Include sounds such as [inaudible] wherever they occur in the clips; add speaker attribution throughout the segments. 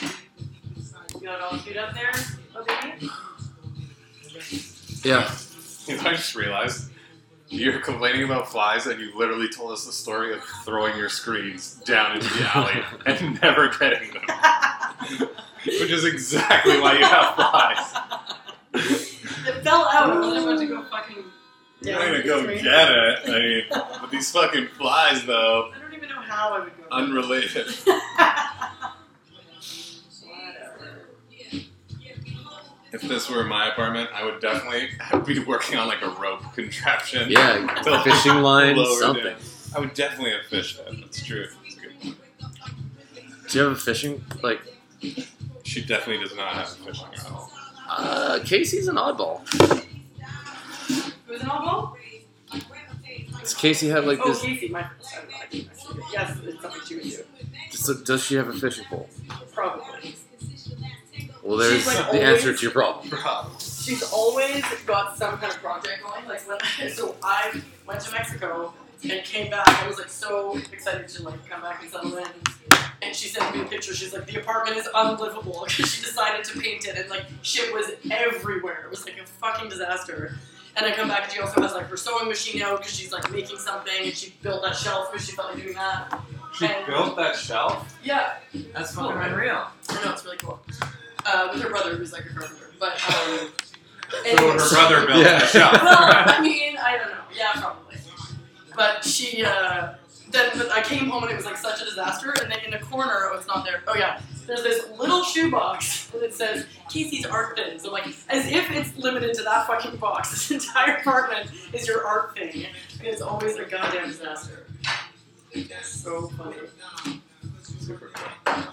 Speaker 1: You got it all queued up there, Obadiah?
Speaker 2: Yeah.
Speaker 3: You know, I just realized you're complaining about flies, and you literally told us the story of throwing your screens down into the alley and never getting them, which is exactly why you have flies.
Speaker 1: It fell out, and then I went to go
Speaker 2: [laughs]
Speaker 1: fucking.
Speaker 3: You're
Speaker 1: Yeah,
Speaker 3: not gonna go
Speaker 1: it's me.
Speaker 3: get it. I mean, but these fucking flies, though,
Speaker 1: I don't even know how I would go. [laughs]
Speaker 3: unrelated.
Speaker 1: Whatever.
Speaker 3: If this were my apartment, I would definitely be working on like a rope contraption. [laughs]
Speaker 2: Yeah. Fishing line,
Speaker 3: Lower
Speaker 2: something.
Speaker 3: down. I would definitely have fished that. That's true. That's good.
Speaker 2: Do you have a fishing like?
Speaker 3: She definitely does not have a fishing rod.
Speaker 2: Uh, Casey's an oddball.
Speaker 1: It was an oddball?
Speaker 2: 'Cause Casey had like
Speaker 1: oh,
Speaker 2: this?
Speaker 1: Casey, my friend. I like you, I should- Yes, it's something she would do.
Speaker 2: So does she have a fishing pole?
Speaker 1: Probably.
Speaker 2: Well, there's
Speaker 1: She's, like,
Speaker 2: the answer
Speaker 1: always-
Speaker 2: to your problem.
Speaker 1: She's always got some kind of project going. Like when [laughs] so I went to Mexico and came back, I was like so excited to like come back and settle in. And she sent me a picture. She's like, the apartment is unlivable [laughs] because she decided to paint it, and like shit was everywhere. It was like a fucking disaster. And I come back, and she also has like her sewing machine out because she's like making something, and she built that shelf because she's like doing that.
Speaker 4: She
Speaker 1: And-
Speaker 4: built that shelf?
Speaker 1: Yeah,
Speaker 4: That's fucking unreal.
Speaker 1: I know it's really cool. Uh, with her brother, who's like a carpenter, but um,
Speaker 4: So
Speaker 1: and-
Speaker 4: her brother built
Speaker 2: Yeah.
Speaker 4: that shelf.
Speaker 1: [laughs] well, I mean, I don't know. Yeah, probably. But she, uh, then but I came home and it was like such a disaster. And then in the corner, oh, it's not there. Oh yeah, there's this little shoebox [laughs] and it says Casey's art things. I'm like, as if it's limited to that fucking box. [laughs] This entire apartment is your art thing, and it's always a goddamn disaster. So funny.
Speaker 3: Super cool.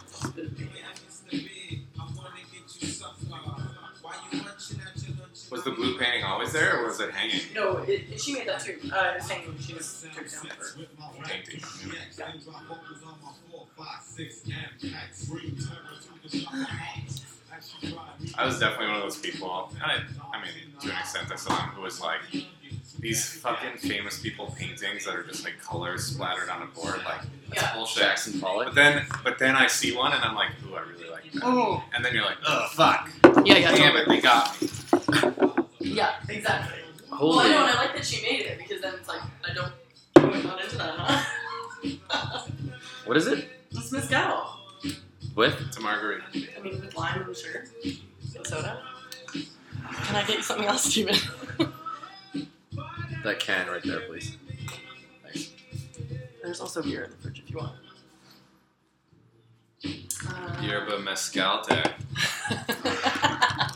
Speaker 3: Was the blue painting always there, or was it hanging?
Speaker 1: No, it, it- she made that too. Uh, saying she just took it down for.
Speaker 3: Painting. I was definitely one of those people. and I, I mean, to an extent, I still am. Who was like these fucking famous people paintings that are just like colors splattered on a board, like that's
Speaker 1: Yeah.
Speaker 3: bullshit.
Speaker 2: Jackson Pollock.
Speaker 3: But then, but then I see one and I'm like, ooh, I really like that.
Speaker 1: Oh.
Speaker 3: And then you're like, ugh, fuck.
Speaker 1: Yeah, yeah,
Speaker 3: Damn it, they got me.
Speaker 1: Yeah, exactly.
Speaker 2: Holy.
Speaker 1: Well, I know, and I like that she made it because then it's like I don't. I'm not into that, huh?
Speaker 2: What is it?
Speaker 1: [laughs] Just mezcal.
Speaker 2: With?
Speaker 3: It's a margarita.
Speaker 1: I mean, with lime, I'm sure. With soda. Can I get you something else, Steven? [laughs]
Speaker 2: That can right there, please.
Speaker 1: There's also beer in the fridge if you want. Uh, [laughs]
Speaker 3: Yerba mezcal tech.
Speaker 1: Oh,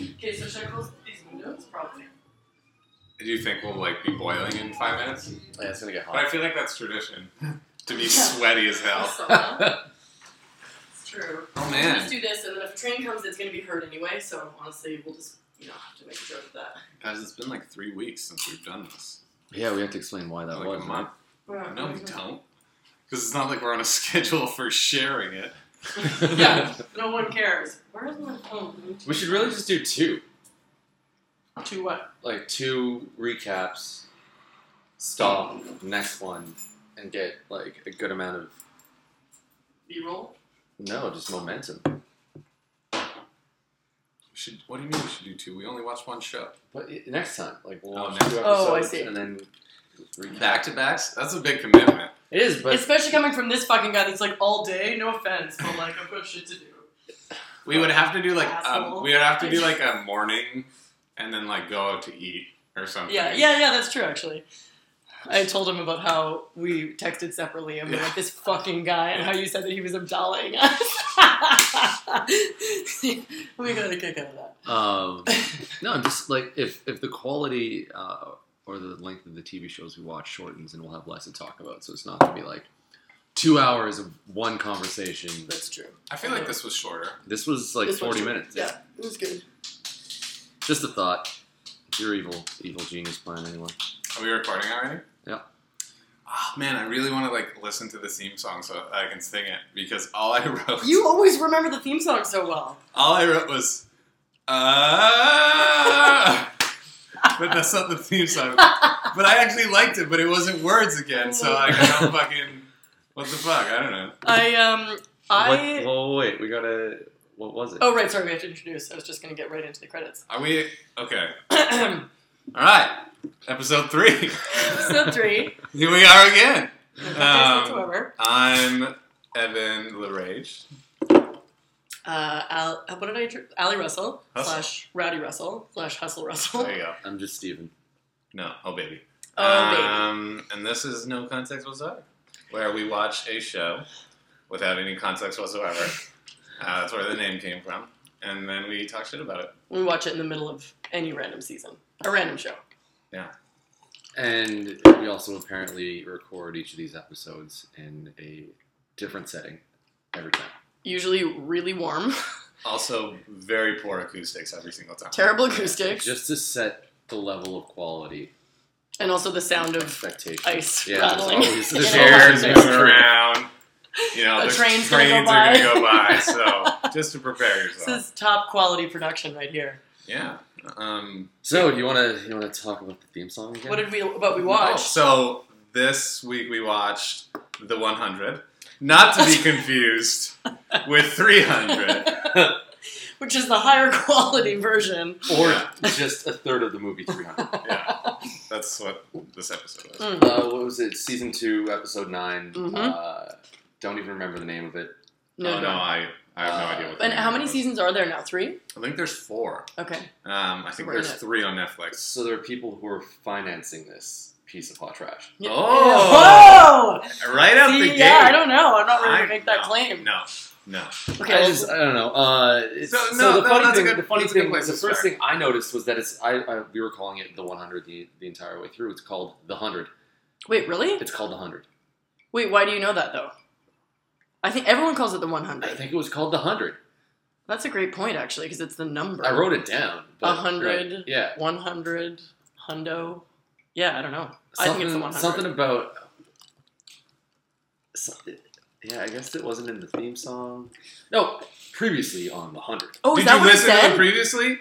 Speaker 1: okay, so should I close these windows? Probably.
Speaker 3: Do you think we'll like be boiling in five minutes?
Speaker 1: Oh,
Speaker 2: Yeah, it's gonna get
Speaker 3: But I feel like that's tradition.
Speaker 1: [laughs]
Speaker 3: to be sweaty as hell.
Speaker 2: hot.
Speaker 1: It's true.
Speaker 3: Oh
Speaker 1: We'll just do this, and then if a train comes, it's gonna be heard anyway. So honestly, we'll just you know have to make a joke of that.
Speaker 3: Guys, it's been like three weeks since we've done this.
Speaker 2: [laughs] yeah, we have to explain why that
Speaker 3: like
Speaker 2: was.
Speaker 3: a
Speaker 2: Right? [laughs]
Speaker 3: month. No, we don't. Because it's not like we're on a [laughs] schedule for sharing it.
Speaker 1: Yeah. No one cares. Where's my phone?
Speaker 2: We should really just do two,
Speaker 1: To what?
Speaker 2: like two recaps. Stop next one and get like a good amount of
Speaker 1: B-roll?
Speaker 2: no, just momentum.
Speaker 3: We should, what do you mean we should do two? We only watched one show.
Speaker 2: But i- next time, like we'll
Speaker 3: Oh,
Speaker 2: watch
Speaker 3: next-
Speaker 2: two
Speaker 1: Oh, I
Speaker 2: episodes
Speaker 1: see.
Speaker 2: and then recap.
Speaker 3: Back to backs? That's a big commitment.
Speaker 2: It is, but
Speaker 1: Especially coming from this fucking guy that's like all day. No offense, but like I've got shit to do.
Speaker 3: We would have to do like um,
Speaker 1: Asshole.
Speaker 3: we would have to do like a morning, and then like go out to eat or something.
Speaker 1: Yeah, yeah, yeah. That's true. Actually, I told him about how we texted separately about
Speaker 3: Yeah.
Speaker 1: like this fucking guy and how you said that he was abdalling us. [laughs] we got a kick out of that.
Speaker 2: um, no, just like if if the quality uh, or the length of the TV shows we watch shortens, and we'll have less to talk about, so it's not gonna be like two hours of one conversation.
Speaker 1: [laughs] That's true.
Speaker 3: I feel like this was shorter.
Speaker 2: This was like
Speaker 1: This was
Speaker 2: forty
Speaker 1: true.
Speaker 2: minutes.
Speaker 1: Yeah, it was good.
Speaker 2: Just a thought. It's your evil, evil genius plan, anyway.
Speaker 3: Are we recording already?
Speaker 2: Yeah.
Speaker 3: Oh man, I really want to like listen to the theme song so I can sing it because all I
Speaker 1: [laughs]
Speaker 3: wrote,
Speaker 1: You always remember the theme song so well.
Speaker 3: [laughs] all I wrote was, uh, but that's not the theme song. But I actually liked it, but it wasn't words again, so I don't fucking.
Speaker 4: What the fuck? I don't know.
Speaker 1: I um I
Speaker 2: What, whoa, wait, we gotta. What was it?
Speaker 1: oh right, sorry, we have to introduce. I was just gonna get right into the credits. [clears throat]
Speaker 4: Are we okay? All right,
Speaker 3: [laughs]
Speaker 4: episode three.
Speaker 2: [laughs]
Speaker 1: Episode three.
Speaker 4: Here we are again.
Speaker 1: no context
Speaker 4: Um,
Speaker 1: whatsoever.
Speaker 4: I'm Evan LaRage.
Speaker 1: Uh, Al, what did I? tr- Ally Russell
Speaker 4: Hustle.
Speaker 1: slash Rowdy Russell slash Hustle Russell.
Speaker 4: There you go.
Speaker 2: I'm just Steven.
Speaker 4: No, oh baby.
Speaker 1: Oh baby.
Speaker 4: um, And this is no context whatsoever, where we watch a show without any context whatsoever. Uh, that's where the name came from, and then we talk shit about it.
Speaker 1: We watch it in the middle of any random season, a random show.
Speaker 2: And we also apparently record each of these episodes in a different setting every time.
Speaker 1: Usually really warm, [laughs]
Speaker 4: Also, very poor acoustics every single time.
Speaker 1: terrible acoustics,
Speaker 2: Just to set the level of quality
Speaker 1: and also the sound of
Speaker 2: expectations.
Speaker 1: ice
Speaker 2: Yeah, it's
Speaker 1: rattling.
Speaker 2: always the
Speaker 1: [laughs] in
Speaker 4: The
Speaker 1: a
Speaker 4: chairs
Speaker 1: lot of
Speaker 4: moving
Speaker 1: places.
Speaker 4: around. You know,
Speaker 1: A
Speaker 4: the
Speaker 1: train's
Speaker 4: trains
Speaker 1: gonna go
Speaker 4: are
Speaker 1: by.
Speaker 4: going to go by.
Speaker 1: [laughs]
Speaker 4: So, just to prepare
Speaker 1: This
Speaker 4: yourself.
Speaker 1: is top quality production right here.
Speaker 4: Yeah. Um,
Speaker 2: So, do you wanna you wanna talk about the theme song again?
Speaker 1: What did we? What we
Speaker 4: Oh,
Speaker 1: watched?
Speaker 4: so this week we watched The 100,
Speaker 1: [laughs]
Speaker 4: not to be confused with 300.
Speaker 1: [laughs] Which is the higher quality version.
Speaker 2: or [laughs] just a third of the movie 300.
Speaker 4: Yeah, that's what this episode was.
Speaker 1: Mm.
Speaker 2: uh, what was it? Season two, episode 9
Speaker 1: Mhm.
Speaker 2: Uh, don't even remember the name of it.
Speaker 1: No,
Speaker 4: oh, no,
Speaker 1: no.
Speaker 4: I, I have no idea what. the
Speaker 1: And
Speaker 4: name
Speaker 1: how many
Speaker 4: was.
Speaker 1: seasons are there now? Three.
Speaker 4: I think there's four.
Speaker 1: Okay.
Speaker 4: Um, I think
Speaker 1: We're in
Speaker 4: there's
Speaker 1: it.
Speaker 4: three on Netflix.
Speaker 2: So there are people who are financing this piece of hot trash.
Speaker 1: Yeah.
Speaker 4: Oh!
Speaker 1: Whoa!
Speaker 4: Right out the
Speaker 1: See,
Speaker 4: gate.
Speaker 1: yeah, I don't know. I'm not ready
Speaker 4: I-
Speaker 1: to make that
Speaker 4: no,
Speaker 1: claim.
Speaker 4: No, no.
Speaker 1: Okay.
Speaker 2: I
Speaker 1: well,
Speaker 2: just I don't know. Uh, it's,
Speaker 4: So,
Speaker 2: so,
Speaker 4: no,
Speaker 2: the
Speaker 4: no,
Speaker 2: funny
Speaker 4: that's a
Speaker 2: thing,
Speaker 4: good-
Speaker 2: the funny
Speaker 4: that's a good
Speaker 2: thing,
Speaker 4: place
Speaker 2: the
Speaker 4: to
Speaker 2: first
Speaker 4: start.
Speaker 2: thing I noticed was that it's I, I we were calling it the 100 the, the entire way through. It's called the 100.
Speaker 1: wait, really?
Speaker 2: It's called the 100.
Speaker 1: Wait, why do you know that though? I think everyone calls it the
Speaker 2: I
Speaker 1: 100.
Speaker 2: think it was called the 100.
Speaker 1: That's a great point actually, because it's the number.
Speaker 2: I wrote it down. but,
Speaker 1: A hundred.
Speaker 2: like, yeah.
Speaker 1: 100, hundo. Yeah, I don't know. I think
Speaker 2: Something,
Speaker 1: it's the 100.
Speaker 2: something about. so- yeah, I guess it wasn't in the theme song. No, previously on the 100.
Speaker 1: oh, is
Speaker 4: Did
Speaker 1: that
Speaker 4: you
Speaker 1: what it
Speaker 4: listen to
Speaker 1: said? [laughs]
Speaker 4: it previously?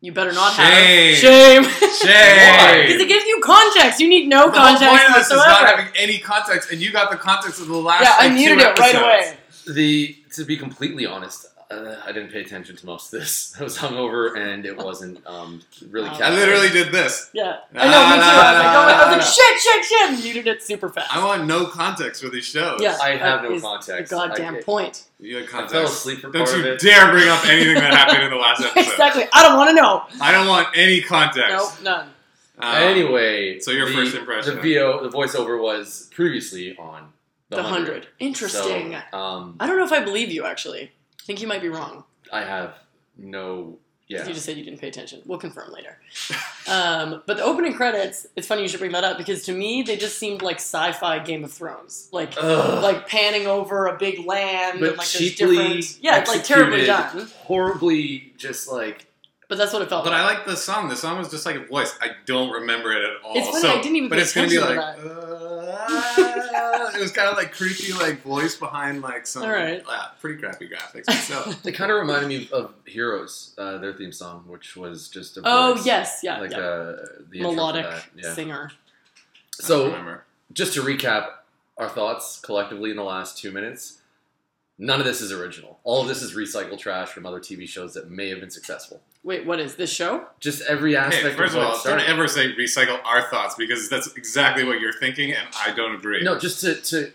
Speaker 1: you better not
Speaker 4: Shame.
Speaker 1: have. Shame. [laughs]
Speaker 2: Why?
Speaker 1: Because it gives you context. You need no
Speaker 4: The whole
Speaker 1: context
Speaker 4: point of this is
Speaker 1: whatsoever.
Speaker 4: not having any context, and you got the context of the last.
Speaker 1: yeah, I
Speaker 4: like, two
Speaker 1: muted it right
Speaker 4: episodes.
Speaker 1: away.
Speaker 2: The to be completely honest, uh, I didn't pay attention to most of this. [laughs] I was hungover and it wasn't um, really.
Speaker 1: I
Speaker 4: I
Speaker 2: capturing-
Speaker 4: literally did this.
Speaker 1: Yeah.
Speaker 4: Nah,
Speaker 1: I know, me too. I was like, oh,
Speaker 4: nah,
Speaker 1: I was
Speaker 2: nah,
Speaker 1: like,
Speaker 2: nah.
Speaker 1: shit, shit, shit. and muted it super fast.
Speaker 4: [laughs] I want no context for these shows.
Speaker 1: Yeah.
Speaker 2: I have
Speaker 1: That
Speaker 2: no
Speaker 1: is the
Speaker 2: context.
Speaker 1: goddamn
Speaker 2: I,
Speaker 1: point.
Speaker 4: You had
Speaker 2: I
Speaker 4: context.
Speaker 2: fell asleep for
Speaker 4: Don't
Speaker 2: part of
Speaker 4: you
Speaker 2: it.
Speaker 4: dare bring up anything that happened in
Speaker 1: [laughs]
Speaker 4: the last episode.
Speaker 1: exactly. I don't want to know.
Speaker 4: I don't want any context.
Speaker 1: Nope, none.
Speaker 4: Um,
Speaker 2: anyway,
Speaker 4: so your
Speaker 2: the-
Speaker 4: first impression.
Speaker 2: The VO, the voiceover was previously on the,
Speaker 1: The, 100. Interesting.
Speaker 2: So, um,
Speaker 1: I don't know if I believe you, actually. I think you might be wrong.
Speaker 2: I have no. Yeah,
Speaker 1: You just said you didn't pay attention. We'll confirm later. [laughs] um, but the opening credits, it's funny you should bring that up because to me, they just seemed like sci fi Game of Thrones. Like,
Speaker 2: Ugh.
Speaker 1: like panning over a big land
Speaker 2: But
Speaker 1: and like there's
Speaker 2: cheaply
Speaker 1: different. Yeah, it's like terribly
Speaker 2: executed.
Speaker 1: done.
Speaker 2: horribly just like
Speaker 1: But that's what it felt
Speaker 4: But
Speaker 1: like.
Speaker 4: I like the song. The song was just like a voice. I don't remember it at all.
Speaker 1: It's funny,
Speaker 4: so,
Speaker 1: I didn't even
Speaker 4: But
Speaker 1: pay
Speaker 4: it's gonna be like.
Speaker 1: attention
Speaker 4: Uh, it was kind of like creepy, like voice behind like some
Speaker 1: All right.
Speaker 4: uh, pretty crappy graphics. but So
Speaker 2: It kind of reminded me of Heroes, uh, their theme song, which was just a
Speaker 1: oh,
Speaker 2: voice,
Speaker 1: yes. Yeah.
Speaker 2: like
Speaker 1: yeah.
Speaker 2: uh, the intro for
Speaker 1: Melodic
Speaker 2: that, yeah.
Speaker 1: singer.
Speaker 4: I
Speaker 2: [laughs]
Speaker 4: don't
Speaker 2: So
Speaker 4: remember.
Speaker 2: just to recap our thoughts collectively in the last two minutes, none of this is original. All of this is recycled trash from other TV shows that may have been successful.
Speaker 1: Wait, what is this show?
Speaker 2: Just every aspect.
Speaker 4: Hey, first
Speaker 2: of, what
Speaker 4: of
Speaker 2: it
Speaker 4: all, don't
Speaker 2: started.
Speaker 4: ever say recycle our thoughts because that's exactly what you're thinking, and I don't agree.
Speaker 2: no, just to, to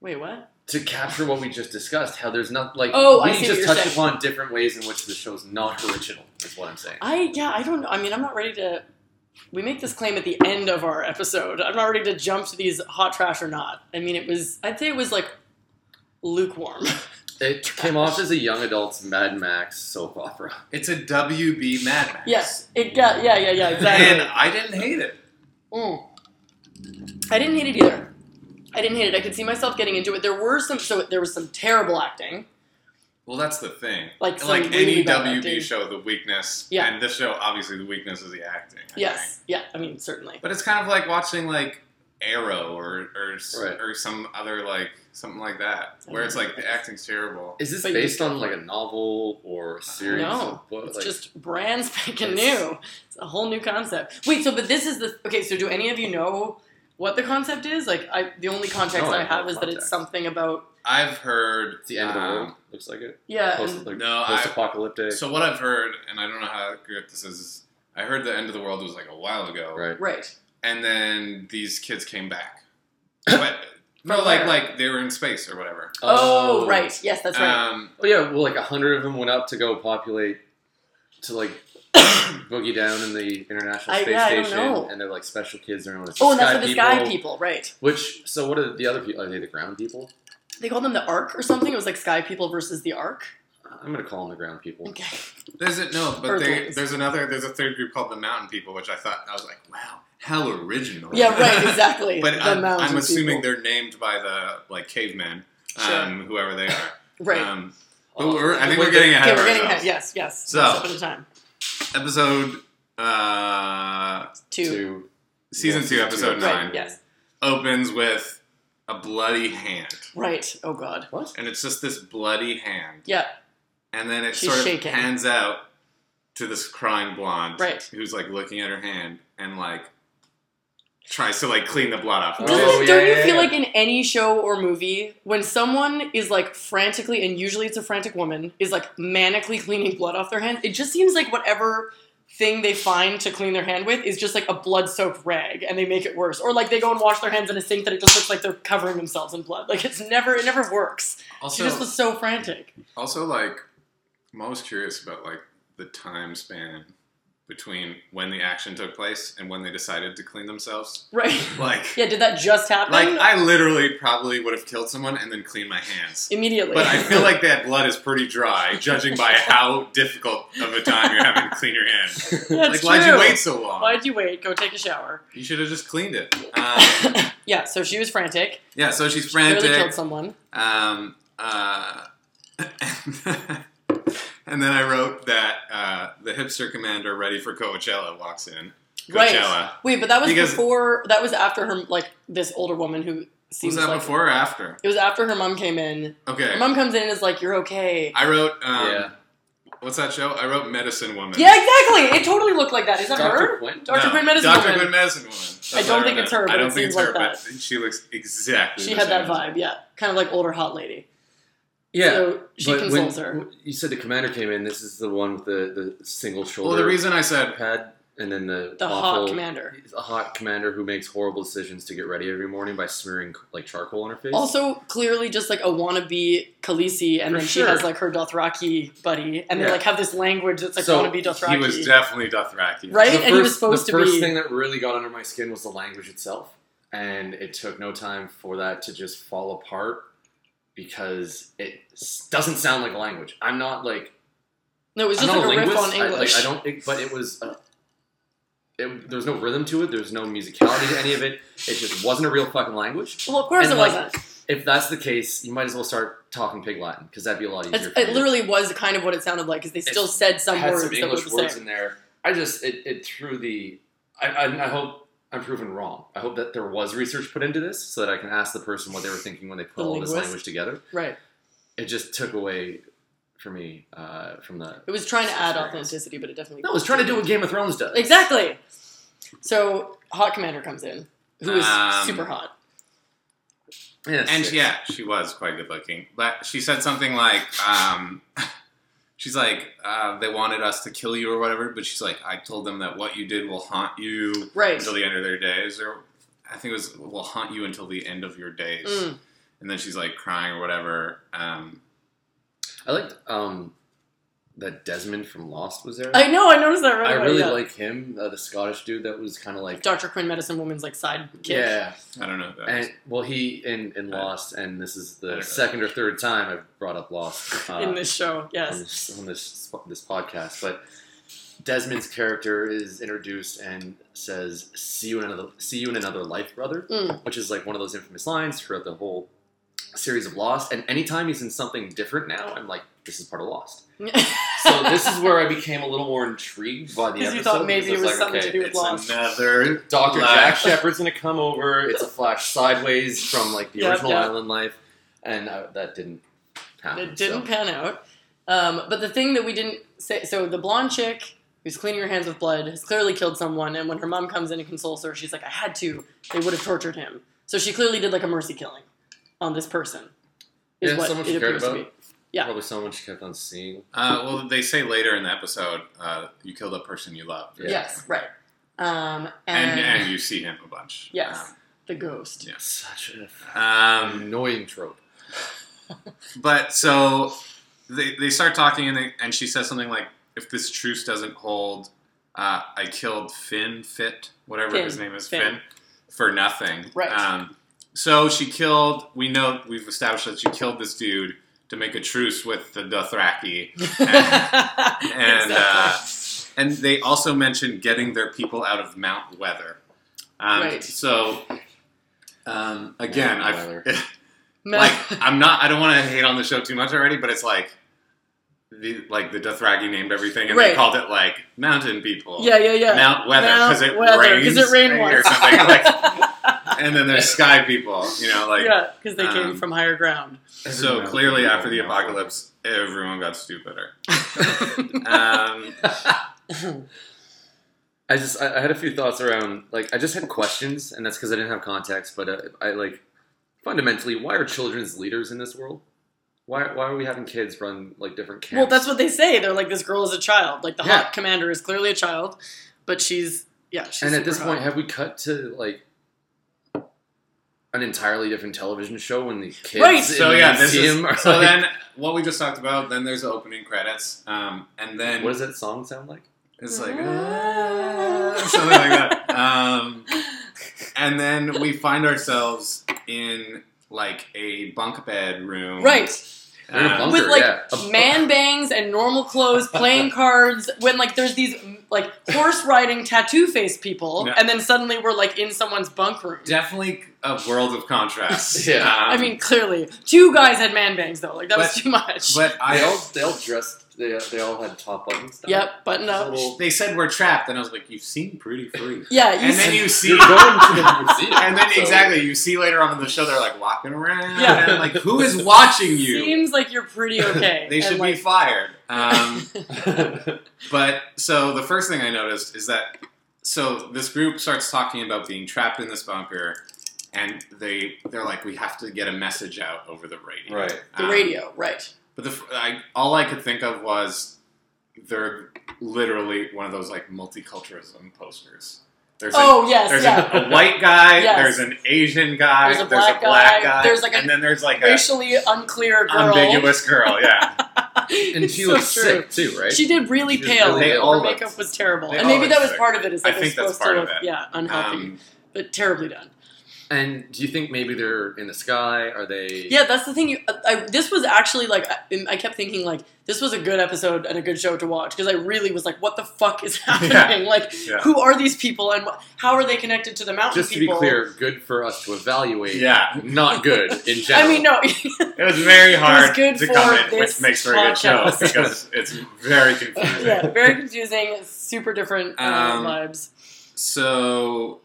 Speaker 1: Wait, what?
Speaker 2: to capture what we just discussed. How there's not like
Speaker 1: Oh,
Speaker 2: we
Speaker 1: I see what
Speaker 2: just
Speaker 1: you're
Speaker 2: touched
Speaker 1: saying.
Speaker 2: upon different ways in which the show's not original. Is what I'm saying.
Speaker 1: I yeah, I don't know. I mean, I'm not ready to. We make this claim at the end of our episode. I'm not ready to jump to these hot trash or not. I mean, it was. I'd say it was like lukewarm. [laughs]
Speaker 2: It came off as a young adult's Mad Max soap opera.
Speaker 4: It's a WB Mad Max.
Speaker 1: yes, it got. Yeah, yeah, yeah.
Speaker 4: And
Speaker 1: Exactly.
Speaker 4: I didn't hate it.
Speaker 1: Mm. I didn't hate it either. I didn't hate it. I could see myself getting into it. There were some. So there was some terrible acting.
Speaker 4: Well, that's the thing.
Speaker 1: Like some
Speaker 4: like
Speaker 1: really
Speaker 4: any
Speaker 1: bad
Speaker 2: E
Speaker 4: WB
Speaker 1: acting.
Speaker 4: show, the weakness,
Speaker 1: Yeah.
Speaker 4: and this show, obviously, the weakness is the acting. I think.
Speaker 1: Yes. Yeah. I mean, certainly.
Speaker 4: But it's kind of like watching like Arrow or or, s-
Speaker 2: Right.
Speaker 4: or some other like something like that, where it's like the acting's terrible.
Speaker 2: Is this
Speaker 1: But you
Speaker 2: based
Speaker 1: just-
Speaker 2: on like a novel or a series?
Speaker 1: No,
Speaker 2: of book?
Speaker 1: it's
Speaker 2: Like,
Speaker 1: just brand spanking
Speaker 2: It's-
Speaker 1: new. It's a whole new concept. Wait, so but this is the okay. So do any of you know what the concept is. Like I, the only context
Speaker 2: No,
Speaker 1: I
Speaker 2: I have
Speaker 1: have
Speaker 2: no
Speaker 1: is that it's
Speaker 2: context.
Speaker 1: something about
Speaker 4: I've heard
Speaker 2: It's the end of the
Speaker 4: um,
Speaker 2: world. Looks like it.
Speaker 1: yeah.
Speaker 2: Post,
Speaker 1: and-
Speaker 2: like,
Speaker 4: no, I-
Speaker 2: post-apocalyptic.
Speaker 4: So what I've heard, and I don't know how accurate this is, is I heard the end of the world was like a while ago,
Speaker 2: right.
Speaker 1: right.
Speaker 4: and then these kids
Speaker 2: [coughs]
Speaker 4: came back. but no, like
Speaker 1: where?
Speaker 4: like they were in space or whatever.
Speaker 1: Oh, right. Yes, that's right.
Speaker 4: Um,
Speaker 2: Oh yeah. Well, like a hundred of them went up to go populate to [coughs] like boogie down in the International
Speaker 1: I-
Speaker 2: Space
Speaker 1: yeah, I don't
Speaker 2: Station,
Speaker 1: know.
Speaker 2: and they're like special kids. They're known as
Speaker 1: oh, and
Speaker 2: sky
Speaker 1: that's for the
Speaker 2: people,
Speaker 1: sky people, right?
Speaker 2: Which so what are the other people? Are they the ground people?
Speaker 1: They called them the Ark or something. It was like sky people versus the Ark.
Speaker 2: I'm gonna call them the ground people.
Speaker 1: Okay.
Speaker 4: there's a, no, but they,
Speaker 1: Earthlings.
Speaker 4: there's another, there's a third group called the Mountain People, which I thought I was like, wow, how original.
Speaker 1: Yeah,
Speaker 4: [laughs]
Speaker 1: right. Exactly.
Speaker 4: but
Speaker 1: the
Speaker 4: I'm,
Speaker 1: mountain
Speaker 4: I'm assuming
Speaker 1: people.
Speaker 4: they're named by the like cavemen,
Speaker 1: Sure.
Speaker 4: um, whoever they are.
Speaker 1: [laughs] right.
Speaker 4: Um, but
Speaker 2: Oh,
Speaker 4: we're- I think
Speaker 2: wait,
Speaker 4: we're getting ahead
Speaker 1: okay,
Speaker 4: of
Speaker 1: we're getting ahead.
Speaker 4: ourselves.
Speaker 1: Yes, yes.
Speaker 4: So-
Speaker 1: One step at a time.
Speaker 4: Episode uh,
Speaker 1: Two.
Speaker 2: to- Yeah,
Speaker 4: season two,
Speaker 2: season
Speaker 4: episode
Speaker 2: two.
Speaker 1: Right.
Speaker 4: nine.
Speaker 1: Yes.
Speaker 4: opens with a bloody hand,
Speaker 1: Right. Oh God.
Speaker 2: what?
Speaker 4: and it's just this bloody hand.
Speaker 1: Yeah.
Speaker 4: And then it
Speaker 1: She's
Speaker 4: sort of
Speaker 1: shaking.
Speaker 4: hands out to this crying blonde,
Speaker 1: Right.
Speaker 4: who's like looking at her hand and like tries to like clean the blood off. of
Speaker 1: Doesn't,
Speaker 2: Oh,
Speaker 4: it.
Speaker 1: don't you
Speaker 2: yeah.
Speaker 1: feel like in any show or movie when someone is like frantically and usually it's a frantic woman is like manically cleaning blood off their hand? It just seems like whatever thing they find to clean their hand with is just like a blood-soaked rag and they make it worse or like they go and wash their hands in a sink that it just looks like they're covering themselves in blood like it's never it never works she
Speaker 4: Also,
Speaker 1: just was so frantic
Speaker 4: also like I'm always curious about like the time span between when the action took place and when they decided to clean themselves.
Speaker 1: right
Speaker 4: Like,
Speaker 1: yeah did that just happen
Speaker 4: like I literally probably would have killed someone and then cleaned my hands.
Speaker 1: immediately
Speaker 4: But I feel like that blood is pretty dry, judging by how difficult of a time you're having to clean your
Speaker 1: [laughs]
Speaker 4: hands.
Speaker 1: That's
Speaker 4: like, why'd you
Speaker 1: true.
Speaker 4: wait so long?
Speaker 1: why'd you wait go take a shower
Speaker 4: You should have just cleaned it. Um,
Speaker 1: yeah so she was frantic
Speaker 4: yeah, so she's
Speaker 1: clearly killed
Speaker 4: frantic.
Speaker 1: someone
Speaker 4: Um, uh, [laughs] and then I wrote that uh, the hipster commander ready for Coachella walks in. Coachella.
Speaker 1: Right. Wait, but that was
Speaker 4: Because-
Speaker 1: before. That was after her, like this older woman who seems
Speaker 4: Was that
Speaker 1: like
Speaker 4: before or after?
Speaker 1: it was after her mom came in. Her
Speaker 4: Okay.
Speaker 1: mom comes in and is like, "You're okay."
Speaker 4: I wrote, um,
Speaker 2: yeah.
Speaker 4: what's that show? I wrote Medicine Woman.
Speaker 1: yeah, exactly. It totally looked like that. Is
Speaker 2: [laughs]
Speaker 1: that
Speaker 2: Dr.
Speaker 1: her?
Speaker 2: Quinn?
Speaker 1: Dr.
Speaker 4: No,
Speaker 1: Quinn Medicine
Speaker 4: Dr.
Speaker 1: Woman.
Speaker 4: Quinn Medicine Woman. That's
Speaker 1: I don't
Speaker 4: what
Speaker 1: think
Speaker 4: wrote
Speaker 1: it's her,
Speaker 4: I
Speaker 1: but
Speaker 4: don't
Speaker 1: it
Speaker 4: think it's
Speaker 1: seems
Speaker 4: her,
Speaker 1: like
Speaker 4: but she looks exactly
Speaker 1: She
Speaker 4: the
Speaker 1: had that
Speaker 4: same.
Speaker 1: vibe. Yeah, kind of like older hot lady.
Speaker 2: Yeah.
Speaker 1: So she
Speaker 2: but when
Speaker 1: consoles her.
Speaker 2: you said the commander came in, this is the one with the, the single shoulder
Speaker 4: Well, the reason I said
Speaker 2: pad, and then the
Speaker 1: The
Speaker 2: awful,
Speaker 1: hot commander.
Speaker 2: a hot commander who makes horrible decisions to get ready every morning by smearing like charcoal on her face.
Speaker 1: Also, clearly just like a wannabe Khaleesi, and
Speaker 2: For
Speaker 1: then
Speaker 2: sure.
Speaker 1: she has like her Dothraki buddy, and they
Speaker 2: Yeah.
Speaker 1: like have this language that's like
Speaker 2: So,
Speaker 1: wannabe Dothraki.
Speaker 4: he was definitely Dothraki.
Speaker 1: Right?
Speaker 2: the
Speaker 1: and
Speaker 2: first,
Speaker 1: he was supposed
Speaker 2: the
Speaker 1: to
Speaker 2: first
Speaker 1: be-
Speaker 2: thing that really got under my skin was the language itself, and it took no time for that to just fall apart because it s- doesn't sound like a language. I'm not like
Speaker 1: no, it was
Speaker 2: I'm
Speaker 1: just
Speaker 2: not
Speaker 1: like a riff on
Speaker 2: linguist. I-
Speaker 1: English.
Speaker 2: like, I, don't. It, but it was. Uh, it, there's no rhythm to it. There's no musicality to any of it. It just wasn't a real fucking language.
Speaker 1: well, of course
Speaker 2: and,
Speaker 1: it
Speaker 2: like,
Speaker 1: wasn't.
Speaker 2: If that's the case, you might as well start talking pig Latin because that'd be a lot easier.
Speaker 1: It's,
Speaker 2: for
Speaker 1: it
Speaker 2: you.
Speaker 1: literally was kind of what it sounded like because they still
Speaker 2: It's-
Speaker 1: said some
Speaker 2: had
Speaker 1: words
Speaker 2: some
Speaker 1: that were
Speaker 2: English
Speaker 1: the
Speaker 2: words
Speaker 1: same.
Speaker 2: in there. I just it, it threw the. I, I, I hope I'm proven wrong. I hope that there was research put into this so that I can ask the person what they were thinking when they put
Speaker 1: The
Speaker 2: all this
Speaker 1: linguist.
Speaker 2: language together.
Speaker 1: Right.
Speaker 2: It just took away for me uh, from the.
Speaker 1: It was trying to add
Speaker 2: Sorry.
Speaker 1: authenticity, but it definitely
Speaker 2: No, it's trying to do what Game of Thrones does.
Speaker 1: exactly. So Hot Commander comes in, who is
Speaker 4: Um,
Speaker 1: super hot.
Speaker 2: Yes,
Speaker 4: And
Speaker 2: yes.
Speaker 4: yeah, she was quite good looking. But she said something like, um, [laughs] she's like, uh, they wanted us to kill you or whatever, but she's like, I told them that what you did will haunt you
Speaker 1: Right.
Speaker 4: until the end of their days. Or I think it was, will haunt you until the end of your days.
Speaker 1: Mm.
Speaker 4: And then she's like crying or whatever. Um,
Speaker 2: I liked um, that Desmond from Lost was there.
Speaker 1: I know. I noticed that right
Speaker 2: I
Speaker 1: away,
Speaker 2: really
Speaker 1: yeah.
Speaker 2: like him, uh, the Scottish dude that was kind of like.
Speaker 1: Dr. Quinn Medicine Woman's like sidekick.
Speaker 2: Yeah,
Speaker 4: I don't know. If that was-
Speaker 2: and well, he in, in
Speaker 4: I-
Speaker 2: Lost, and this is
Speaker 4: I
Speaker 2: the
Speaker 4: don't
Speaker 2: second or third time I've brought up Lost uh,
Speaker 1: in this show.
Speaker 2: on
Speaker 1: Yes.
Speaker 2: this, on this this podcast. But Desmond's character is introduced and says, "See you in another see you in another life, brother,"
Speaker 1: Mm.
Speaker 2: which is like one of those infamous lines throughout the whole series of Lost. And anytime he's in something different now, I'm like, "This is part of Lost."
Speaker 1: [laughs]
Speaker 2: So this is where I became a little more intrigued by the
Speaker 1: because
Speaker 2: episode.
Speaker 1: you thought maybe it
Speaker 2: because I
Speaker 1: was
Speaker 2: like,
Speaker 1: something
Speaker 2: okay,
Speaker 1: to do with
Speaker 4: it's
Speaker 1: Lost.
Speaker 4: another.
Speaker 2: Doctor
Speaker 4: Flash.
Speaker 2: Jack Shepard's gonna come over. It's a flash sideways from like the
Speaker 1: Yep,
Speaker 2: original
Speaker 1: yep.
Speaker 2: Island Life, and uh, that didn't happen.
Speaker 4: Ah,
Speaker 1: It didn't
Speaker 2: so.
Speaker 1: pan out. Um, but the thing that we didn't say, so the blonde chick who's cleaning her hands with blood, has clearly killed someone, and when her mom comes in and consoles her, she's like, I had to. They would have tortured him. So she clearly did like a mercy killing on this person. Is
Speaker 2: Yeah,
Speaker 1: what
Speaker 2: someone
Speaker 1: it
Speaker 2: she cared
Speaker 1: appears to
Speaker 2: about.
Speaker 1: be. Yeah.
Speaker 2: Probably someone she kept on seeing.
Speaker 4: Uh, well, they say later in the episode, uh, you kill the person you love.
Speaker 2: Yeah.
Speaker 1: Yes, right. Um,
Speaker 4: And,
Speaker 1: and,
Speaker 4: and you see him a bunch.
Speaker 1: yes, the ghost.
Speaker 4: [laughs] Yeah.
Speaker 2: Such a
Speaker 4: Um,
Speaker 2: annoying trope.
Speaker 4: But so they, they start talking, and, they, and she says something like, "If this truce doesn't hold, uh, I killed Finn Fit, whatever
Speaker 1: Finn,
Speaker 4: his name is, Finn,
Speaker 1: Finn.
Speaker 4: for nothing."
Speaker 1: Right.
Speaker 4: Um, so she killed. We know we've established that she killed this dude to make a truce with
Speaker 1: [laughs]
Speaker 4: the Dothraki, and uh, and they also mentioned getting their people out of Mount Weather. Um,
Speaker 1: Right.
Speaker 4: So. Um, again,
Speaker 2: Mount
Speaker 4: I've, [laughs]
Speaker 2: Weather.
Speaker 4: like I'm not. I don't want to hate on the show too much already, but it's like the like the Dothraki named everything, and they
Speaker 1: Right.
Speaker 4: called it like mountain people,
Speaker 1: [laughs] yeah, yeah, yeah.
Speaker 4: Mount weather because it
Speaker 1: Mount weather,
Speaker 4: rains,
Speaker 1: 'cause it rained
Speaker 4: or
Speaker 1: once. [laughs]
Speaker 4: something. Like, and then there's sky people, you know, like
Speaker 1: yeah, because they came
Speaker 4: um,
Speaker 1: from higher ground.
Speaker 4: so.
Speaker 2: Mountain
Speaker 4: Clearly,
Speaker 2: people,
Speaker 4: after the
Speaker 2: Mount
Speaker 4: apocalypse, everyone
Speaker 1: [laughs]
Speaker 4: got stupider. Um,
Speaker 2: I just I, I had a few thoughts around like I just had questions, and that's because I didn't have context. But uh, I like fundamentally, why are children's leaders in this world? Why why are we having kids run like different camps?
Speaker 1: Well, that's what they say. They're like, this girl is a child. Like the
Speaker 2: Yeah.
Speaker 1: hot commander is clearly a child, but she's yeah. She's
Speaker 2: and at
Speaker 1: super
Speaker 2: this point,
Speaker 1: hot.
Speaker 2: have we cut to like an entirely different television show when the kids
Speaker 1: Right.
Speaker 2: in
Speaker 4: so
Speaker 2: the
Speaker 4: yeah, this
Speaker 2: museum are
Speaker 4: is, so
Speaker 2: like-
Speaker 4: then what we just talked about. Then there's the opening credits, um, and then
Speaker 2: what does that song sound like?
Speaker 4: It's like "Ah," something like that. Um, and then we find ourselves in like a bunk bed room,
Speaker 1: right
Speaker 2: They're in a
Speaker 4: Um,
Speaker 2: bunker,
Speaker 1: with like
Speaker 2: yeah.
Speaker 1: [laughs]
Speaker 2: A-
Speaker 1: man bangs and normal clothes,
Speaker 4: [laughs]
Speaker 1: playing cards. When like there's these like horse riding tattoo face people,
Speaker 4: Yeah.
Speaker 1: and then suddenly we're like in someone's bunk room.
Speaker 4: definitely a world of
Speaker 2: [laughs]
Speaker 4: contrasts.
Speaker 2: Yeah.
Speaker 4: Um,
Speaker 1: I mean, clearly, two guys had man bangs though. Like that was
Speaker 4: But-
Speaker 1: too much.
Speaker 4: but
Speaker 2: they
Speaker 4: I
Speaker 2: all they all dressed. They, they all had top buttons. down.
Speaker 1: yep, button up.
Speaker 2: Little-
Speaker 4: they said we're trapped, and I was like, you seem pretty free.
Speaker 1: [laughs] Yeah, you
Speaker 4: and
Speaker 1: see,
Speaker 4: then you see. [laughs]
Speaker 2: You're going to the museum.
Speaker 4: And then
Speaker 2: so-
Speaker 4: exactly, you see later on in the show, they're like walking around,
Speaker 1: Yeah.
Speaker 4: and like who is watching you?
Speaker 1: seems like you're pretty okay.
Speaker 4: they should
Speaker 1: and,
Speaker 4: be
Speaker 1: like,
Speaker 4: fired. Um, But so the first thing I noticed is that so this group starts talking about being trapped in this bunker, and they they're like, we have to get a message out over the
Speaker 2: [laughs]
Speaker 4: radio.
Speaker 2: right.
Speaker 1: [laughs] the
Speaker 4: Um,
Speaker 1: radio, right?
Speaker 4: But the, f- I, all I could think of was they're literally one of those like multiculturalism posters. There's a,
Speaker 1: Oh yes,
Speaker 4: there's
Speaker 1: yeah.
Speaker 4: a, a white guy.
Speaker 1: Yes.
Speaker 4: There's an Asian guy.
Speaker 1: There's a black guy, there's, like,
Speaker 4: and
Speaker 1: an
Speaker 4: then there's like a
Speaker 1: racially unclear girl. [laughs]
Speaker 4: ambiguous girl. Yeah.
Speaker 2: And she
Speaker 1: so
Speaker 2: looks
Speaker 1: true.
Speaker 2: sick too, right?
Speaker 1: She did really
Speaker 2: She was
Speaker 1: pale.
Speaker 4: really
Speaker 1: Her
Speaker 4: ill.
Speaker 1: makeup was terrible,
Speaker 4: They
Speaker 1: and
Speaker 4: all
Speaker 1: maybe that
Speaker 4: looked
Speaker 1: was
Speaker 4: sick.
Speaker 1: part of it. Is
Speaker 4: I
Speaker 1: like they're
Speaker 4: think that's
Speaker 1: supposed
Speaker 4: part
Speaker 1: to
Speaker 4: of
Speaker 1: look,
Speaker 4: it.
Speaker 1: yeah, unhealthy,
Speaker 4: Um,
Speaker 1: but terribly done.
Speaker 2: and do you think maybe they're in the sky? Are they?
Speaker 1: Yeah, that's the thing. You, I, this was actually like I, I kept thinking like this was a good episode and a good show to watch because I really was like, what the fuck is [laughs] happening? Like,
Speaker 4: Yeah.
Speaker 1: who are these people and wh- how are they connected to the mountain
Speaker 2: Just to be
Speaker 1: people?
Speaker 2: clear, good for us to evaluate.
Speaker 4: yeah.
Speaker 2: Not good in
Speaker 1: [laughs] I
Speaker 2: general.
Speaker 1: mean, no,
Speaker 4: [laughs] It was very hard
Speaker 1: good
Speaker 4: to
Speaker 1: for
Speaker 4: comment,
Speaker 1: this
Speaker 4: which makes for a good show
Speaker 1: podcast.
Speaker 4: because it's very confusing.
Speaker 1: yeah, very confusing, super different uh,
Speaker 4: Um,
Speaker 1: vibes.
Speaker 4: So,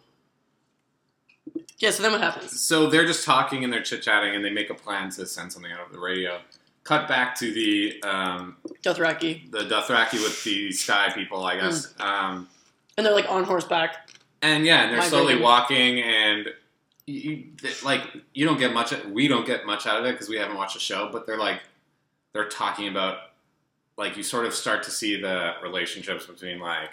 Speaker 1: Yeah, so then what happens?
Speaker 4: so they're just talking and they're chit chatting, and they make a plan to send something out over the radio. Cut back to the um,
Speaker 1: Dothraki,
Speaker 4: the Dothraki with the sky people, I guess.
Speaker 1: Mm.
Speaker 4: Um,
Speaker 1: and they're like on horseback.
Speaker 4: and yeah, and they're
Speaker 1: My
Speaker 4: slowly
Speaker 1: goodness.
Speaker 4: walking, and you, you, th- like you don't get much. We don't get much out of it because we haven't watched the show. But they're like they're talking about like you sort of start to see the relationships between like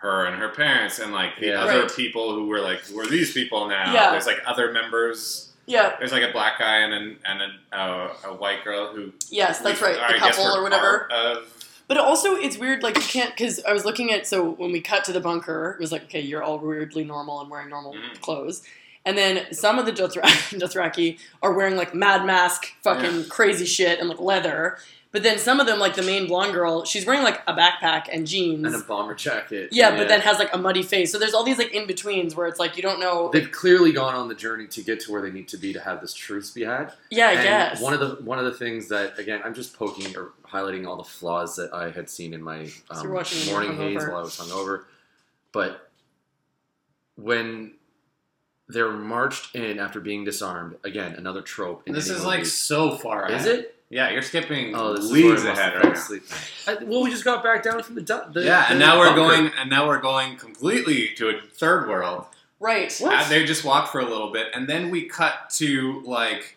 Speaker 4: her and her parents and like the
Speaker 2: Yeah.
Speaker 4: other
Speaker 1: Right.
Speaker 4: people who were like who are these people now?
Speaker 1: Yeah.
Speaker 4: There's like other members.
Speaker 1: Yeah,
Speaker 4: There's like a black guy and an, and a, uh, a white girl who
Speaker 1: yes, that's
Speaker 4: we-
Speaker 1: right.
Speaker 4: I
Speaker 1: The
Speaker 4: guess
Speaker 1: couple
Speaker 4: were
Speaker 1: or whatever.
Speaker 4: part of-
Speaker 1: But also, it's weird. Like you can't because I was looking at so when we cut to the bunker, it was like okay, you're all weirdly normal and wearing normal
Speaker 4: Mhm.
Speaker 1: clothes, and then some of the Dothra- [laughs] Dothraki are wearing like mad mask, fucking crazy shit, and like leather. But then some of them, like the main blonde girl, she's wearing like a backpack and jeans.
Speaker 2: and a bomber jacket.
Speaker 1: yeah, but then has like a muddy face. So there's all these like in betweens where it's like you don't know.
Speaker 2: they've clearly gone on the journey to get to where they need to be to have this truce be had.
Speaker 1: yeah, I
Speaker 2: and
Speaker 1: guess.
Speaker 2: one of the one of the things that again I'm just poking or highlighting all the flaws that I had seen in my um,
Speaker 1: you're watching it
Speaker 2: morning
Speaker 1: hungover.
Speaker 2: haze while I was hungover, but when they're marched in after being disarmed, again another trope. In
Speaker 4: This
Speaker 2: any
Speaker 4: is like
Speaker 2: movie.
Speaker 4: so far.
Speaker 2: is
Speaker 4: ahead.
Speaker 2: it?
Speaker 4: Yeah, you're skipping
Speaker 2: Oh, this
Speaker 4: leagues
Speaker 2: is where I must
Speaker 4: ahead
Speaker 2: have
Speaker 4: right
Speaker 2: fell
Speaker 4: now.
Speaker 2: asleep. I- well, we just got back down from the, du- the
Speaker 4: yeah, and
Speaker 2: the
Speaker 4: now we're
Speaker 2: bunker.
Speaker 4: going, and now we're going completely to a third world.
Speaker 1: Right.
Speaker 4: Uh, they just walked for a little bit, and then we cut to like,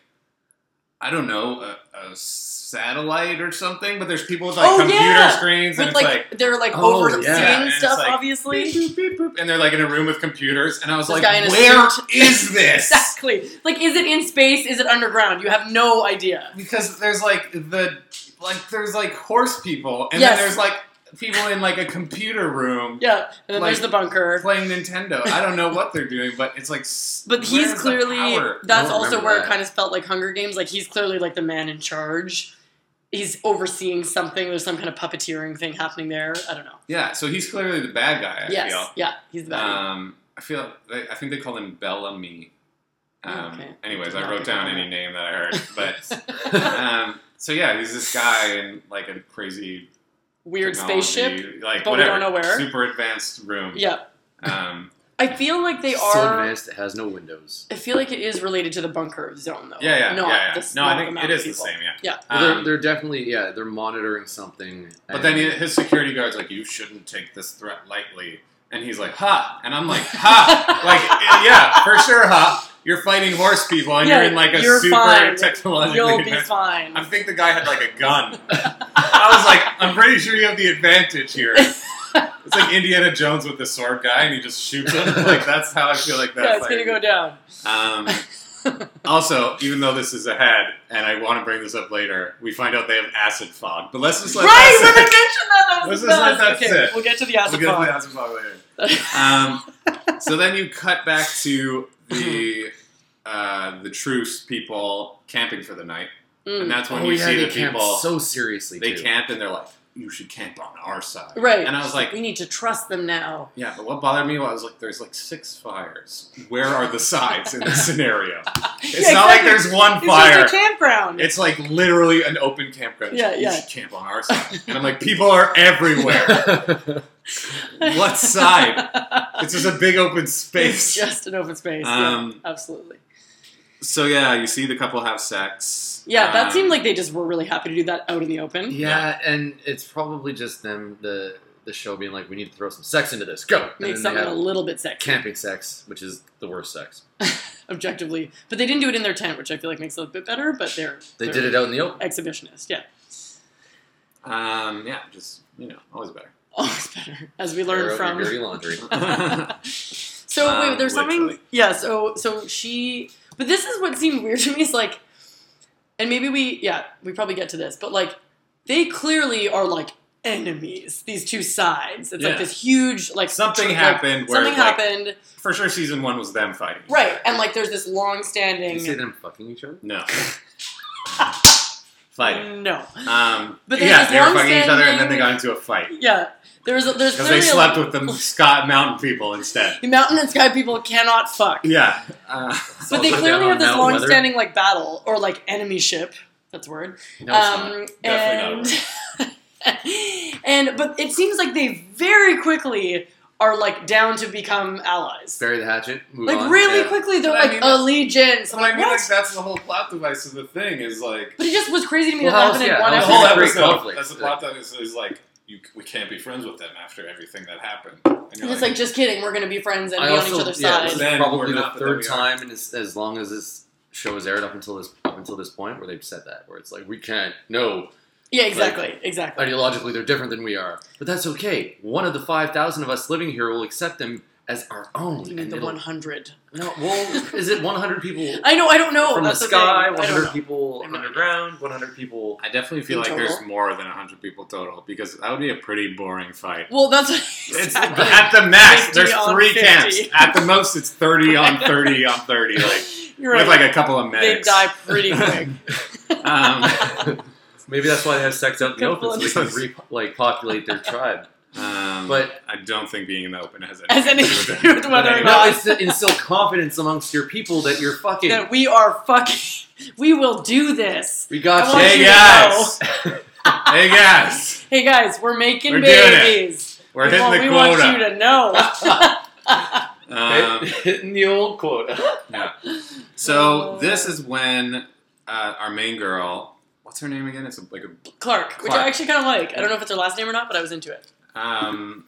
Speaker 4: I don't know, a, a satellite or something. But there's people with like
Speaker 1: Oh,
Speaker 4: computer
Speaker 1: yeah!
Speaker 4: screens, and
Speaker 1: With like,
Speaker 4: it's like,
Speaker 1: they're like
Speaker 2: Oh,
Speaker 1: overseeing
Speaker 2: yeah,
Speaker 4: and it's
Speaker 1: stuff,
Speaker 4: like- [laughs]
Speaker 1: obviously.
Speaker 4: beep, boop, beep, boop, and they're like in a room with computers, and I was
Speaker 1: This
Speaker 4: like,
Speaker 1: guy in a
Speaker 4: where
Speaker 1: suit."
Speaker 4: [laughs] is this?
Speaker 1: Exactly. Like, is it in space? Is it underground? You have no idea.
Speaker 4: Because there's like the like there's like horse people, and
Speaker 1: Yes.
Speaker 4: then there's like people in like a computer room
Speaker 1: Yeah. And then
Speaker 4: Like-
Speaker 1: there's the bunker.
Speaker 4: playing Nintendo. I don't know what they're doing, but it's like. s-
Speaker 1: But he's
Speaker 4: where's the
Speaker 1: clearly.
Speaker 4: power?
Speaker 1: That's
Speaker 2: I don't
Speaker 1: also
Speaker 2: remember
Speaker 1: where it
Speaker 2: that.
Speaker 1: kind of felt like Hunger Games. Like he's clearly like the man in charge. He's overseeing something. There's some kind of puppeteering thing happening there. I don't know.
Speaker 4: Yeah, so he's clearly the bad guy. I
Speaker 1: yes.
Speaker 4: feel.
Speaker 1: Yeah. He's the bad guy.
Speaker 4: Um, I feel. They, I think they call him Bellamy. Um,
Speaker 1: Oh, Okay.
Speaker 4: Anyways,
Speaker 1: Did
Speaker 4: I
Speaker 1: not
Speaker 4: wrote
Speaker 1: pick up
Speaker 4: down
Speaker 1: on that.
Speaker 4: any name that I heard,
Speaker 1: [laughs]
Speaker 4: but um, so yeah, he's this guy in like a crazy
Speaker 1: Weird
Speaker 4: technology,
Speaker 1: spaceship.
Speaker 4: like
Speaker 1: but we
Speaker 4: whatever,
Speaker 1: don't know where.
Speaker 4: super advanced room.
Speaker 1: Yeah.
Speaker 4: Um,
Speaker 1: I feel like they
Speaker 2: so
Speaker 1: are.
Speaker 2: advanced. It has no windows.
Speaker 1: I feel like it is related to the bunker zone, though.
Speaker 4: yeah, yeah,
Speaker 1: Not
Speaker 4: yeah, yeah.
Speaker 1: the
Speaker 4: No, I
Speaker 1: small
Speaker 4: think
Speaker 1: amount
Speaker 4: it
Speaker 1: of
Speaker 4: is the
Speaker 1: people.
Speaker 4: same. Yeah.
Speaker 1: Yeah.
Speaker 4: Um,
Speaker 2: they're, they're definitely yeah. They're monitoring something.
Speaker 4: but
Speaker 2: and-
Speaker 4: then he- his security guard's like, "You shouldn't take this threat lightly," and he's like, "Ha!" and I'm like,
Speaker 1: [laughs]
Speaker 4: "Ha!" like yeah, for sure, huh? You're fighting horse people, and
Speaker 1: Yeah,
Speaker 4: you're in like a
Speaker 1: you're
Speaker 4: super
Speaker 1: fine.
Speaker 4: [laughs] technologically.
Speaker 1: You'll be
Speaker 4: advanced-
Speaker 1: fine.
Speaker 4: I think the guy had like
Speaker 1: [laughs]
Speaker 4: a gun. I was like, I'm pretty sure you have the
Speaker 1: [laughs]
Speaker 4: advantage here. It's like Indiana Jones with the sword guy, and he just shoots him. [laughs] Like that's how I feel like
Speaker 1: yeah,
Speaker 4: that's
Speaker 1: it's gonna
Speaker 4: like.
Speaker 1: go down.
Speaker 4: Um,
Speaker 1: [laughs]
Speaker 4: also, even though this is ahead, and I want to bring this up later, we find out they have acid fog. But let's just let
Speaker 1: right, when I
Speaker 4: that sit.
Speaker 1: mentioned that, that was
Speaker 4: This
Speaker 1: the
Speaker 4: is not-
Speaker 1: best.
Speaker 4: that's
Speaker 1: okay,
Speaker 4: it.
Speaker 1: we'll get to the
Speaker 4: We'll
Speaker 1: acid
Speaker 4: get to
Speaker 1: fog.
Speaker 4: the acid fog later.
Speaker 1: [laughs]
Speaker 4: Um, so then you cut back to the uh, the truce people camping for the night, and
Speaker 1: Mm.
Speaker 4: that's when
Speaker 2: oh,
Speaker 4: you
Speaker 2: yeah,
Speaker 4: see
Speaker 2: they
Speaker 4: the
Speaker 2: camp
Speaker 4: people.
Speaker 2: so seriously.
Speaker 4: they
Speaker 2: too.
Speaker 4: camp and they're like, "You should camp on our side,"
Speaker 1: Right.
Speaker 4: [laughs] And I was like,
Speaker 1: We need to trust them now.
Speaker 4: Yeah, but what bothered me was like there's like six fires. Where are the sides in this scenario?
Speaker 1: [laughs]
Speaker 4: It's
Speaker 1: Yeah,
Speaker 4: not
Speaker 1: exactly.
Speaker 4: like there's one
Speaker 1: It's
Speaker 4: fire.
Speaker 1: just a campground.
Speaker 4: It's like literally an open campground.
Speaker 1: Yeah,
Speaker 4: you
Speaker 1: yeah.
Speaker 4: should camp on our side. And I'm like, people are
Speaker 1: [laughs]
Speaker 4: everywhere. what side? It's just a big open
Speaker 1: It's
Speaker 4: space.
Speaker 1: just an open space.
Speaker 4: Um,
Speaker 1: yeah, absolutely.
Speaker 4: So yeah, you see the couple have sex.
Speaker 1: Yeah,
Speaker 4: Um,
Speaker 1: that seemed like they just were really happy to do that out in the open.
Speaker 2: Yeah, and it's probably just them the the show being like, we need to throw some sex into this. Go.
Speaker 1: Make
Speaker 2: and then they
Speaker 1: something a
Speaker 2: have
Speaker 1: little bit sexy,
Speaker 2: camping sex, which is the worst sex.
Speaker 1: [laughs] objectively. But they didn't do it in their tent, which I feel like makes it a bit better. But they're
Speaker 2: They did it out in the open.
Speaker 1: exhibitionist. Yeah, [laughs]
Speaker 4: Um, yeah, just you know, always better.
Speaker 1: always better as we
Speaker 2: Air
Speaker 1: learn
Speaker 2: out
Speaker 1: from
Speaker 2: your dirty
Speaker 1: [laughs]
Speaker 2: laundry.
Speaker 1: So
Speaker 4: Um,
Speaker 1: wait, there's
Speaker 4: literally.
Speaker 1: something. Yeah. So so she. But this is what seemed weird to me. Is like, and maybe we. Yeah, we probably get to this, but like, they clearly are like enemies. These two sides. It's
Speaker 4: Yeah.
Speaker 1: like this huge like
Speaker 4: Something
Speaker 1: tr- like,
Speaker 4: happened where
Speaker 1: something
Speaker 4: like,
Speaker 1: happened.
Speaker 4: [laughs] for sure season one was them fighting.
Speaker 1: Right, and like there's this long-standing.
Speaker 2: you see them fucking each other?
Speaker 1: [laughs]
Speaker 4: No. fighting.
Speaker 1: No.
Speaker 4: Um,
Speaker 1: But they
Speaker 4: yeah,
Speaker 1: had
Speaker 4: they were fucking each
Speaker 1: long-standing-
Speaker 4: other, and then they got into a fight
Speaker 1: Yeah. There's a, there's
Speaker 4: because they
Speaker 1: clearly
Speaker 4: slept
Speaker 1: a,
Speaker 4: with the Scott Mountain people instead.
Speaker 1: the mountain and sky people cannot fuck.
Speaker 4: Yeah, uh,
Speaker 1: But they
Speaker 2: Also
Speaker 1: clearly
Speaker 2: down
Speaker 1: have
Speaker 2: on
Speaker 1: this
Speaker 2: Mount Weather.
Speaker 1: long-standing like battle or like enemy ship. That's a word.
Speaker 2: No, it's not.
Speaker 1: um,
Speaker 4: Definitely not
Speaker 1: [laughs] and, and but it seems like they very quickly are like down to become allies.
Speaker 2: Bury the hatchet. Move
Speaker 1: Like
Speaker 2: on.
Speaker 1: really
Speaker 2: Yeah.
Speaker 1: quickly, they're
Speaker 4: But I
Speaker 1: like
Speaker 4: mean, that's-
Speaker 1: allegiance. I'm
Speaker 4: so I
Speaker 1: like,
Speaker 4: mean,
Speaker 1: what?
Speaker 4: like that's the whole plot device of the thing is like
Speaker 1: But it just was crazy to me
Speaker 2: Well,
Speaker 1: that
Speaker 2: how's-
Speaker 1: happened in
Speaker 2: yeah,
Speaker 1: one
Speaker 4: the
Speaker 2: how's
Speaker 4: whole
Speaker 2: It's
Speaker 1: episode.
Speaker 2: a great
Speaker 4: episode.
Speaker 2: conflict.
Speaker 4: That's the plot device is like you, we can't be friends with them after everything that happened. And
Speaker 1: And
Speaker 4: you're
Speaker 1: it's like, just kidding, we're gonna be friends and
Speaker 2: I
Speaker 1: be
Speaker 2: also,
Speaker 1: on each other's
Speaker 2: yeah,
Speaker 1: side.
Speaker 2: this is
Speaker 4: Then we're
Speaker 2: probably the
Speaker 4: not, but then
Speaker 2: third
Speaker 4: we are.
Speaker 2: time, and as, as long as this show is aired up until this up until this point, where they've said that, where it's like we can't. No,
Speaker 1: Yeah, exactly, exactly.
Speaker 2: ideologically they're different than we are, but that's okay. One of the five thousand of us living here will accept them as our own.
Speaker 1: You mean
Speaker 2: and
Speaker 1: the
Speaker 2: it'll-
Speaker 1: 100?
Speaker 2: No, well, is it one hundred
Speaker 1: [laughs]
Speaker 2: people
Speaker 1: I know, I don't know.
Speaker 2: from the
Speaker 1: Oh, That's
Speaker 2: sky,
Speaker 1: the thing. I don't
Speaker 2: 100
Speaker 1: know.
Speaker 2: people
Speaker 1: I have no idea.
Speaker 2: underground, 100 people.
Speaker 4: I definitely feel
Speaker 1: In
Speaker 4: like there's
Speaker 1: total?
Speaker 4: more than hundred people total because that would be a pretty boring fight.
Speaker 1: Well, that's
Speaker 4: It's
Speaker 1: exactly.
Speaker 4: at the max.
Speaker 1: 50
Speaker 4: There's
Speaker 1: on
Speaker 4: three
Speaker 1: 50.
Speaker 4: camps. At the most, it's thirty on thirty on thirty. Like
Speaker 1: You're
Speaker 4: with
Speaker 1: right.
Speaker 4: like a couple of
Speaker 1: they
Speaker 4: medics.
Speaker 1: die pretty
Speaker 2: [laughs]
Speaker 1: quick.
Speaker 4: Um,
Speaker 2: Maybe that's why they have sex out in the
Speaker 1: Couple
Speaker 2: open, so they can re- like
Speaker 1: [laughs]
Speaker 2: populate their tribe.
Speaker 4: um,
Speaker 2: But
Speaker 4: I don't think being in the open has
Speaker 1: [laughs] Has
Speaker 4: anything to do
Speaker 1: anything to do
Speaker 4: with it.
Speaker 1: with whether or
Speaker 4: But
Speaker 2: no,
Speaker 1: not-
Speaker 2: it's to instill confidence amongst your people that you're fucking.
Speaker 1: that we are fucking. [laughs] We will do this.
Speaker 2: We
Speaker 1: I
Speaker 2: got
Speaker 1: want
Speaker 2: you.
Speaker 4: Hey
Speaker 1: you to
Speaker 4: guys, hey guys,
Speaker 1: Hey guys, we're making
Speaker 4: We're doing it.
Speaker 1: babies.
Speaker 4: we're
Speaker 1: Well,
Speaker 4: hitting the
Speaker 1: we want
Speaker 4: quota.
Speaker 1: you to
Speaker 4: [laughs]
Speaker 1: know.
Speaker 2: [laughs]
Speaker 4: Um,
Speaker 2: hitting the old quota.
Speaker 4: so this is when uh, our main girl, what's her name again? It's a, like a
Speaker 1: Clark, which
Speaker 4: Clark.
Speaker 1: I actually kind of like. I don't know if it's her last name or not, but I was into it.
Speaker 4: um.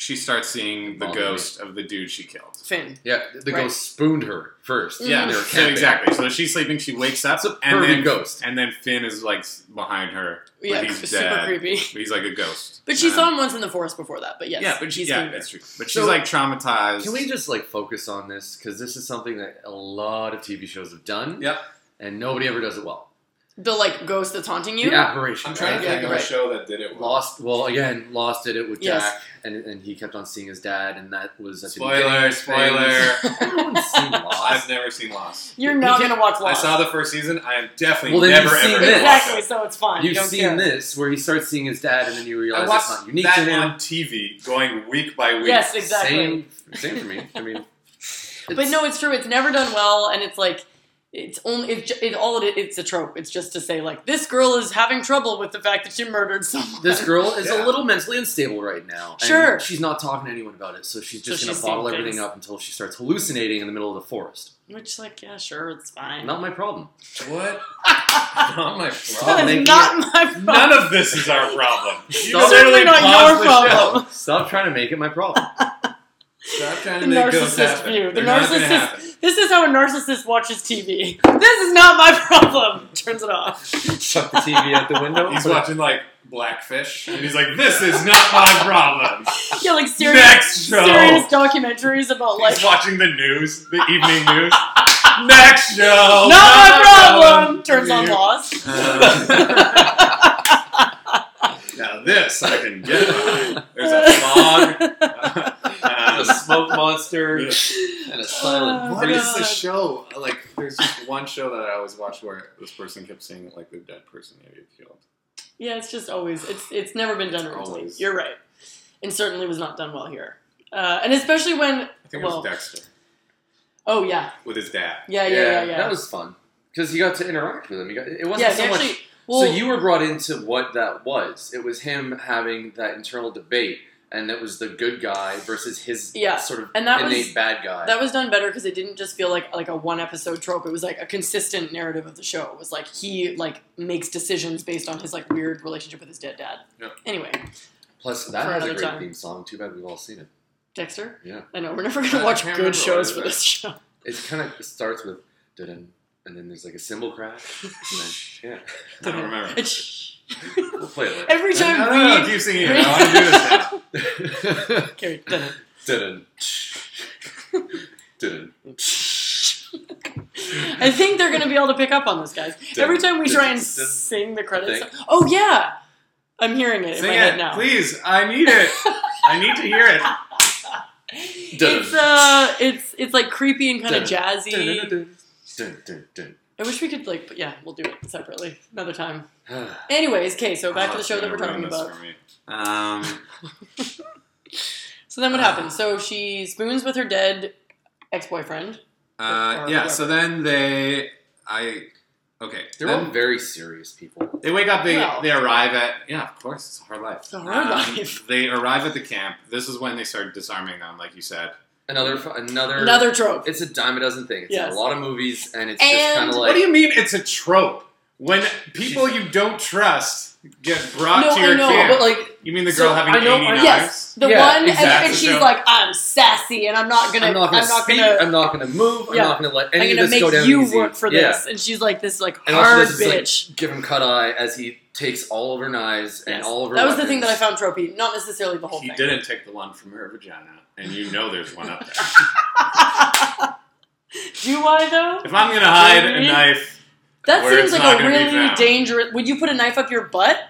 Speaker 4: She starts seeing the
Speaker 2: Bother me.
Speaker 4: ghost of the dude she killed.
Speaker 1: Finn.
Speaker 2: Yeah, the
Speaker 1: Right.
Speaker 2: ghost spooned her first.
Speaker 1: Mm.
Speaker 4: Yeah,
Speaker 2: when they were
Speaker 4: so
Speaker 2: camping.
Speaker 4: exactly. So she's sleeping. She wakes up,
Speaker 2: That's a
Speaker 4: and
Speaker 2: pervy
Speaker 4: then
Speaker 2: ghost.
Speaker 4: and then Finn is like s- behind her, but
Speaker 1: Yeah,
Speaker 4: he's
Speaker 1: it's super
Speaker 4: dead.
Speaker 1: creepy.
Speaker 4: But he's like a ghost.
Speaker 1: But she
Speaker 4: Um,
Speaker 1: saw him once in the forest before that. But yes,
Speaker 4: yeah, but she,
Speaker 1: he's
Speaker 4: yeah,
Speaker 1: Finn.
Speaker 4: that's true. But
Speaker 2: So-
Speaker 4: she's like traumatized.
Speaker 2: Can we just like focus on this because this is something that a lot of TV shows have done.
Speaker 4: Yep.
Speaker 2: And nobody ever does it well.
Speaker 1: the like ghost that's haunting you.
Speaker 2: The apparition.
Speaker 5: I'm trying to
Speaker 2: right?
Speaker 5: think of a
Speaker 2: Right.
Speaker 5: show that did it well.
Speaker 2: Lost. Well, again, Lost did it with
Speaker 1: Yes.
Speaker 2: Jack, and, and he kept on seeing his dad, and that was at the
Speaker 4: Spoiler,
Speaker 2: beginning.
Speaker 4: spoiler.
Speaker 2: Everyone's
Speaker 4: [laughs]
Speaker 2: seen Lost.
Speaker 4: I've never seen Lost.
Speaker 1: [laughs] You're not gonna watch
Speaker 4: I
Speaker 1: Lost.
Speaker 4: saw the first season. I am definitely
Speaker 2: Well, then
Speaker 4: never
Speaker 2: you've seen
Speaker 4: ever.
Speaker 2: this.
Speaker 1: exactly, so it's fine. You
Speaker 2: You've
Speaker 1: don't
Speaker 2: seen
Speaker 1: care.
Speaker 2: this where he starts seeing his dad, and then you
Speaker 4: I
Speaker 2: realize
Speaker 4: watched
Speaker 2: it's not unique to
Speaker 4: that
Speaker 2: him.
Speaker 4: on TV, going week by week.
Speaker 1: Yes, exactly.
Speaker 2: Same, same for me. I mean,
Speaker 1: [laughs] But no, it's true. It's never done well, and it's like it's only it's ju- it, all it, it's a trope. It's just to say like this girl is having trouble with the fact that she murdered someone.
Speaker 2: this girl is a
Speaker 4: Yeah.
Speaker 2: little mentally unstable right now. and
Speaker 1: Sure.
Speaker 2: she's not talking to anyone about it, so she's just
Speaker 1: So
Speaker 2: gonna
Speaker 1: she's seeing
Speaker 2: bottle everything
Speaker 1: things.
Speaker 2: up until she starts hallucinating in the middle of the forest.
Speaker 1: [laughs] which like yeah, sure, it's fine.
Speaker 2: Not my problem.
Speaker 4: What? [laughs] Not my
Speaker 1: [laughs] that
Speaker 2: Stop
Speaker 4: problem.
Speaker 2: making
Speaker 1: is not my problem.
Speaker 4: None of this is our problem. You
Speaker 2: Stop.
Speaker 1: Certainly
Speaker 4: literally
Speaker 1: not
Speaker 4: paused
Speaker 1: your
Speaker 4: the show.
Speaker 1: problem.
Speaker 2: Stop trying to make it my problem.
Speaker 4: Stop trying
Speaker 1: The
Speaker 4: to make ghosts
Speaker 1: narcissist
Speaker 4: happen.
Speaker 1: view. The
Speaker 4: They're not gonna
Speaker 1: narcissist-
Speaker 4: happen.
Speaker 1: This is how a narcissist watches TV. This is not my problem. [laughs] Turns it off.
Speaker 2: Shut the TV out the window.
Speaker 4: He's
Speaker 2: put it-
Speaker 4: watching like
Speaker 2: [laughs]
Speaker 4: Blackfish, and he's like, "This is not my problem."
Speaker 1: Yeah, like [laughs] serious,
Speaker 4: Next show.
Speaker 1: serious documentaries about like
Speaker 4: He's watching the news, the evening news. [laughs] Next show. Not,
Speaker 1: not my problem. Turns on
Speaker 4: Yeah.
Speaker 1: Lost.
Speaker 4: Uh, now this I can get. There's a fog.
Speaker 1: [laughs]
Speaker 4: uh,
Speaker 2: a smoke monster
Speaker 4: Yeah.
Speaker 2: and a silent
Speaker 1: Oh,
Speaker 4: What is
Speaker 2: priest.
Speaker 4: the show? Like, there's just one show that I always watch where this person kept saying like the dead person they had killed.
Speaker 1: Yeah, it's just always it's it's never been done originally.
Speaker 4: Always.
Speaker 1: You're right, and certainly was not done well here. Uh, and especially when
Speaker 4: I think
Speaker 1: Well-
Speaker 4: it was Dexter
Speaker 1: oh yeah
Speaker 4: with his dad.
Speaker 1: yeah yeah yeah yeah,
Speaker 2: That was fun because you got to interact with him. You got, it wasn't
Speaker 1: yeah
Speaker 2: so
Speaker 1: they
Speaker 2: much.
Speaker 1: actually well
Speaker 2: so you were brought into what that was. It was him having that internal debate, and it was the good guy versus his
Speaker 1: Yeah.
Speaker 2: sort of
Speaker 1: and that
Speaker 2: innate
Speaker 1: was
Speaker 2: bad guy.
Speaker 1: that was done better because it didn't just feel like like a one episode trope. It was like a consistent narrative of the show. It was like he like makes decisions based on his like weird relationship with his dead dad.
Speaker 4: Yeah.
Speaker 1: Anyway,
Speaker 2: Plus, that
Speaker 1: For
Speaker 2: has a
Speaker 1: another
Speaker 2: great
Speaker 1: time.
Speaker 2: theme song. Too bad we've all seen it.
Speaker 1: Dexter.
Speaker 2: Yeah.
Speaker 1: I know we're never
Speaker 4: I
Speaker 1: gonna watch
Speaker 4: can't
Speaker 1: good
Speaker 4: remember what
Speaker 1: shows
Speaker 4: it
Speaker 1: for
Speaker 4: is.
Speaker 1: this show.
Speaker 2: It kind of starts with dun and then there's like a cymbal crash,
Speaker 1: [laughs]
Speaker 2: and then yeah,
Speaker 4: I don't remember.
Speaker 1: It's-
Speaker 2: we'll play it [laughs]
Speaker 1: Every
Speaker 4: No,
Speaker 1: time
Speaker 4: no, no, no,
Speaker 1: we
Speaker 4: keep singing it. I want to do
Speaker 1: [laughs]
Speaker 4: this now.
Speaker 2: later.
Speaker 1: okay, done.
Speaker 2: dun
Speaker 1: [laughs]
Speaker 2: dun
Speaker 1: I think they're going to be able to pick up on this, guys. Every time we
Speaker 2: dun,
Speaker 1: try and
Speaker 2: dun,
Speaker 1: sing the credits.
Speaker 2: thing.
Speaker 1: Oh, yeah. I'm hearing it in
Speaker 4: Sing
Speaker 1: my head
Speaker 4: it,
Speaker 1: now.
Speaker 4: please. I
Speaker 1: [laughs]
Speaker 4: need it. I need to hear it.
Speaker 2: Dun.
Speaker 1: It's, uh, it's, it's like creepy and kind of
Speaker 2: Dun,
Speaker 1: jazzy.
Speaker 2: dun dun dun dun.
Speaker 1: I wish we could, like, but yeah, we'll do it separately another time. Anyways, okay, so back to
Speaker 2: Ah,
Speaker 1: the show that we're talking about.
Speaker 4: Um,
Speaker 1: So
Speaker 2: Ah.
Speaker 1: then what happens? So she spoons with her dead ex boyfriend.
Speaker 4: uh,
Speaker 1: Or
Speaker 4: yeah.
Speaker 1: whatever.
Speaker 4: So then they, I, okay.
Speaker 2: [sighs] They're
Speaker 4: then
Speaker 2: all very serious people.
Speaker 4: They wake up. They
Speaker 1: Well-
Speaker 4: they arrive at yeah. Of course, it's a hard life.
Speaker 1: It's a hard
Speaker 4: Um,
Speaker 1: life.
Speaker 4: They arrive at the camp. This is when they start disarming them, like you said.
Speaker 2: Another fu- another
Speaker 1: Another trope.
Speaker 2: It's a dime a dozen thing. It's in
Speaker 1: Yes.
Speaker 2: a lot of movies, and it's
Speaker 1: And-
Speaker 2: just kind of like
Speaker 4: what do you mean? It's a trope when people you don't trust get brought
Speaker 1: No,
Speaker 4: to
Speaker 1: I
Speaker 4: your
Speaker 1: know,
Speaker 4: camp.
Speaker 2: but like
Speaker 4: you mean the
Speaker 2: so
Speaker 4: girl having
Speaker 2: I know-
Speaker 4: eighty
Speaker 2: I-
Speaker 4: knives?
Speaker 1: Yes, the
Speaker 2: Yeah,
Speaker 1: one, and-
Speaker 4: exactly.
Speaker 1: and, she's
Speaker 4: So-
Speaker 1: like, I'm sassy, and I'm not gonna,
Speaker 2: I'm not gonna speak. I'm not gonna move.
Speaker 1: Yeah.
Speaker 2: I'm not gonna let
Speaker 1: I'm
Speaker 2: any
Speaker 1: gonna
Speaker 2: of this
Speaker 1: make
Speaker 2: go down
Speaker 1: you
Speaker 2: easy.
Speaker 1: work for
Speaker 2: Yeah.
Speaker 1: this. And she's like this like
Speaker 2: And also
Speaker 1: hard
Speaker 2: this
Speaker 1: bitch.
Speaker 2: is like give him cut eye as he takes all of her knives and
Speaker 1: Yes.
Speaker 2: all of her.
Speaker 1: that was the thing that I
Speaker 2: weapons.
Speaker 1: found tropey, not necessarily the whole
Speaker 4: He
Speaker 1: thing.
Speaker 4: didn't take the one from her vagina, and you know there's one up there.
Speaker 1: Do I though?
Speaker 4: If I'm gonna hide a
Speaker 1: Really?
Speaker 4: knife,
Speaker 1: That
Speaker 4: Where
Speaker 1: seems
Speaker 4: it's not
Speaker 1: like a
Speaker 4: gonna be
Speaker 1: really
Speaker 4: found.
Speaker 1: dangerous. Would you put a knife up your butt?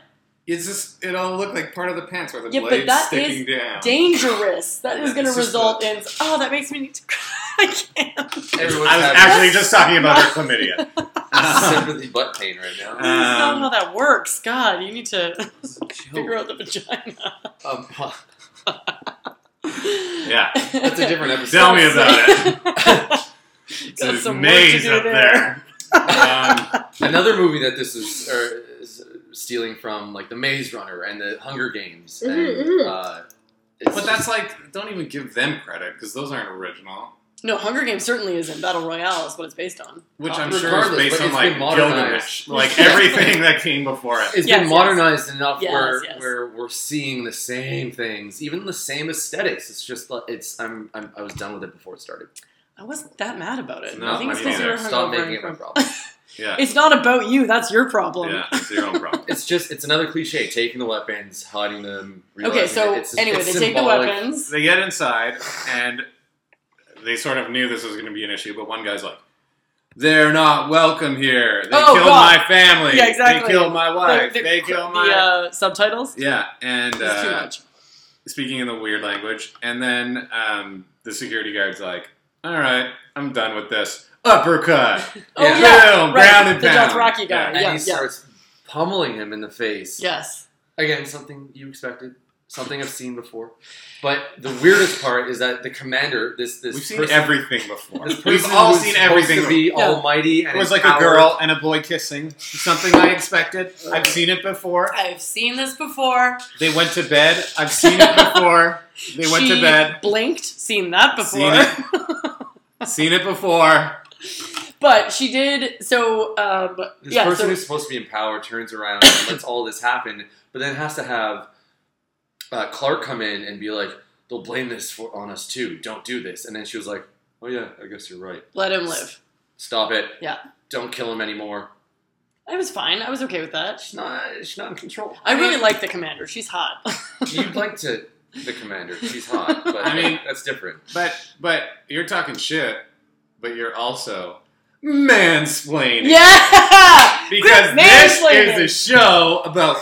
Speaker 4: it's just it'll look like part of the pants where the
Speaker 1: Yeah, but
Speaker 4: blade's
Speaker 1: that
Speaker 4: sticking down.
Speaker 1: Dangerous. That is going to
Speaker 4: It's just
Speaker 1: result in. Oh, that makes me need to cry. [laughs] I can't.
Speaker 2: Everyone's
Speaker 4: I was
Speaker 2: having
Speaker 4: actually just talking about her [laughs]
Speaker 1: [laughs]
Speaker 4: chlamydia.
Speaker 2: sympathy butt pain right now.
Speaker 1: This is not
Speaker 4: Um,
Speaker 1: how that works. God, you need
Speaker 2: [laughs]
Speaker 1: to [laughs] figure out the vagina.
Speaker 2: Um, huh.
Speaker 1: [laughs]
Speaker 4: yeah,
Speaker 2: that's a different episode.
Speaker 4: tell me about it.
Speaker 1: Got
Speaker 4: There's
Speaker 1: some work
Speaker 4: maze
Speaker 1: to do
Speaker 4: up there. um,
Speaker 2: Another movie that this is, er, is stealing from, like The Maze Runner and The Hunger Games.
Speaker 1: Mhm,
Speaker 2: And,
Speaker 1: mhm.
Speaker 2: uh, it's
Speaker 4: but that's like, don't even give them credit because those aren't original.
Speaker 1: No, Hunger Games certainly isn't. Battle Royale is what it's based on.
Speaker 4: which
Speaker 2: Uh,
Speaker 4: I'm sure is
Speaker 2: regardless,
Speaker 4: based
Speaker 2: but
Speaker 4: on
Speaker 2: it's
Speaker 4: like
Speaker 2: been modernized.
Speaker 4: Gilgamesh, like everything that came before it.
Speaker 1: [laughs]
Speaker 2: It's
Speaker 1: Yes,
Speaker 2: been
Speaker 1: yes.
Speaker 2: modernized enough
Speaker 1: Yes,
Speaker 2: where
Speaker 1: yes.
Speaker 2: where we're seeing the same things, even the same aesthetics. It's just like it's I'm, I'm I was done with it before it started.
Speaker 1: I wasn't that mad about it.
Speaker 4: No,
Speaker 1: I think it's
Speaker 4: I
Speaker 1: because you were
Speaker 4: mean,
Speaker 2: Stop
Speaker 1: hungover
Speaker 2: making
Speaker 1: and
Speaker 2: it my
Speaker 1: drunk. [laughs]
Speaker 2: problem.
Speaker 4: Yeah,
Speaker 1: It's not about you. That's your problem.
Speaker 4: yeah, it's your own problem.
Speaker 2: it's just it's another cliche: taking the weapons, hiding them.
Speaker 1: Okay,
Speaker 2: realizing
Speaker 1: so
Speaker 2: it. It's-
Speaker 1: anyway,
Speaker 2: it's
Speaker 1: they take the
Speaker 2: symbolic.
Speaker 1: weapons.
Speaker 4: They get inside and they sort of knew this was going to be an issue, but one guy's like, "They're not welcome here. They
Speaker 1: Oh,
Speaker 4: killed
Speaker 1: God.
Speaker 4: my family.
Speaker 1: Yeah, exactly.
Speaker 4: They killed my wife.
Speaker 1: The- the-
Speaker 4: they killed my
Speaker 1: the uh, subtitles.
Speaker 4: yeah." And
Speaker 1: It's too
Speaker 4: uh,
Speaker 1: much.
Speaker 4: speaking in the weird language, and then um, the security guard's like, "All right, I'm done with this uppercut."
Speaker 1: [laughs] Oh yeah,
Speaker 2: yeah.
Speaker 4: Boom,
Speaker 1: right.
Speaker 4: ground and
Speaker 1: the
Speaker 4: pound.
Speaker 1: Dothraki guy.
Speaker 4: Yeah.
Speaker 2: and
Speaker 1: Yeah,
Speaker 2: he
Speaker 1: yeah.
Speaker 2: starts pummeling him in the face.
Speaker 1: Yes.
Speaker 2: Again, something you expected, something I've seen before. But the weirdest part is that the commander, this this
Speaker 4: We've seen
Speaker 2: person,
Speaker 4: everything before.
Speaker 2: this
Speaker 4: We've
Speaker 2: person
Speaker 4: all
Speaker 2: who's
Speaker 4: seen
Speaker 2: supposed
Speaker 4: everything.
Speaker 2: to
Speaker 4: before.
Speaker 2: be
Speaker 1: Yeah.
Speaker 2: almighty and
Speaker 4: It was like a
Speaker 2: empowered.
Speaker 4: girl and a boy kissing. Something I expected. I've seen it before.
Speaker 1: I've seen this before.
Speaker 4: They went to bed. I've seen it before. They went
Speaker 1: she
Speaker 4: to bed.
Speaker 1: Blinked. Seen that before.
Speaker 4: Seen Seen it before.
Speaker 1: [laughs] but she did. So um,
Speaker 2: This
Speaker 1: yeah.
Speaker 2: person
Speaker 1: So,
Speaker 2: who's supposed to be in power turns around and lets all this happen, but then has to have uh, Clark come in and be like, "They'll blame this for on us too. Don't do this." And then she was like, "Oh yeah, I guess you're right.
Speaker 1: let him live.
Speaker 2: Stop it.
Speaker 1: Yeah.
Speaker 2: don't kill him anymore.
Speaker 1: I was fine. I was okay with that.
Speaker 2: She's not. She's not in control.
Speaker 1: I really like the commander. She's hot. [laughs]
Speaker 2: You'd like to the commander. She's hot, but
Speaker 4: I mean-
Speaker 2: that's different.
Speaker 4: But but you're talking shit. But you're also mansplaining.
Speaker 1: yeah. [laughs]
Speaker 4: Because
Speaker 1: Quit
Speaker 4: this is
Speaker 1: mansplaining.
Speaker 4: a show about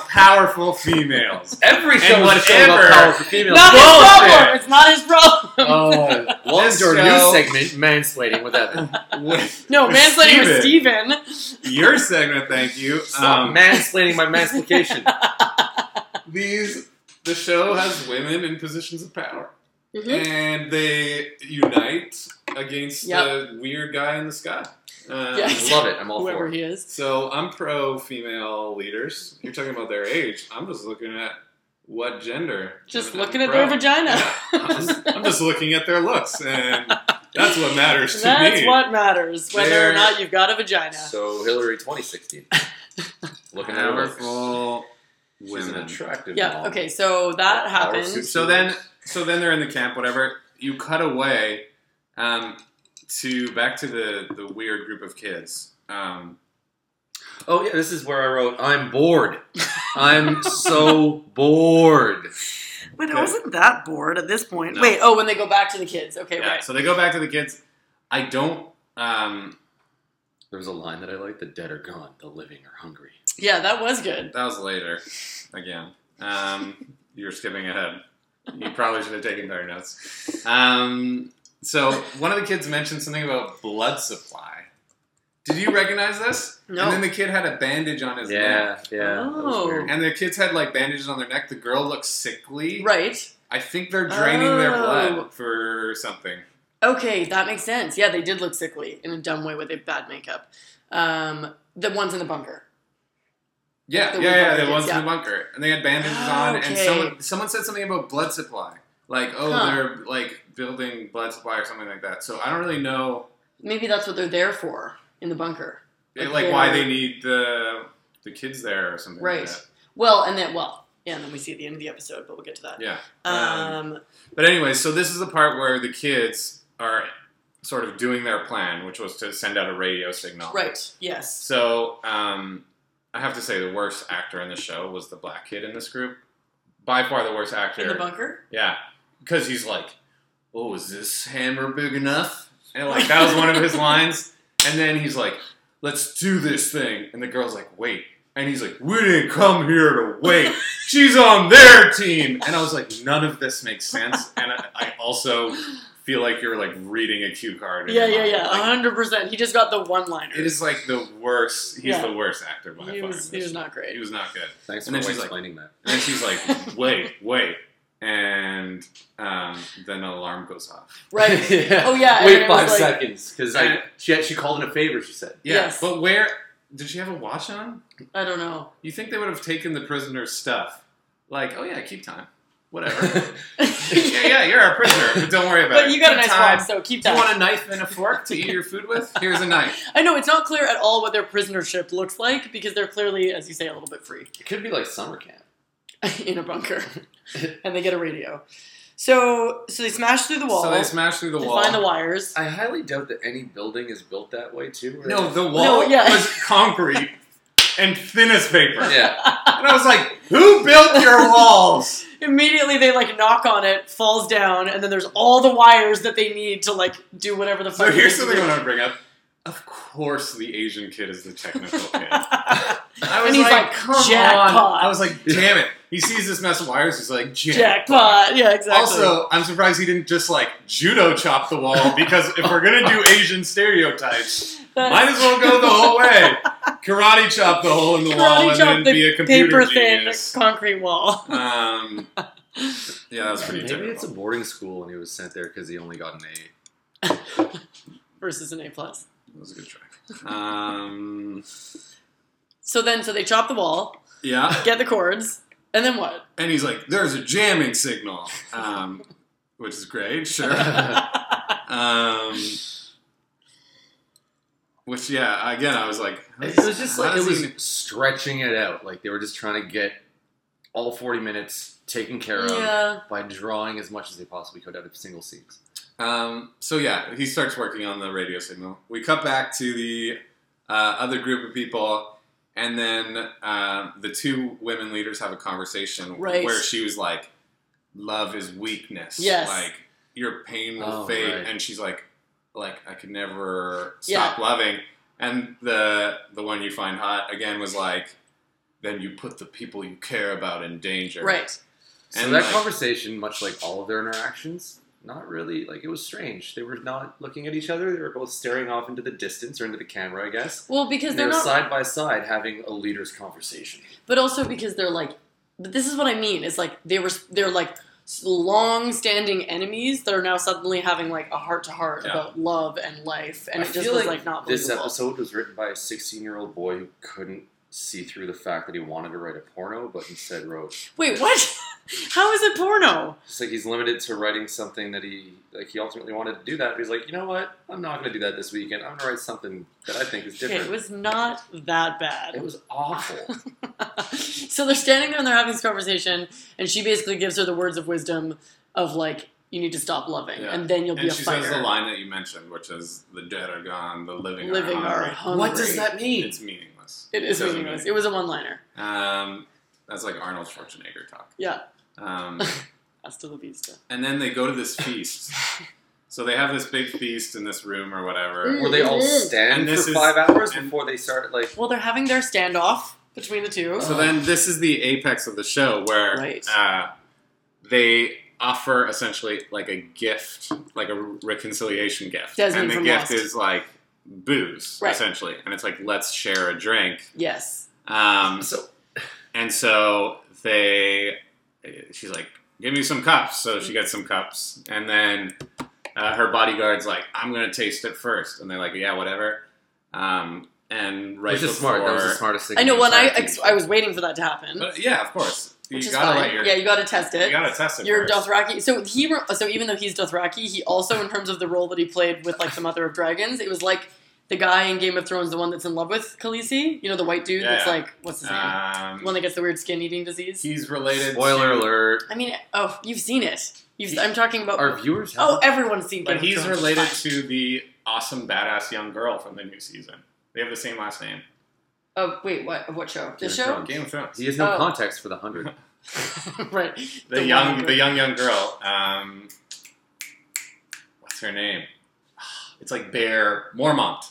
Speaker 2: [laughs]
Speaker 4: powerful females.
Speaker 2: Every show
Speaker 4: And
Speaker 2: is a show about
Speaker 4: whatever-
Speaker 2: powerful females.
Speaker 1: Not his
Speaker 4: bullshit.
Speaker 1: problem. It's not his problem.
Speaker 4: Oh,
Speaker 2: Welcome
Speaker 4: this
Speaker 2: to our
Speaker 4: show- Um,
Speaker 2: new segment, mansplaining with
Speaker 4: [laughs]
Speaker 2: Evan.
Speaker 4: with-
Speaker 1: No,
Speaker 4: with
Speaker 1: manslating with
Speaker 4: Steven.
Speaker 1: Steven.
Speaker 4: Your segment, thank you. Um,
Speaker 2: Stop mansplaining my mansplication.
Speaker 1: [laughs]
Speaker 4: these the show has women in positions of power Mm-hmm.
Speaker 1: Mhm.
Speaker 4: and they unite against
Speaker 1: Yep.
Speaker 4: the weird guy in the sky um,
Speaker 1: Yes.
Speaker 2: Love it. I'm all for
Speaker 1: Whoever
Speaker 2: it.
Speaker 1: he is.
Speaker 4: so i'm pro female leaders you're talking about their age i'm just looking at what gender
Speaker 1: Just
Speaker 4: I'm
Speaker 1: looking at
Speaker 4: pro.
Speaker 1: their vagina. [laughs]
Speaker 4: Yeah, I'm, just, I'm just looking at their looks and that's what matters to
Speaker 1: That's
Speaker 4: me
Speaker 1: what matters, whether or
Speaker 4: They're-
Speaker 1: not you've got a vagina.
Speaker 2: So
Speaker 1: [laughs]
Speaker 2: Hillary 2016. Looking at her.
Speaker 4: powerful
Speaker 2: She's an
Speaker 4: women
Speaker 2: attractive
Speaker 1: yeah,
Speaker 2: mom.
Speaker 1: okay, so that
Speaker 2: Power
Speaker 1: happened.
Speaker 2: suits.
Speaker 4: So then, so then they're in the camp. Whatever. You cut away um, to back to the the weird group of kids. Um,
Speaker 2: Oh yeah, this is where I wrote. I'm bored. I'm so bored.
Speaker 1: But
Speaker 4: I wasn't
Speaker 1: that bored at this point.
Speaker 4: No.
Speaker 1: Wait, oh, when they go back to the kids. Okay,
Speaker 4: yeah.
Speaker 1: right.
Speaker 4: So they go back to the kids. I don't. Um,
Speaker 2: There was a line that I liked. The dead are gone. The living are hungry.
Speaker 1: Yeah, that was good.
Speaker 4: that was later. Again, um, you're skipping ahead. You probably should have taken better notes. Um, so one of the kids mentioned something about blood supply. Did you recognize this?
Speaker 1: No.
Speaker 4: And then the kid had a bandage on his neck.
Speaker 2: Yeah, yeah. that was
Speaker 1: Oh.
Speaker 2: weird.
Speaker 4: And the kids had like bandages on their neck. The girl looks sickly.
Speaker 1: Right.
Speaker 4: I think they're draining their
Speaker 1: Oh.
Speaker 4: blood for something.
Speaker 1: Okay, that makes sense. Yeah, they did look sickly in a dumb way with a bad makeup. Um, the ones in the bunker.
Speaker 4: Yeah,
Speaker 1: The
Speaker 4: yeah, yeah.
Speaker 1: bunker
Speaker 4: They ones
Speaker 1: kids,
Speaker 4: in the bunker, and they had bandages on, and
Speaker 1: Okay.
Speaker 4: someone someone said something about blood supply, like oh,
Speaker 1: Huh.
Speaker 4: they're like building blood supply or something like that. So I don't really know, eh,
Speaker 1: Maybe that's what they're there for in the bunker.
Speaker 4: like,
Speaker 1: Like
Speaker 4: why
Speaker 1: they're-
Speaker 4: they need the the kids there or something.
Speaker 1: Right.
Speaker 4: Like that.
Speaker 1: Well, and then, well, yeah, and then we see at the end of the episode, but we'll get to that.
Speaker 4: Yeah.
Speaker 1: Um,
Speaker 4: But anyway, so this is the part where the kids are sort of doing their plan, which was to send out a radio signal.
Speaker 1: right, yes.
Speaker 4: So, um, I have to say the worst actor in the show was the black kid in this group. By far the worst actor.
Speaker 1: In the bunker?
Speaker 4: Yeah, because he's like, "Oh, is this hammer big enough?" And [laughs] like that was one of his lines. And then he's like, "Let's do this thing." And the girl's like, "Wait." And he's like, "We didn't come here to wait. She's on their team." And I was like, "None of this makes sense." And I, I also feel like you're like reading a cue card.
Speaker 1: [laughs]
Speaker 4: in
Speaker 1: Yeah,
Speaker 4: your
Speaker 1: yeah,
Speaker 4: mind.
Speaker 1: yeah.
Speaker 4: Like,
Speaker 1: 100%. He just got the one liner.
Speaker 4: it is like the worst. He's
Speaker 1: Yeah.
Speaker 4: the worst actor by
Speaker 1: He
Speaker 4: far.
Speaker 1: was,
Speaker 4: in
Speaker 1: he
Speaker 4: this
Speaker 1: was
Speaker 4: show.
Speaker 1: not great.
Speaker 4: [laughs] He was not good.
Speaker 2: Thanks
Speaker 4: And
Speaker 2: for
Speaker 4: then she's like-
Speaker 2: explaining that.
Speaker 4: And then she's like, "Wait,
Speaker 1: [laughs]
Speaker 4: wait," and um, then an alarm goes off.
Speaker 2: [laughs]
Speaker 1: Right.
Speaker 2: yeah.
Speaker 1: Oh, yeah, and
Speaker 2: Wait
Speaker 1: it was
Speaker 2: five
Speaker 1: like-
Speaker 2: seconds because I
Speaker 4: And-
Speaker 2: she had, she called in a favor. She said.
Speaker 4: Yeah,
Speaker 1: Yes.
Speaker 4: but where did she have a watch on?
Speaker 1: I don't know.
Speaker 4: You think they would have taken the prisoner's stuff? Like, oh yeah, keep time. whatever.
Speaker 1: [laughs]
Speaker 4: yeah, yeah, you're our prisoner, but don't worry about it.
Speaker 1: But you got a
Speaker 4: Keep
Speaker 1: nice
Speaker 4: time.
Speaker 1: one, so keep
Speaker 4: You
Speaker 1: time.
Speaker 4: want a knife and a fork to eat your food with? Here's
Speaker 1: [laughs]
Speaker 4: a knife.
Speaker 1: I know it's not clear at all what their prisonership looks like because they're clearly, as you say, a little bit free
Speaker 2: [laughs]
Speaker 1: [laughs]
Speaker 2: It could be like summer camp.
Speaker 1: in a
Speaker 4: [laughs]
Speaker 1: bunker, and they get a radio. So, so they smash through the wall.
Speaker 4: So they smash through the
Speaker 1: they
Speaker 4: wall.
Speaker 1: find the wires.
Speaker 2: I highly doubt that any building is built that way, too. where-
Speaker 4: No, the wall
Speaker 1: yeah.
Speaker 4: was concrete and thin as paper.
Speaker 2: [laughs] Yeah.
Speaker 4: And I was like, who built your walls?
Speaker 1: Immediately, they like knock on it, falls down, and then there's all the wires that they need to like do whatever the fuck.
Speaker 4: So
Speaker 1: they
Speaker 4: here's
Speaker 1: need to
Speaker 4: something
Speaker 1: do.
Speaker 4: I want to bring up. Of course, the Asian kid is the
Speaker 1: [laughs]
Speaker 4: technical kid. I was
Speaker 1: And he's like,
Speaker 4: come on.
Speaker 1: "Jackpot."
Speaker 4: I was like, damn it. He sees this mess of wires. He's like, jackpot.
Speaker 1: Jackpot. Yeah, exactly. [laughs]
Speaker 4: Also, I'm surprised he didn't just like judo chop the wall because if we're gonna do Asian stereotypes,
Speaker 1: That's-
Speaker 4: might as well go the whole way. Karate chop the hole in the wall
Speaker 1: Karate
Speaker 4: and
Speaker 1: chop
Speaker 4: then
Speaker 1: the
Speaker 4: be a computer
Speaker 1: paper thin
Speaker 4: genius.
Speaker 1: concrete wall. [laughs]
Speaker 4: Um, yeah, that was pretty
Speaker 2: Maybe
Speaker 4: terrible.
Speaker 2: it's a boarding school and he was sent there because he only got an eight.
Speaker 1: versus an A plus.
Speaker 4: That was a good try. Um,
Speaker 1: So then, so they chop the wall,
Speaker 4: yeah.
Speaker 1: get the cords, and then what?
Speaker 4: [laughs] And he's like, there's a jamming signal, um, which is great, sure. um, which, yeah, again, I was like, how
Speaker 2: It
Speaker 4: does-
Speaker 2: was just
Speaker 4: how
Speaker 2: like it
Speaker 4: does
Speaker 2: was
Speaker 4: he-
Speaker 2: stretching it out. Like they were just trying to get all 40 minutes taken care
Speaker 1: [laughs]
Speaker 2: of
Speaker 1: Yeah,
Speaker 2: by drawing as much as they possibly could out of single scenes.
Speaker 4: Um, so, yeah, he starts working on the radio signal. We cut back to the uh, other group of people, and then um the two women leaders have a conversation
Speaker 1: Right.
Speaker 4: where she was like, love is weakness.
Speaker 1: Yes.
Speaker 4: Like, your pain will
Speaker 2: Oh,
Speaker 4: fade.
Speaker 2: right.
Speaker 4: And she's like, like I could never
Speaker 1: Yeah.
Speaker 4: stop loving. And the the one you find hot again was like, then you put the people you care about in danger.
Speaker 1: right.
Speaker 2: So
Speaker 4: And,
Speaker 2: that
Speaker 4: like-
Speaker 2: conversation, much like all of their interactions, not really like it was strange. They were not looking at each other. They were both staring off into the distance or into the camera, I guess.
Speaker 1: Well, because
Speaker 2: And they
Speaker 1: they're
Speaker 2: were
Speaker 1: not,
Speaker 2: side by side having a leader's conversation.
Speaker 1: but also because they're like. But this is what I mean. It's like they were. They're like long-standing enemies that are now suddenly having like a heart-to-heart
Speaker 4: Yeah.
Speaker 1: about love and life, and
Speaker 2: I
Speaker 1: it just
Speaker 2: feel
Speaker 1: was
Speaker 2: like
Speaker 1: like not
Speaker 2: This
Speaker 1: believable.
Speaker 2: episode was written by a 16 year old boy who couldn't see through the fact that he wanted to write a porno, but instead wrote
Speaker 1: Wait, what? [laughs] How is it porno?
Speaker 2: It's like he's limited to writing something that he like he ultimately wanted to do that, but he's like, you know what? I'm not gonna do that this weekend. I'm gonna write something that I think is different.
Speaker 1: It was not that bad.
Speaker 2: It was awful.
Speaker 1: [laughs] so they're standing there and they're having this conversation, and she basically gives her the words of wisdom of like, you need to stop loving,
Speaker 4: Yeah.
Speaker 1: and then you'll be
Speaker 4: And
Speaker 1: a
Speaker 4: she
Speaker 1: fighter.
Speaker 4: says the line that you mentioned, which is the dead are gone, the living,
Speaker 1: Living
Speaker 4: are
Speaker 1: are
Speaker 4: hungry.
Speaker 1: hungry. What does
Speaker 2: that mean?
Speaker 4: It's meaningless.
Speaker 1: It is
Speaker 4: doesn't
Speaker 1: meaningless.
Speaker 4: mean-
Speaker 1: It was a one-liner.
Speaker 4: Um, that's like Arnold Schwarzenegger talk.
Speaker 1: Yeah. [laughs]
Speaker 4: Um,
Speaker 1: Hasta la vista.
Speaker 4: and then they go to this feast. So they have this big feast in this room or whatever.
Speaker 1: Mm.
Speaker 2: Where they all
Speaker 4: And
Speaker 2: stand
Speaker 4: this
Speaker 2: for
Speaker 4: is-
Speaker 2: five hours
Speaker 4: and-
Speaker 2: before they start like
Speaker 1: Well, they're having their standoff between the two.
Speaker 4: So then this is the apex of the show where
Speaker 1: Right.
Speaker 4: uh, they offer essentially like a gift, like a reconciliation gift.
Speaker 1: Desmond
Speaker 4: and the
Speaker 1: from
Speaker 4: gift
Speaker 1: Lost.
Speaker 4: is like booze,
Speaker 1: Right.
Speaker 4: essentially. And it's like, let's share a drink.
Speaker 1: yes.
Speaker 4: Um,
Speaker 2: so
Speaker 4: and so they, she's like, give me some cups. So she gets some cups. And then uh, her bodyguard's like, I'm going to taste it first. And they're like, yeah, whatever. Um, and right
Speaker 2: which
Speaker 4: before,
Speaker 2: is smart. That was the smartest thing.
Speaker 1: I know.
Speaker 2: the
Speaker 1: When I
Speaker 2: entire
Speaker 1: ex-
Speaker 2: season.
Speaker 1: I was waiting for that to happen,
Speaker 4: But yeah, of course. You
Speaker 1: which is
Speaker 4: gotta
Speaker 1: fine.
Speaker 4: let your
Speaker 1: yeah, you gotta test it.
Speaker 4: You gotta test it.
Speaker 1: Your
Speaker 4: first.
Speaker 1: Dothraki. So he, re- so even though he's Dothraki, he also, in terms of the role that he played with, like the Mother of Dragons, it was like the guy in Game of Thrones, the one that's in love with Khaleesi. You know, the white dude
Speaker 4: Yeah,
Speaker 1: that's
Speaker 4: yeah.
Speaker 1: like, what's his name?
Speaker 4: Um,
Speaker 1: The one that gets the weird skin eating disease.
Speaker 4: he's related.
Speaker 2: spoiler
Speaker 4: to,
Speaker 2: alert.
Speaker 1: I mean, oh, you've seen it. You've,
Speaker 4: He-
Speaker 1: I'm talking about.
Speaker 2: Our viewers have
Speaker 1: oh, everyone's seen. Game
Speaker 4: But
Speaker 1: of
Speaker 4: he's
Speaker 1: Thrones.
Speaker 4: related to the awesome badass young girl from the new season. They have the same last name.
Speaker 1: Oh wait, what? What show?
Speaker 2: Game
Speaker 1: This
Speaker 2: of
Speaker 1: show?
Speaker 2: Thrones.
Speaker 4: Game of Thrones.
Speaker 2: he has no
Speaker 1: oh.
Speaker 2: context for the hundred.
Speaker 1: [laughs] right.
Speaker 4: The,
Speaker 1: The
Speaker 4: young,
Speaker 1: one-
Speaker 4: the young, young girl. Um, what's her name? [sighs] It's like Bear Mormont.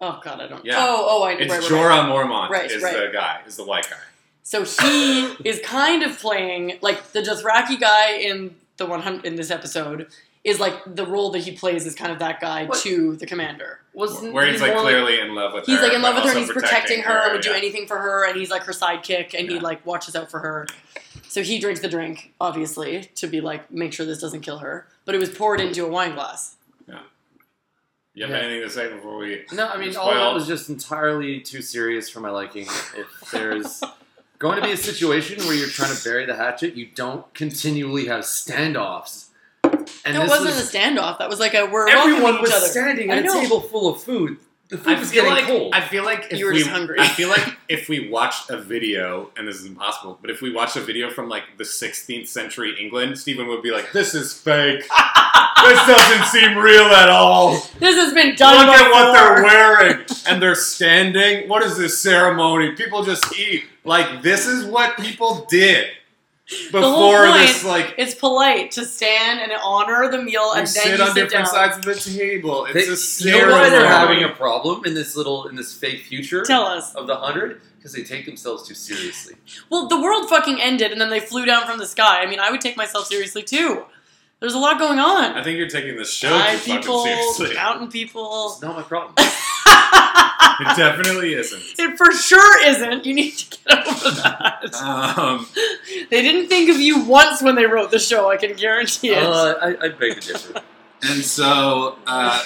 Speaker 1: Oh god, I don't.
Speaker 4: Yeah.
Speaker 1: Oh, oh, I.
Speaker 4: It's
Speaker 1: right, right, right.
Speaker 4: Jorah Mormont
Speaker 1: Right,
Speaker 4: is
Speaker 1: right.
Speaker 4: the guy, is the white guy.
Speaker 1: So he
Speaker 2: [laughs]
Speaker 1: is kind of playing like the Dothraki guy in the one hundred in this episode is like the role that he plays is kind of that guy
Speaker 2: What?
Speaker 1: to the commander.
Speaker 2: Wasn't
Speaker 4: Where he's like
Speaker 2: more
Speaker 4: clearly in love with
Speaker 1: He's
Speaker 4: her.
Speaker 1: like in love
Speaker 4: but
Speaker 1: with her and he's
Speaker 4: also
Speaker 1: protecting her and would do
Speaker 4: yeah.
Speaker 1: anything for her and he's like her sidekick and he
Speaker 4: Yeah.
Speaker 1: like watches out for her. So he drinks the drink, obviously, to be like make sure this doesn't kill her. But it was poured into a wine glass.
Speaker 4: You have
Speaker 2: Yeah.
Speaker 4: anything to say before we
Speaker 2: No, I mean
Speaker 4: Just
Speaker 2: all
Speaker 4: well-
Speaker 2: that was just entirely too serious for my liking. If there's going to be a situation where you're trying to bury the hatchet. You don't continually have standoffs. And
Speaker 1: that
Speaker 2: this
Speaker 1: wasn't
Speaker 2: was-
Speaker 1: a standoff. That was like a we're
Speaker 2: everyone
Speaker 1: welcoming
Speaker 2: was
Speaker 1: each other.
Speaker 2: standing at
Speaker 1: I
Speaker 2: a
Speaker 1: know.
Speaker 2: table full of food. The food
Speaker 4: I
Speaker 2: was
Speaker 4: feel
Speaker 2: getting
Speaker 4: like
Speaker 2: cold.
Speaker 4: I feel like if
Speaker 1: You were
Speaker 4: we,
Speaker 1: just hungry.
Speaker 4: I feel like if we watched a video, and this is impossible, but if we watched a video from like the 16th century England, Stephen would be like, "This is
Speaker 1: [laughs]
Speaker 4: fake. this doesn't seem real at all.
Speaker 1: This has been done
Speaker 4: Look at what they're
Speaker 1: before.
Speaker 4: wearing and they're standing. What is this ceremony? People just eat. Like this is what people did before
Speaker 1: whole
Speaker 4: this. Like
Speaker 1: It's polite to stand and honor the meal
Speaker 4: you
Speaker 1: and then
Speaker 4: sit
Speaker 1: you
Speaker 4: on
Speaker 1: sit down.
Speaker 4: different sides of the table.
Speaker 2: They-
Speaker 4: It's a
Speaker 2: you know why
Speaker 4: ceremony.
Speaker 2: they're having a problem in this little in this fake future
Speaker 1: Tell us.
Speaker 2: of the hundred because they take themselves too seriously.
Speaker 1: Well, the world fucking ended, and then they flew down from the sky. I mean, I would take myself seriously too. There's a lot going on.
Speaker 4: I think you're taking this show
Speaker 1: Sky
Speaker 4: too fucking
Speaker 1: people, [laughs]
Speaker 4: seriously.
Speaker 1: mountain people. [laughs]
Speaker 2: It's not my problem.
Speaker 4: It definitely isn't.
Speaker 1: It for sure isn't. You need to get over that.
Speaker 4: Um,
Speaker 1: They didn't think of you once when they wrote the show. I can guarantee it.
Speaker 2: Uh, I, I beg to differ.
Speaker 4: and so, uh,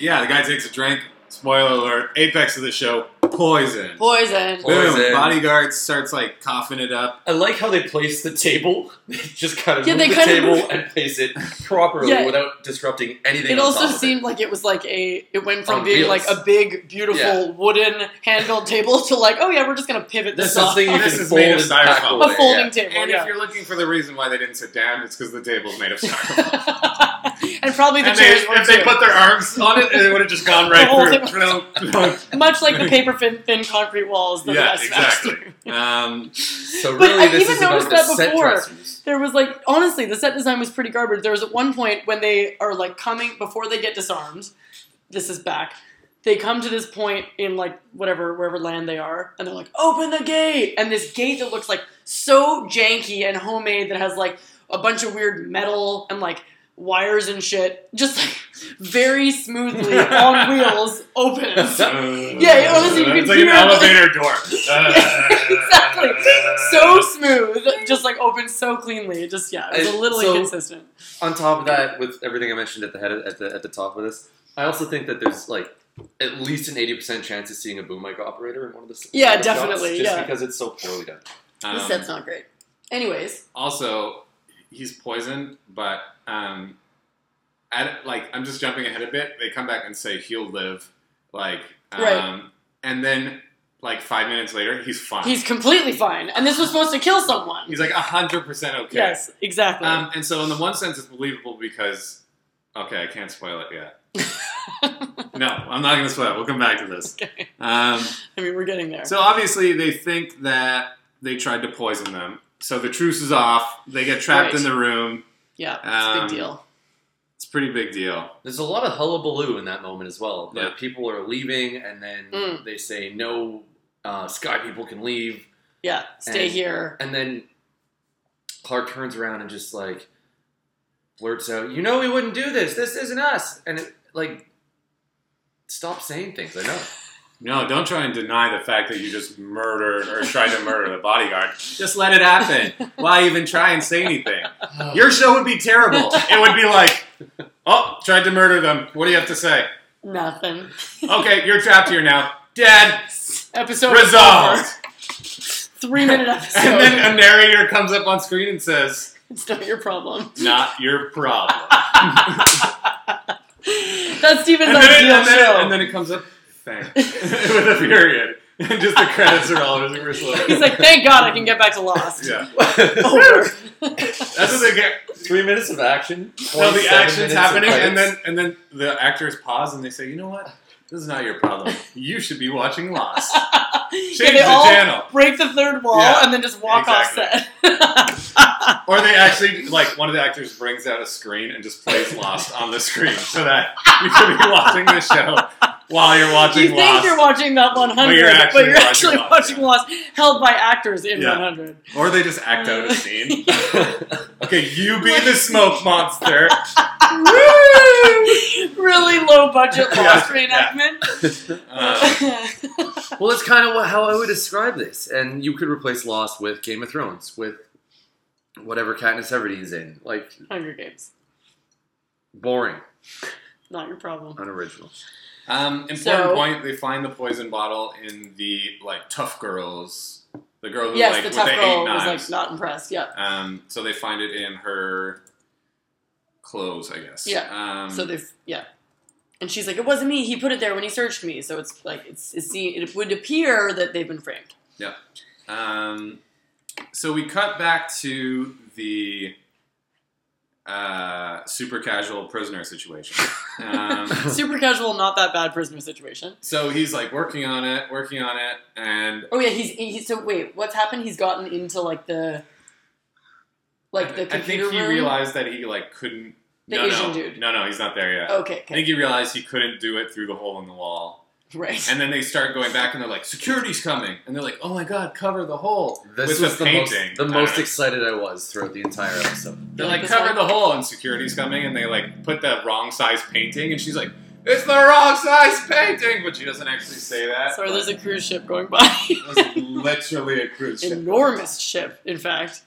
Speaker 4: yeah, the guy takes a drink. Spoiler alert: apex of the show, poison.
Speaker 1: Poison.
Speaker 2: Poison.
Speaker 4: Boom! Bodyguard starts like coughing it up.
Speaker 2: I like how they place the table. [laughs] They just kind of
Speaker 1: Yeah,
Speaker 2: move
Speaker 1: they
Speaker 2: the
Speaker 1: kind of
Speaker 2: table
Speaker 1: move-
Speaker 2: and place it properly
Speaker 1: Yeah.
Speaker 2: without disrupting anything.
Speaker 1: It
Speaker 2: on
Speaker 1: also
Speaker 2: top of
Speaker 1: seemed like it was like a. It went from
Speaker 2: On
Speaker 1: being
Speaker 2: wheels.
Speaker 1: like a big, beautiful
Speaker 2: Yeah.
Speaker 1: wooden handheld table to like, oh yeah, we're just gonna pivot
Speaker 2: This
Speaker 1: this,
Speaker 2: is
Speaker 1: off.
Speaker 2: something you
Speaker 4: This
Speaker 2: can
Speaker 4: is
Speaker 2: fold
Speaker 4: made of
Speaker 2: and pack
Speaker 4: styrofoam.
Speaker 2: away.
Speaker 1: a folding
Speaker 2: yeah.
Speaker 1: table.
Speaker 4: And
Speaker 1: yeah.
Speaker 4: if you're looking for the reason why they didn't sit down, it's because the table's made of [laughs] styrofoam.
Speaker 1: [laughs] and probably the
Speaker 4: and they,
Speaker 1: chairs were
Speaker 4: if they
Speaker 1: too.
Speaker 4: put their arms on it, it would have just
Speaker 1: [laughs]
Speaker 4: gone
Speaker 1: The whole
Speaker 4: right through. No, no.
Speaker 1: much like the paper thin, thin concrete walls that
Speaker 4: Yeah,
Speaker 1: I smashed
Speaker 4: exactly.
Speaker 1: through.
Speaker 4: Um,
Speaker 2: So
Speaker 1: But
Speaker 2: really,
Speaker 1: I
Speaker 2: this
Speaker 1: even
Speaker 2: is about
Speaker 1: noticed
Speaker 2: the
Speaker 1: that
Speaker 2: set
Speaker 1: before.
Speaker 2: dressers.
Speaker 1: There was like honestly, the set design was pretty garbage. There was at one point when they are like coming before they get disarmed. This is back. They come to this point in like whatever wherever land they are, and they're like, "Open the gate!" And this gate that looks like so janky and homemade that has like a bunch of weird metal and like wires and shit, just like [laughs] very smoothly on
Speaker 2: [laughs]
Speaker 1: wheels opens.
Speaker 4: yeah,
Speaker 1: honestly, you could
Speaker 4: it's like an
Speaker 1: hear it.
Speaker 4: elevator door.
Speaker 1: [laughs] exactly. So smooth, just like opened so cleanly. It Just yeah, it was a
Speaker 2: I-
Speaker 1: little
Speaker 2: so-
Speaker 1: inconsistent.
Speaker 2: On top of that, with everything I mentioned at the head at the at the top of this, I also think that there's like at least an eighty percent chance of seeing a boom mic operator in one of the s-
Speaker 1: Yeah,
Speaker 2: one of the shots,
Speaker 1: definitely,
Speaker 2: just
Speaker 1: yeah.
Speaker 2: because it's so poorly done.
Speaker 4: Um,
Speaker 1: This set's not great. Anyways,
Speaker 4: also, he's poisoned, but um, at, like I'm just jumping ahead a bit. They come back and say he'll live, like, um,
Speaker 1: Right.
Speaker 4: and then like five minutes later, he's fine.
Speaker 1: he's completely fine, and this was supposed to kill someone.
Speaker 4: He's like hundred percent okay.
Speaker 1: Yes, exactly.
Speaker 4: Um, and so, in the one sense, it's believable because okay, I can't spoil it
Speaker 1: [laughs]
Speaker 4: yet. no, I'm not going to spoil it. We'll come back to this.
Speaker 1: Okay.
Speaker 4: Um,
Speaker 1: I mean, we're getting there.
Speaker 4: so obviously, they think that they tried to poison them. So the truce is off. They get trapped
Speaker 1: Right.
Speaker 4: in the room.
Speaker 1: yeah, it's a
Speaker 4: um,
Speaker 1: big deal.
Speaker 4: It's a pretty big deal.
Speaker 2: There's a lot of hullabaloo in that moment as well. Like
Speaker 4: Yeah.
Speaker 2: people are leaving, and then
Speaker 1: Mm.
Speaker 2: they say no, uh, sky people can leave,
Speaker 1: Yeah, stay
Speaker 2: and-
Speaker 1: here.
Speaker 2: and then Clark turns around and just like blurts out, "You know, we wouldn't do this. This isn't us." And it, like, stop saying things. I know. [laughs]
Speaker 4: No, don't try and deny the fact that you just murdered or tried to murder the bodyguard. Just let it happen. Why even try and say anything?
Speaker 1: Oh.
Speaker 4: Your show would be terrible. It would be like, oh, tried to murder them. What do you have to say?
Speaker 1: Nothing. [laughs]
Speaker 4: Okay, you're trapped here now. Dead.
Speaker 1: Episode
Speaker 4: Resolved.
Speaker 1: Three
Speaker 4: [laughs]
Speaker 1: minute episode.
Speaker 4: And then a narrator comes up on screen and says,
Speaker 1: it's not your problem. [laughs]
Speaker 4: Not your problem.
Speaker 1: That's Steven's
Speaker 4: and, then it,
Speaker 1: ideal
Speaker 4: and, then
Speaker 1: show.
Speaker 4: it, and then it comes up, thank. [laughs] With a period. And just the credits are all
Speaker 1: [laughs]
Speaker 4: over.
Speaker 1: He's like, thank God I can get back to Lost.
Speaker 4: Yeah.
Speaker 1: [laughs]
Speaker 4: Oh, [laughs]
Speaker 1: Over.
Speaker 4: That's what they get.
Speaker 2: Three minutes of action.
Speaker 4: No, the
Speaker 2: 27
Speaker 4: action's
Speaker 2: minutes of
Speaker 4: happening, and
Speaker 2: credits.
Speaker 4: then and then the actors pause and they say, "You know what? This is not your problem. You should be watching Lost. Change
Speaker 1: yeah, [laughs] they
Speaker 4: the
Speaker 1: all
Speaker 4: channel."
Speaker 1: break the third wall
Speaker 4: Yeah,
Speaker 1: and then just walk off set. [laughs]
Speaker 4: Or they actually like one of the actors brings out a screen and just plays Lost on the screen, so that you could be watching the show while you're watching
Speaker 1: you think
Speaker 4: Lost,
Speaker 1: you're watching that 100, but you're
Speaker 4: you're actually
Speaker 1: actually,
Speaker 4: watching Lost,
Speaker 1: watching
Speaker 4: yeah.
Speaker 1: Lost, held by actors in
Speaker 4: Yeah.
Speaker 1: 100.
Speaker 4: or they just act out
Speaker 1: [laughs]
Speaker 4: a scene. Okay, you be
Speaker 1: Like-
Speaker 4: the smoke monster.
Speaker 1: really low budget
Speaker 4: [laughs] Yeah,
Speaker 1: Lost
Speaker 4: yeah.
Speaker 1: reenactment.
Speaker 4: Uh,
Speaker 2: [laughs] well, that's kind of how I would describe this, and you could replace Lost with Game of Thrones with whatever Katniss Everybody's in, like
Speaker 1: [laughs] Hunger Games,
Speaker 2: boring,
Speaker 1: not your problem.
Speaker 2: unoriginal.
Speaker 4: um, important
Speaker 1: So-
Speaker 4: point: they find the poison bottle in the like tough girls The girl who
Speaker 1: yes,
Speaker 4: like
Speaker 1: the
Speaker 4: with
Speaker 1: tough
Speaker 4: the
Speaker 1: girl
Speaker 4: eight
Speaker 1: was
Speaker 4: knives.
Speaker 1: like not impressed. Yeah.
Speaker 4: Um, so they find it in her clothes, I guess.
Speaker 1: Yeah.
Speaker 4: Um,
Speaker 1: so they've yeah, and she's like, "It wasn't me. He put it there when he searched me." So it's like it's, it's see, it would appear that they've been
Speaker 4: [laughs]
Speaker 1: framed.
Speaker 4: Um, so we cut back to the uh, super casual prisoner situation. Um,
Speaker 1: Super casual, not that bad prisoner situation.
Speaker 4: so he's like working on it, working on it, and
Speaker 1: Oh yeah, he's he, so wait, what's happened? He's gotten into like the like the
Speaker 4: I- I
Speaker 1: computer
Speaker 4: think he
Speaker 1: room.
Speaker 4: realized that he like couldn't.
Speaker 1: The
Speaker 4: no,
Speaker 1: Asian
Speaker 4: no,
Speaker 1: dude. Oh,
Speaker 4: No, no, he's not there yet.
Speaker 1: okay,
Speaker 4: I
Speaker 1: okay,
Speaker 4: think he realized he couldn't do it through the hole in the wall,
Speaker 1: right.
Speaker 4: and then they start going back, and they're like, "Security's coming!" And they're like, "Oh my god, cover the hole!"
Speaker 2: This
Speaker 4: With
Speaker 2: was
Speaker 4: the
Speaker 2: the most,
Speaker 4: painting.
Speaker 2: the
Speaker 4: I
Speaker 2: most
Speaker 4: don't know.
Speaker 2: excited I was throughout the entire episode.
Speaker 4: They're
Speaker 1: Yeah,
Speaker 4: like,
Speaker 1: it's
Speaker 4: cover
Speaker 1: like-
Speaker 4: the hole, and security's coming, and they like put the wrong size painting, and she's like, it's the wrong size painting, but she doesn't actually say that.
Speaker 1: [laughs] Sorry,
Speaker 4: but
Speaker 1: there's a cruise ship going by.
Speaker 4: it was literally a
Speaker 1: [laughs]
Speaker 4: cruise ship.
Speaker 1: enormous ship, in fact.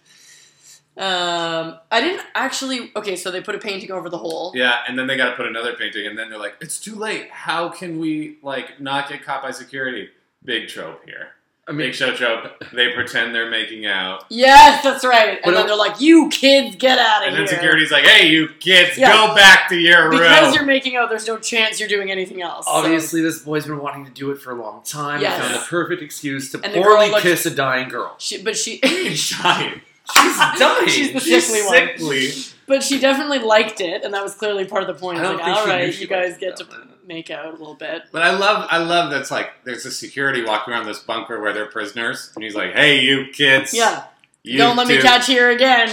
Speaker 1: Um, I didn't actually. Okay, so they put a painting over the hole.
Speaker 4: Yeah, and then they got to put another painting, and then they're like, it's too late. How can we like not get caught by security? Big trope here.
Speaker 2: I
Speaker 4: Big
Speaker 2: mean,
Speaker 4: show trope. They pretend they're making out,
Speaker 1: Yes, that's right.
Speaker 2: But
Speaker 1: And then
Speaker 2: it-
Speaker 1: they're like, "You kids, get out of
Speaker 4: and
Speaker 1: here!"
Speaker 4: then security's like, hey, you kids,
Speaker 1: Yeah.
Speaker 4: go back to your
Speaker 1: because
Speaker 4: room.
Speaker 1: you're making out. There's no chance you're doing anything else. so-
Speaker 2: obviously, this boy's been wanting to do it for a long time. He
Speaker 1: Yes.
Speaker 2: found the perfect excuse to
Speaker 1: And the
Speaker 2: poorly
Speaker 1: girl looks-
Speaker 2: kiss a dying girl.
Speaker 1: she, but
Speaker 2: [laughs]
Speaker 1: she,
Speaker 4: She's
Speaker 2: She's
Speaker 4: dying.
Speaker 2: dying.
Speaker 1: [laughs] She's the
Speaker 4: [laughs] She's
Speaker 1: sickly one.
Speaker 4: sickly.
Speaker 1: but she definitely liked it, and that was clearly part of the point.
Speaker 2: I
Speaker 1: It's
Speaker 2: don't
Speaker 1: like,
Speaker 2: think
Speaker 1: all
Speaker 2: she knew
Speaker 1: right,
Speaker 2: she
Speaker 1: you guys
Speaker 2: liked
Speaker 1: get to
Speaker 2: it, though.
Speaker 1: make out a little bit.
Speaker 4: But I love, I love that's like there's a security walking around this bunker where they're prisoners, and he's like, "Hey, you kids,
Speaker 1: Yeah,
Speaker 4: you
Speaker 1: don't let me
Speaker 4: two,
Speaker 1: catch here again.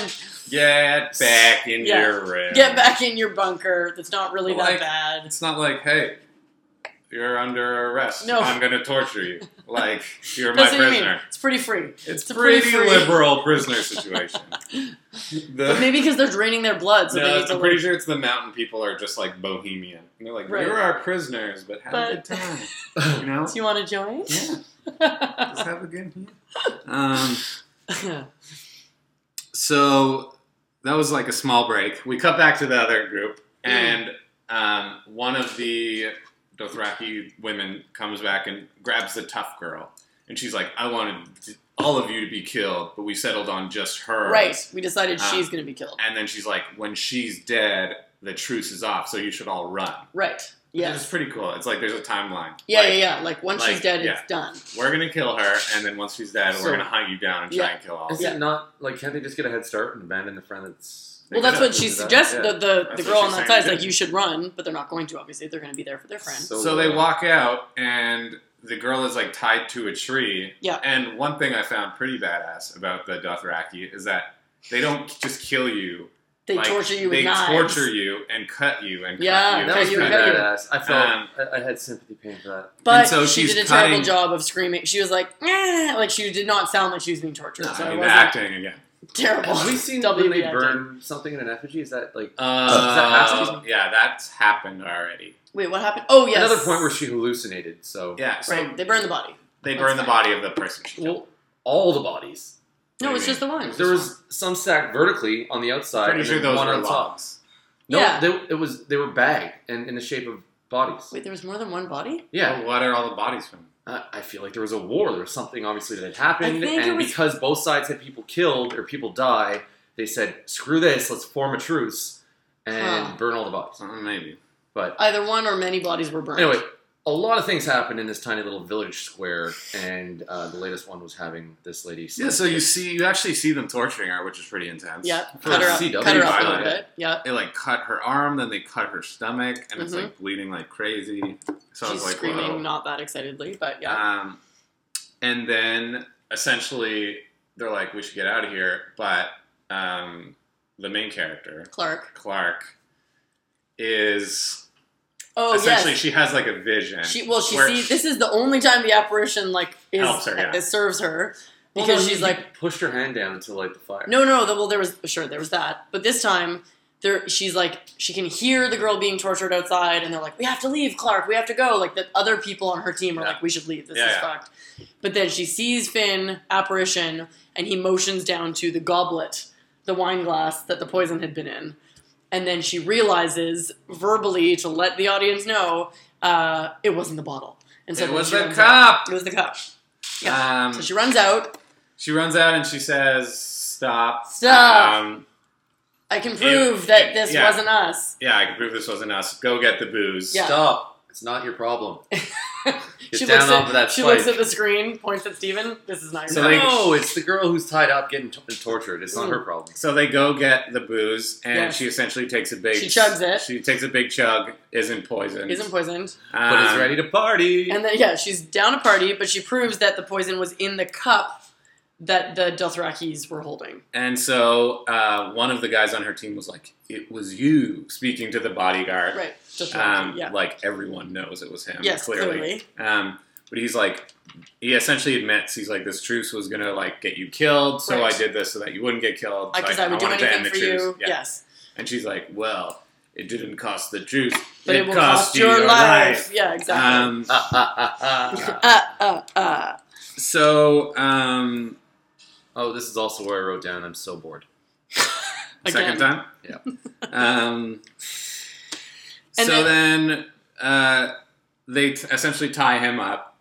Speaker 4: Get back in
Speaker 1: Yeah.
Speaker 4: your room.
Speaker 1: Get back in your bunker. That's not really
Speaker 4: Like-
Speaker 1: that bad.
Speaker 4: It's not like, hey, you're under arrest.
Speaker 1: No.
Speaker 4: I'm gonna
Speaker 1: [laughs]
Speaker 4: torture you. Like you're my
Speaker 1: That's what you mean.
Speaker 4: prisoner.
Speaker 1: It's pretty free.
Speaker 4: It's,
Speaker 1: a
Speaker 4: pretty,
Speaker 1: pretty free-
Speaker 4: liberal prisoner
Speaker 1: [laughs]
Speaker 4: situation.
Speaker 1: But
Speaker 4: the,
Speaker 1: maybe because they're draining their blood, so
Speaker 4: no,
Speaker 1: they
Speaker 4: I'm
Speaker 1: need to
Speaker 4: pretty
Speaker 1: like,
Speaker 4: sure it's the mountain people are just like bohemian. And they're like,
Speaker 1: Right.
Speaker 4: you're our prisoners, but have a
Speaker 1: But-
Speaker 4: good time.
Speaker 1: [laughs]
Speaker 4: You know?
Speaker 1: Do you want to join?
Speaker 4: yeah, just have a good. Um. So that was like a small break. We cut back to the other group,
Speaker 1: Mm.
Speaker 4: and um, one of the Dothraki women comes back and grabs the tough girl, and she's like, "I wanted all of you to be killed, but we settled on just
Speaker 1: [laughs]
Speaker 4: her."
Speaker 1: right. We decided
Speaker 4: Uh,
Speaker 1: she's going to be killed.
Speaker 4: And then she's like, "When she's dead, the truce is off, so you should all run."
Speaker 1: Right.
Speaker 4: It's
Speaker 1: Yes.
Speaker 4: pretty cool. It's like there's a timeline.
Speaker 1: Yeah,
Speaker 4: Like,
Speaker 1: yeah, yeah. Like once
Speaker 4: like,
Speaker 1: she's dead,
Speaker 4: yeah.
Speaker 1: it's done.
Speaker 4: We're gonna kill her, and then once she's dead,
Speaker 2: So-
Speaker 4: we're gonna hunt you down and try
Speaker 1: Yeah.
Speaker 4: and kill all. of
Speaker 2: Is
Speaker 4: you.
Speaker 1: Yeah.
Speaker 2: it not like can't they just get a head start and abandon the friend that's?
Speaker 4: They
Speaker 1: Well, that's
Speaker 4: could
Speaker 1: what she
Speaker 2: do that,
Speaker 1: suggested.
Speaker 2: yeah.
Speaker 1: The, the, the
Speaker 4: That's what
Speaker 1: girl on
Speaker 4: she's
Speaker 1: that
Speaker 4: saying,
Speaker 1: side is like,
Speaker 4: yeah.
Speaker 1: you should run, but they're not going to, obviously. They're going to be there for their friend.
Speaker 4: So they walk out, and the girl is like tied to a tree.
Speaker 1: Yeah.
Speaker 4: And one thing I found pretty badass about the Dothraki is that they don't just kill you.
Speaker 1: they
Speaker 4: like,
Speaker 1: torture you
Speaker 4: They
Speaker 1: with knives.
Speaker 4: torture you and cut you and
Speaker 1: Yeah,
Speaker 4: cut you.
Speaker 2: That was
Speaker 1: you
Speaker 2: pretty
Speaker 1: cut you.
Speaker 2: badass. I felt
Speaker 4: Um,
Speaker 2: I, I had sympathy pain
Speaker 1: [laughs]
Speaker 2: for that.
Speaker 1: But
Speaker 4: And so
Speaker 1: she
Speaker 4: she's
Speaker 1: did a
Speaker 4: cutting-
Speaker 1: terrible job of screaming. She was like, eh, like she did not sound like she was being tortured.
Speaker 4: No,
Speaker 1: so
Speaker 4: I
Speaker 1: it
Speaker 4: mean, the
Speaker 1: wasn't
Speaker 4: acting again.
Speaker 1: terrible.
Speaker 2: Have we seen
Speaker 1: WB
Speaker 2: when they
Speaker 1: acting.
Speaker 2: burn something in an effigy? Is that like
Speaker 4: Uh,
Speaker 1: happened?
Speaker 4: yeah, that's happened already.
Speaker 1: Wait, what happened? Oh, yes.
Speaker 2: another point where she hallucinated? So
Speaker 4: Yeah, so
Speaker 1: Right, they burned the body.
Speaker 4: they burn the
Speaker 1: That's
Speaker 4: body of the person. She killed.
Speaker 2: well, all the bodies.
Speaker 1: No,
Speaker 4: What do
Speaker 1: it's
Speaker 4: you
Speaker 1: just the one.
Speaker 2: There was some stacked vertically on the outside,
Speaker 4: Pretty
Speaker 2: and
Speaker 4: sure
Speaker 2: then
Speaker 4: those
Speaker 2: one
Speaker 4: were
Speaker 2: on top.
Speaker 4: logs.
Speaker 2: No,
Speaker 1: Yeah.
Speaker 2: they, it was they were bagged and in the shape of bodies.
Speaker 1: Wait, there was more than one body?
Speaker 2: Yeah,
Speaker 4: Well, what are all the bodies from?
Speaker 2: I, I feel like there was a war. There was something obviously that had happened,
Speaker 1: I think
Speaker 2: and
Speaker 1: it was-
Speaker 2: because both sides had people killed or people die, they said, "Screw this, let's form a truce and
Speaker 1: Huh.
Speaker 2: burn all the bodies."
Speaker 4: Uh, Maybe.
Speaker 2: But
Speaker 1: Either one or many bodies were burned.
Speaker 2: anyway, a lot of things happened in this tiny little village square, and uh, the latest one was having this lady.
Speaker 4: Yeah, so you see, you actually see them torturing her, which is pretty intense.
Speaker 1: Yeah,
Speaker 2: For
Speaker 1: cut her up,
Speaker 2: CW
Speaker 1: cut her up a
Speaker 4: violent.
Speaker 1: little bit. Yeah,
Speaker 4: they like cut her arm, then they cut her stomach, and it's
Speaker 1: Mhm.
Speaker 4: like bleeding like crazy. So I
Speaker 1: she's
Speaker 4: was like,
Speaker 1: screaming,
Speaker 4: whoa.
Speaker 1: not that excitedly, but yeah.
Speaker 4: Um, and then essentially they're like, we should get out of here. But um, the main character,
Speaker 1: Clark.
Speaker 4: Clark, is
Speaker 1: Oh
Speaker 4: essentially
Speaker 1: yes.
Speaker 4: she has like a vision.
Speaker 1: She well, she
Speaker 4: where-
Speaker 1: sees. This is the only time the apparition like is
Speaker 4: Helps her, yeah.
Speaker 1: it serves her
Speaker 2: Well,
Speaker 1: because
Speaker 2: no,
Speaker 1: she's
Speaker 2: he
Speaker 1: like
Speaker 2: pushed her hand down to light the fire.
Speaker 1: no, no, no. Well, there was sure there was that, but this time there she's like she can hear the girl being tortured outside, and they're like, we have to leave, Clark. We have to go. Like the other people on her team are
Speaker 4: Yeah.
Speaker 1: like, we should leave. This
Speaker 4: Yeah,
Speaker 1: is
Speaker 4: yeah.
Speaker 1: fucked. But then she sees Finn apparition, and he motions down to the goblet, the wine glass that the poison had been in, and then she realizes verbally to let the audience know uh, it wasn't the bottle, and so
Speaker 4: it
Speaker 1: then
Speaker 4: was
Speaker 1: she
Speaker 4: the
Speaker 1: runs out.
Speaker 4: cop.
Speaker 1: It was the cup. Yeah.
Speaker 4: Um,
Speaker 1: So she runs out.
Speaker 4: She runs out and she says, "Stop!
Speaker 1: Stop.
Speaker 4: Um,
Speaker 1: I can prove that this
Speaker 4: yeah.
Speaker 1: wasn't us.
Speaker 4: yeah, I can prove this wasn't us. Go get the booze."
Speaker 1: Yeah.
Speaker 2: Stop. It's not your problem.
Speaker 1: [laughs]
Speaker 2: Get
Speaker 1: she
Speaker 2: down
Speaker 1: looks
Speaker 2: off
Speaker 1: at,
Speaker 2: of that
Speaker 1: She
Speaker 2: spike.
Speaker 1: looks at the screen, points at Steven. This is not your
Speaker 4: So
Speaker 1: problem.
Speaker 4: they-
Speaker 2: no, it's the girl who's tied up getting t- tortured. It's not her problem.
Speaker 4: So they go get the booze, and
Speaker 1: Yes.
Speaker 4: she essentially takes a big.
Speaker 1: She chugs it.
Speaker 4: She takes a big chug. Isn't poisoned.
Speaker 1: Isn't poisoned.
Speaker 4: Um,
Speaker 2: But it's ready to party.
Speaker 1: And then, yeah, she's down a party, but she proves that the poison was in the cup that the Dothrakis were holding.
Speaker 4: And so uh, one of the guys on her team was like, "It was you," speaking to the bodyguard.
Speaker 1: Right. Dothraki,
Speaker 4: Um,
Speaker 1: yeah.
Speaker 4: Like everyone knows it was him.
Speaker 1: Yes,
Speaker 4: clearly.
Speaker 1: clearly.
Speaker 4: Um, but he's like, he essentially admits he's like, this truce was gonna like get you killed, so
Speaker 1: Right.
Speaker 4: I did this so that you wouldn't get killed.
Speaker 1: Because
Speaker 4: so
Speaker 1: I would do
Speaker 4: wanted to
Speaker 1: anything
Speaker 4: end the
Speaker 1: for
Speaker 4: truce.
Speaker 1: you.
Speaker 4: Yeah.
Speaker 1: Yes.
Speaker 4: And she's like, well, it didn't cost the truce,
Speaker 1: But it,
Speaker 4: it,
Speaker 1: will
Speaker 4: cost, you your life.
Speaker 1: Yeah, exactly.
Speaker 2: [laughs]
Speaker 4: Um,
Speaker 2: Ah, ah, ah, ah.
Speaker 1: [laughs] uh, uh, uh.
Speaker 4: so um,
Speaker 2: Oh, this is also where I wrote down. I'm so bored.
Speaker 1: Again.
Speaker 4: second time.
Speaker 1: [laughs]
Speaker 2: Yeah.
Speaker 4: Um,
Speaker 1: And
Speaker 4: so then, uh, they t- essentially tie him up,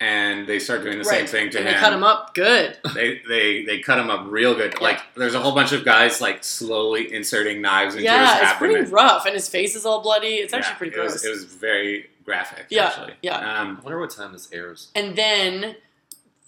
Speaker 4: and they start doing the same
Speaker 1: Right.
Speaker 4: thing to
Speaker 1: and
Speaker 4: him.
Speaker 1: they cut him up. Good.
Speaker 4: they they they cut him up real good. Like there's a whole bunch of guys like slowly inserting knives into his
Speaker 1: yeah, it's
Speaker 4: abdomen.
Speaker 1: pretty rough, and his face is all bloody. It's actually
Speaker 4: Yeah,
Speaker 1: pretty
Speaker 4: it was-
Speaker 1: gross.
Speaker 4: It was, very graphic.
Speaker 1: Yeah,
Speaker 4: actually.
Speaker 1: yeah.
Speaker 2: I
Speaker 4: Um,
Speaker 2: wonder what time this airs.
Speaker 1: and then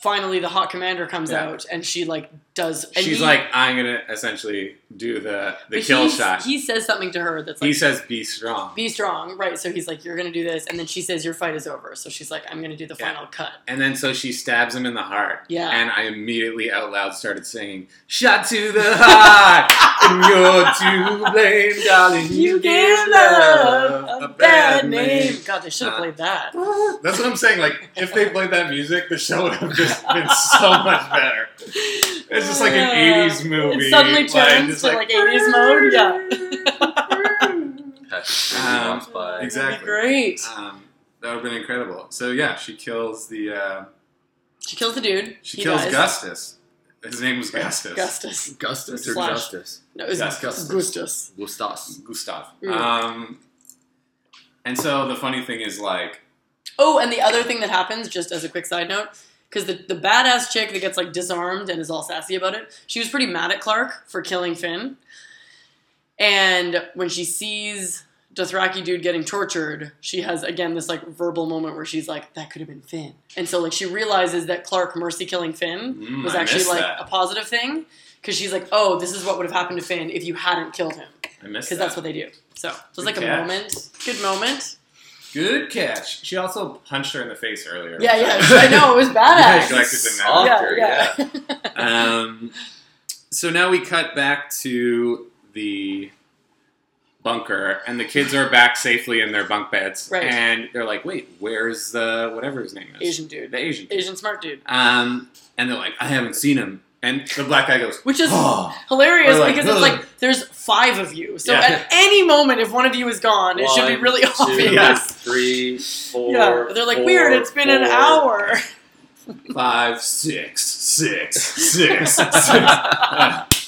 Speaker 1: finally, the hot commander comes
Speaker 4: Yeah.
Speaker 1: out, and she like does. And
Speaker 4: she's
Speaker 1: he-
Speaker 4: like, I'm gonna essentially do the the
Speaker 1: but
Speaker 4: kill
Speaker 1: he's-
Speaker 4: shot.
Speaker 1: He says something to her that's
Speaker 4: he
Speaker 1: like,
Speaker 4: says, "Be strong,"
Speaker 1: "Be strong," right? So he's like, "You're gonna do this," and then she says, "Your fight is over." So she's like, "I'm gonna do the
Speaker 4: Yeah.
Speaker 1: final cut."
Speaker 4: and then so she stabs him in the heart.
Speaker 1: Yeah.
Speaker 4: And I immediately out loud started singing, "Shot to the heart, and you're to blame, darling.
Speaker 1: You
Speaker 4: gave
Speaker 1: gave love a bad name. God, they should have
Speaker 4: Uh,
Speaker 1: played that.
Speaker 4: That's what I'm saying. Like, if they played that music, the show would have just been so much better. It's just like an
Speaker 1: Yeah.
Speaker 4: 80s movie.
Speaker 1: It suddenly
Speaker 4: like,
Speaker 1: turns
Speaker 4: just
Speaker 1: to like 80s mode. [laughs] Yeah.
Speaker 2: Patrick
Speaker 4: Um,
Speaker 2: walks by.
Speaker 4: exactly.
Speaker 1: That'd be great.
Speaker 4: Um, that would have been incredible. So, yeah, she kills the. Uh,
Speaker 1: She kills the dude.
Speaker 4: she
Speaker 1: He
Speaker 4: kills
Speaker 1: dies.
Speaker 4: Gustus. His name was Gustus.
Speaker 1: Gustus.
Speaker 2: Gustus or
Speaker 1: Slash.
Speaker 2: Justice?
Speaker 1: No, it's
Speaker 4: Yes,
Speaker 1: Gustus.
Speaker 4: Gustus.
Speaker 1: Gustus.
Speaker 2: Gustas.
Speaker 4: Gustav.
Speaker 1: Mm.
Speaker 4: Um, and so the funny thing is, like,
Speaker 1: Oh, and the other thing that happens, just as a quick side note, because the, the badass chick that gets like disarmed and is all sassy about it, she was pretty mad at Clark for killing Finn. And when she sees Dothraki dude getting tortured, she has again this like verbal moment where she's like, "That could have been Finn," and so like she realizes that Clark mercy killing Finn
Speaker 4: mm,
Speaker 1: was
Speaker 4: I
Speaker 1: actually
Speaker 4: missed
Speaker 1: like
Speaker 4: that.
Speaker 1: a positive thing because she's like, "Oh, this is what would have happened to Finn if you hadn't killed him,"
Speaker 4: I missed
Speaker 1: because
Speaker 4: that.
Speaker 1: that's what they do. So it was like a
Speaker 4: Good catch.
Speaker 1: moment, good moment.
Speaker 4: Good catch. She also punched her in the face earlier.
Speaker 1: Yeah, yeah,
Speaker 4: which
Speaker 1: I know it was badass.
Speaker 4: Yeah, neglected them now.
Speaker 2: Softer,
Speaker 1: yeah, yeah.
Speaker 4: [laughs] um, so now we cut back to the bunker, and the kids are back safely in their bunk beds.
Speaker 1: Right.
Speaker 4: And they're like, wait, where's the whatever his name is?
Speaker 1: [laughs] Asian dude,
Speaker 4: The Asian. kid."
Speaker 1: Asian smart dude,
Speaker 4: Um, and they're like, I haven't seen him. And the black guy goes, [gasps]
Speaker 1: which is
Speaker 4: oh.
Speaker 1: hilarious
Speaker 4: Or like,
Speaker 1: because it's
Speaker 4: "Ugh." [laughs]
Speaker 1: like there's five of you, so
Speaker 4: Yeah.
Speaker 1: at any moment if one of you is gone, it should be
Speaker 2: One,
Speaker 1: really
Speaker 2: two,
Speaker 1: obvious.
Speaker 4: yeah.
Speaker 2: three, four.
Speaker 1: Yeah, they're like
Speaker 2: four,
Speaker 1: weird. It's been an
Speaker 2: four."
Speaker 4: [laughs]
Speaker 1: hour. [laughs]
Speaker 4: five, six, six, six, six.
Speaker 1: [laughs]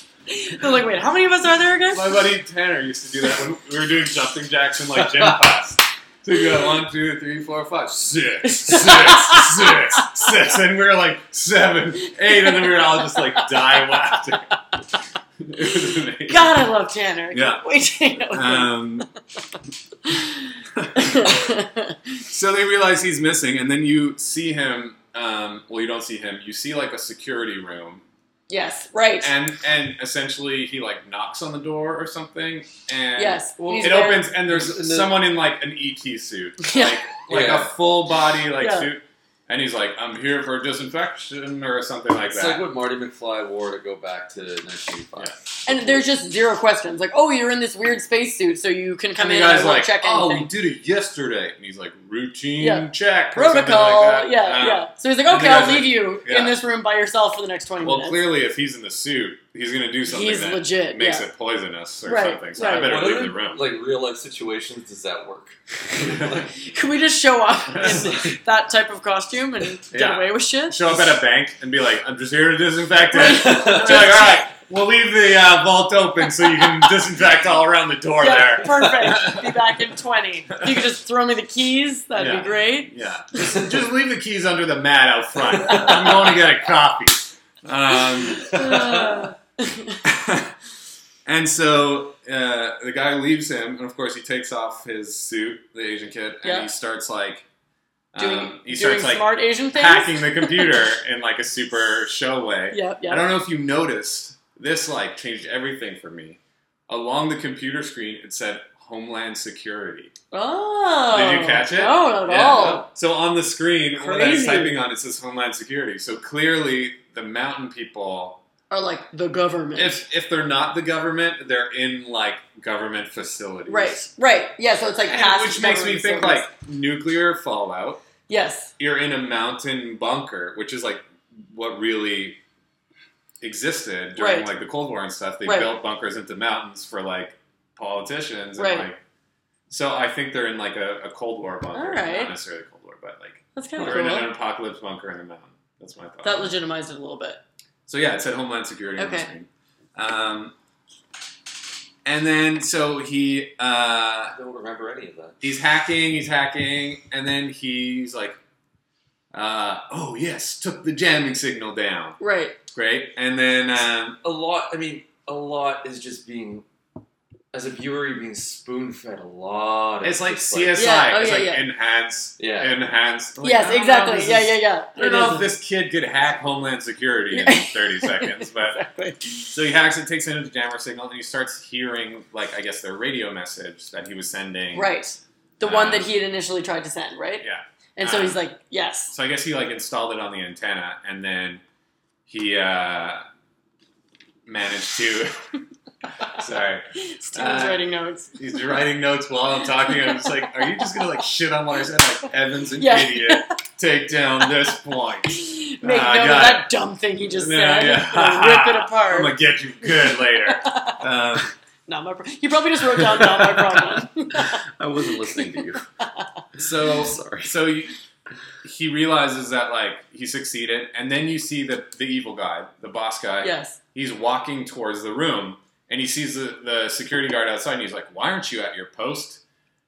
Speaker 1: They're like, wait, how many of us are there again?
Speaker 3: My buddy Tanner used to do that when we were doing jumping jacks in like gym
Speaker 4: [laughs]
Speaker 3: class. So you go one, two, three, four, five, six, six, six, six, and we were like seven, eight, and then we were all just like die laughing.
Speaker 2: [laughs]
Speaker 3: It was amazing.
Speaker 1: God, I love Tanner. I can't
Speaker 4: Yeah.
Speaker 1: wait to hang out with
Speaker 4: [laughs]
Speaker 1: him.
Speaker 4: Um, Uh. So they realize he's missing, and then you see him. Um, well, you don't see him. You see like a security room,
Speaker 1: [laughs] yes, right.
Speaker 4: and and essentially he like knocks on the door or something, and
Speaker 1: Yes, well, he's
Speaker 4: it
Speaker 1: there. [laughs]
Speaker 4: opens, and there's
Speaker 2: And then-
Speaker 4: someone in like an ET suit,
Speaker 1: Yeah.
Speaker 4: like like
Speaker 2: Yeah.
Speaker 4: a full body like
Speaker 1: Yeah.
Speaker 4: suit, and he's like, "I'm here for disinfection" or something like
Speaker 2: It's like
Speaker 4: that.
Speaker 2: what Marty McFly wore to go back to 1985.
Speaker 1: and there's just zero questions. Like, oh, you're in this weird spacesuit, so you can come
Speaker 4: and the
Speaker 1: in and I
Speaker 4: guy's
Speaker 1: won't
Speaker 4: like,
Speaker 1: check
Speaker 4: "Oh,
Speaker 1: anything.
Speaker 4: we did it yesterday," and he's like, "Routine
Speaker 1: Yeah.
Speaker 4: check or something
Speaker 1: protocol.
Speaker 4: like that.
Speaker 1: yeah,
Speaker 4: Um,
Speaker 1: yeah. So he's like,
Speaker 4: and the
Speaker 1: okay, I'll
Speaker 4: guy's
Speaker 1: leave
Speaker 4: like-
Speaker 1: you in
Speaker 4: yeah.
Speaker 1: this room by yourself for the next 20
Speaker 4: Well,
Speaker 1: minutes.
Speaker 4: clearly, if he's in the suit, he's going to do something
Speaker 1: He's
Speaker 4: that
Speaker 1: legit.
Speaker 4: makes
Speaker 1: yeah.
Speaker 4: it poisonous or
Speaker 1: Right,
Speaker 4: something. So
Speaker 1: right.
Speaker 4: I better
Speaker 2: What
Speaker 4: leave
Speaker 2: other,
Speaker 4: the room.
Speaker 2: Like real life situations, does that
Speaker 4: [laughs]
Speaker 2: work?
Speaker 1: Can we just show up in
Speaker 2: [laughs]
Speaker 1: that type of costume and get
Speaker 4: Yeah.
Speaker 1: away with shit?
Speaker 4: Show up at a bank and be like, "I'm just here to disinfect it."
Speaker 1: Right.
Speaker 4: [laughs]
Speaker 1: [laughs]
Speaker 4: Be like, "All right, we'll leave the uh, vault open so you can disinfect all around the door
Speaker 1: yeah, [laughs]
Speaker 4: there." [laughs]
Speaker 1: perfect. Be back in 20. If you could just throw me the keys, that'd
Speaker 4: Yeah.
Speaker 1: be great.
Speaker 4: Yeah, just, just leave the keys under the mat out front. I'm going to get a coffee.
Speaker 1: [laughs]
Speaker 4: Um,
Speaker 1: [laughs]
Speaker 4: [laughs]
Speaker 1: Uh,
Speaker 4: and so uh, the guy leaves him, and of course he takes off his suit, the Asian kid, and
Speaker 1: Yeah.
Speaker 4: he starts like um,
Speaker 1: doing
Speaker 4: he
Speaker 1: doing
Speaker 4: starts like
Speaker 1: smart Asian things.
Speaker 4: hacking the
Speaker 1: [laughs]
Speaker 4: computer in like a super show way.
Speaker 1: Yep,
Speaker 4: I
Speaker 1: yep.
Speaker 4: don't know if you noticed this like changed everything for me. Along the computer screen, it said Homeland Security.
Speaker 1: Oh.
Speaker 4: Did you catch it?
Speaker 1: No, not at
Speaker 4: Yeah.
Speaker 1: all.
Speaker 4: So on the screen, what I was
Speaker 1: Crazy.
Speaker 4: typing on, it says Homeland Security. So clearly, the mountain people
Speaker 1: Or like the government.
Speaker 4: if if they're not the government, they're in like government facilities,
Speaker 1: right, right. Yeah, so it's like
Speaker 4: And-
Speaker 1: past
Speaker 4: which makes me
Speaker 1: government
Speaker 4: think
Speaker 1: service.
Speaker 4: like nuclear fallout.
Speaker 1: Yes.
Speaker 4: You're in a mountain bunker, which is like what really existed during
Speaker 1: Right.
Speaker 4: like the Cold War and stuff. They
Speaker 1: Right.
Speaker 4: built bunkers into mountains for like politicians and
Speaker 1: Right.
Speaker 4: like. So I think they're in like a, a Cold War bunker,
Speaker 1: All right.
Speaker 4: not necessarily a Cold War, but like
Speaker 1: That's kind of
Speaker 4: they're in an
Speaker 1: cool.
Speaker 4: apocalypse bunker in the mountain. That's my thought.
Speaker 1: That legitimized it a little bit.
Speaker 4: So yeah, it said Homeland Security on the
Speaker 1: Okay.
Speaker 4: screen. Um, and then so he uh,
Speaker 2: I don't remember any of that.
Speaker 4: he's hacking, he's hacking, and then he's like, uh, "Oh yes, took the jamming signal down,
Speaker 1: Right.
Speaker 4: great." And then um,
Speaker 2: A lot. I mean, a lot is just being. As a viewer, you're being spoon fed a lot. of
Speaker 4: it's like
Speaker 2: just,
Speaker 4: CSI,
Speaker 1: Yeah, oh,
Speaker 4: it's
Speaker 1: yeah,
Speaker 4: like
Speaker 1: yeah.
Speaker 4: enhance,
Speaker 2: Yeah.
Speaker 4: enhance. I'm like, I
Speaker 1: yes,
Speaker 4: don't know if
Speaker 1: exactly.
Speaker 4: this
Speaker 1: Yeah,
Speaker 4: is-
Speaker 1: yeah, yeah.
Speaker 4: I don't
Speaker 1: It
Speaker 4: know
Speaker 1: is-
Speaker 4: if this kid could hack
Speaker 1: [laughs]
Speaker 4: Homeland Security in
Speaker 1: Yeah.
Speaker 4: 30 seconds, but
Speaker 1: exactly.
Speaker 4: So he hacks it, takes it into the jammer signal, and he starts hearing, like, I guess their radio message that he was sending.
Speaker 1: Right. The one
Speaker 4: Uh,
Speaker 1: that he had initially tried to send, right?
Speaker 4: yeah.
Speaker 1: And so
Speaker 4: Uh,
Speaker 1: he's like, yes.
Speaker 4: So I guess he, like, installed it on the antenna, and then he uh, managed to. [laughs] sorry.
Speaker 1: Steven's
Speaker 4: uh,
Speaker 1: writing notes.
Speaker 4: He's writing notes while I'm talking. I'm just like, are you just going to, like, shit on what I said? Like, Evan's an
Speaker 1: Yeah.
Speaker 4: idiot. Take down this point.
Speaker 1: [laughs] Make note
Speaker 4: uh, I
Speaker 1: of
Speaker 4: got
Speaker 1: that dumb thing he just
Speaker 4: Yeah,
Speaker 1: said. [laughs]
Speaker 4: yeah.
Speaker 1: Gonna Rip it apart.
Speaker 4: I'm going to get you good later. Um,
Speaker 1: not my pro- you probably just wrote down not
Speaker 4: [laughs]
Speaker 1: my problem.
Speaker 2: I wasn't listening [laughs] to you.
Speaker 4: so
Speaker 2: Sorry.
Speaker 4: So you, he realizes that like he succeeded, and then you see the the evil guy, the boss guy.
Speaker 1: yes.
Speaker 4: He's walking towards the room, and he sees the, the security guard outside, and he's like, "Why aren't you at your post?"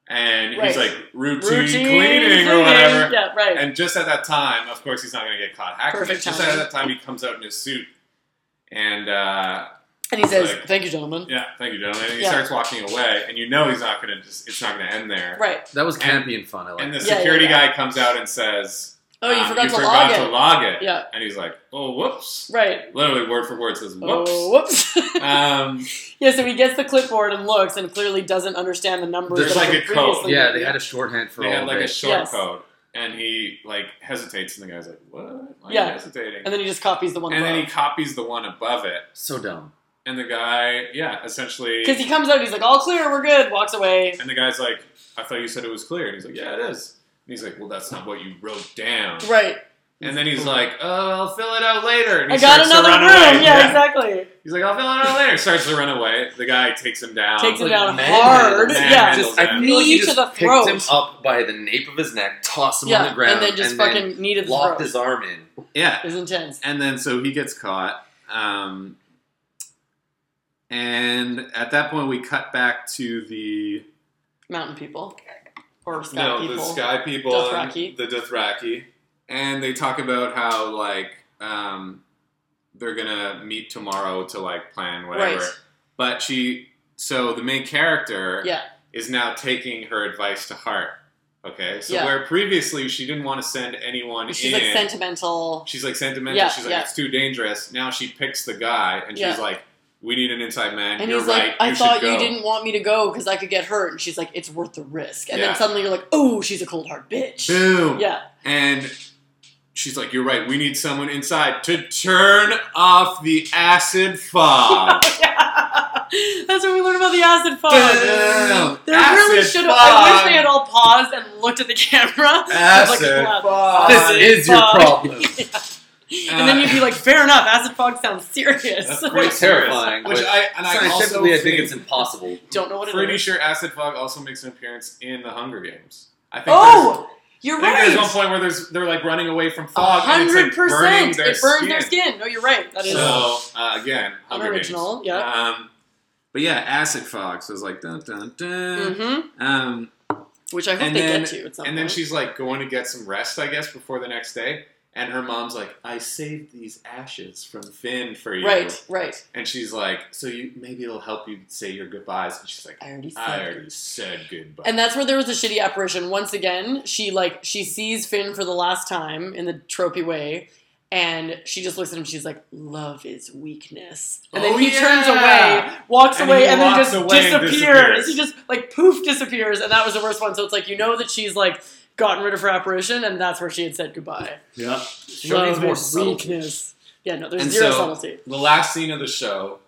Speaker 4: And he's
Speaker 1: Right.
Speaker 4: like, "Routine, cleaning or whatever."
Speaker 1: Yeah, right.
Speaker 4: And just at that time, of course, he's not going to get caught hacking.
Speaker 1: Perfect
Speaker 4: just
Speaker 1: timing.
Speaker 4: at that time, he comes out in his suit, and uh,
Speaker 1: And he says,
Speaker 4: Like-
Speaker 1: thank you, gentlemen.
Speaker 4: yeah, thank you, gentlemen. And he
Speaker 1: Yeah.
Speaker 4: starts walking away, and you know he's not going to just. It's not going to end there.
Speaker 1: Right.
Speaker 2: That was campy and fun. I like.
Speaker 4: And the
Speaker 1: Yeah, yeah,
Speaker 4: security
Speaker 1: yeah.
Speaker 4: guy comes out and says.
Speaker 1: Oh, you
Speaker 4: Um,
Speaker 1: forgot to
Speaker 4: forgot
Speaker 1: log
Speaker 4: to
Speaker 1: it.
Speaker 4: log it.
Speaker 1: Yeah.
Speaker 4: And he's like, oh, whoops.
Speaker 1: Right.
Speaker 4: Literally word for word says, whoops.
Speaker 1: Oh, whoops.
Speaker 4: [laughs] um,
Speaker 1: yeah, so he gets the clipboard and looks and clearly doesn't understand the numbers.
Speaker 2: There's
Speaker 1: that
Speaker 4: like
Speaker 1: were
Speaker 4: a code.
Speaker 1: previously-
Speaker 2: yeah, they had a shorthand for
Speaker 4: they
Speaker 2: all
Speaker 4: had
Speaker 2: of
Speaker 4: like
Speaker 2: it.
Speaker 4: a short
Speaker 1: Yes.
Speaker 4: code. And he like hesitates, and the guy's like, what? Why are
Speaker 1: Yeah.
Speaker 4: you hesitating?
Speaker 1: And then he just copies the one.
Speaker 4: And then he copies the one above it.
Speaker 2: so dumb.
Speaker 4: And the guy, yeah, essentially.
Speaker 1: Because he comes out, he's like, all clear, we're good, walks away.
Speaker 4: And the guy's like, I thought you said it was clear. And he's like, yeah, it is. And he's like, well, that's not what you wrote down.
Speaker 1: Right.
Speaker 4: And then he's like, oh, I'll fill it out later. And he
Speaker 1: I got
Speaker 4: starts to
Speaker 1: another
Speaker 4: run
Speaker 1: room.
Speaker 4: away.
Speaker 1: Yeah, exactly.
Speaker 4: He's like, I'll fill it out later. Starts to run away. The guy takes him down.
Speaker 1: Takes him
Speaker 2: like
Speaker 1: down
Speaker 2: manhandled.
Speaker 1: hard.
Speaker 4: Manhandled.
Speaker 1: yeah.
Speaker 4: Manhandled.
Speaker 2: Just, I feel like
Speaker 1: Knee
Speaker 2: you
Speaker 1: to
Speaker 2: just
Speaker 1: the
Speaker 2: picked
Speaker 1: throat.
Speaker 2: him up by the nape of his neck, tossed him
Speaker 1: yeah.
Speaker 2: on the ground,
Speaker 1: and then just fucking needed the
Speaker 2: locked
Speaker 1: throat.
Speaker 2: his arm in.
Speaker 4: yeah.
Speaker 1: It was intense.
Speaker 4: And then so he gets caught. Um, and at that point, we cut back to the
Speaker 1: Mountain people. Or sky
Speaker 4: no,
Speaker 1: people.
Speaker 4: the sky people, and
Speaker 1: Dothraki.
Speaker 4: the Dothraki, and they talk about how like um, they're gonna meet tomorrow to like plan whatever.
Speaker 1: Right.
Speaker 4: But she, so the main character,
Speaker 1: Yeah.
Speaker 4: is now taking her advice to heart. Okay, so
Speaker 1: Yeah.
Speaker 4: where previously she didn't want to send anyone
Speaker 1: She's
Speaker 4: in,
Speaker 1: like sentimental.
Speaker 4: She's like sentimental.
Speaker 1: Yeah,
Speaker 4: she's like,
Speaker 1: yeah.
Speaker 4: it's too dangerous. Now she picks the guy, and
Speaker 1: Yeah.
Speaker 4: she's like, we need an inside man.
Speaker 1: And
Speaker 4: You're
Speaker 1: he's
Speaker 4: right.
Speaker 1: like, I
Speaker 4: you
Speaker 1: thought
Speaker 4: should go.
Speaker 1: you didn't want me to go because I could get hurt. And she's like, it's worth the risk. And
Speaker 4: Yeah.
Speaker 1: then suddenly you're like, oh, she's a cold hard bitch.
Speaker 4: Boom.
Speaker 1: Yeah.
Speaker 4: And she's like, you're right. We need someone inside to turn off the acid fog.
Speaker 1: [laughs] That's when we learned about the acid fog.
Speaker 4: Damn.
Speaker 1: There really
Speaker 4: Acid
Speaker 1: should have. I wish
Speaker 4: fog.
Speaker 1: they had all paused and looked at the camera. [laughs]
Speaker 4: Acid
Speaker 1: Like, wow.
Speaker 4: fog.
Speaker 1: Acid
Speaker 2: This is your
Speaker 1: fog.
Speaker 2: problem.
Speaker 1: [laughs] Yeah. And then you'd be like, fair enough, acid fog sounds serious. [laughs]
Speaker 4: That's
Speaker 2: quite terrifying,
Speaker 4: Which
Speaker 2: but
Speaker 4: I and I also
Speaker 2: Scientifically, I think
Speaker 4: think
Speaker 2: it's impossible.
Speaker 1: Don't know what it
Speaker 4: pretty
Speaker 1: is.
Speaker 4: sure acid fog also makes an appearance in the Hunger Games. I think. there's-
Speaker 1: Oh, you're
Speaker 4: I think there's one
Speaker 1: right.
Speaker 4: point where there's they're like running away from
Speaker 1: A
Speaker 4: fog. and it's, like,
Speaker 1: hundred
Speaker 4: burning
Speaker 1: percent.
Speaker 4: their
Speaker 1: It burns their
Speaker 4: skin.
Speaker 1: skin. No, you're right. That is.
Speaker 4: So uh, again, Hunger
Speaker 1: Unoriginal,
Speaker 4: Games.
Speaker 1: yep.
Speaker 4: Um, but yeah, acid fog. So it's like dun dun dun.
Speaker 1: hmm
Speaker 4: Um,
Speaker 1: Which I hope
Speaker 4: And
Speaker 1: they
Speaker 4: then-
Speaker 1: get to at some
Speaker 4: and then
Speaker 1: point.
Speaker 4: she's like going to get some rest, I guess, before the next day. and her mom's like, "I saved these ashes from Finn for you,"
Speaker 1: Right, right.
Speaker 4: And she's like, "So you maybe it'll help you say your goodbyes." And she's like,
Speaker 1: I already said.
Speaker 4: "I already said goodbye."
Speaker 1: And that's where there was a shitty apparition. Once again, she like she sees Finn for the last time in the tropey way, and she just looks at him. She's like, "Love is weakness." And then
Speaker 4: Oh,
Speaker 1: he turns
Speaker 4: yeah.
Speaker 1: away, walks
Speaker 4: And
Speaker 1: away,
Speaker 4: he
Speaker 1: and then
Speaker 4: walks
Speaker 1: just
Speaker 4: away and
Speaker 1: disappears.
Speaker 4: disappears.
Speaker 1: He just like poof disappears, and that was the worst one. So it's like you know that she's like gotten rid of her apparition, and that's where she had said goodbye.
Speaker 2: Yeah. Show needs
Speaker 1: Love
Speaker 2: more
Speaker 1: is
Speaker 2: subtlety.
Speaker 1: weakness. Yeah, no, there's
Speaker 4: And
Speaker 1: zero
Speaker 4: so-
Speaker 1: subtlety.
Speaker 4: the last scene of the show,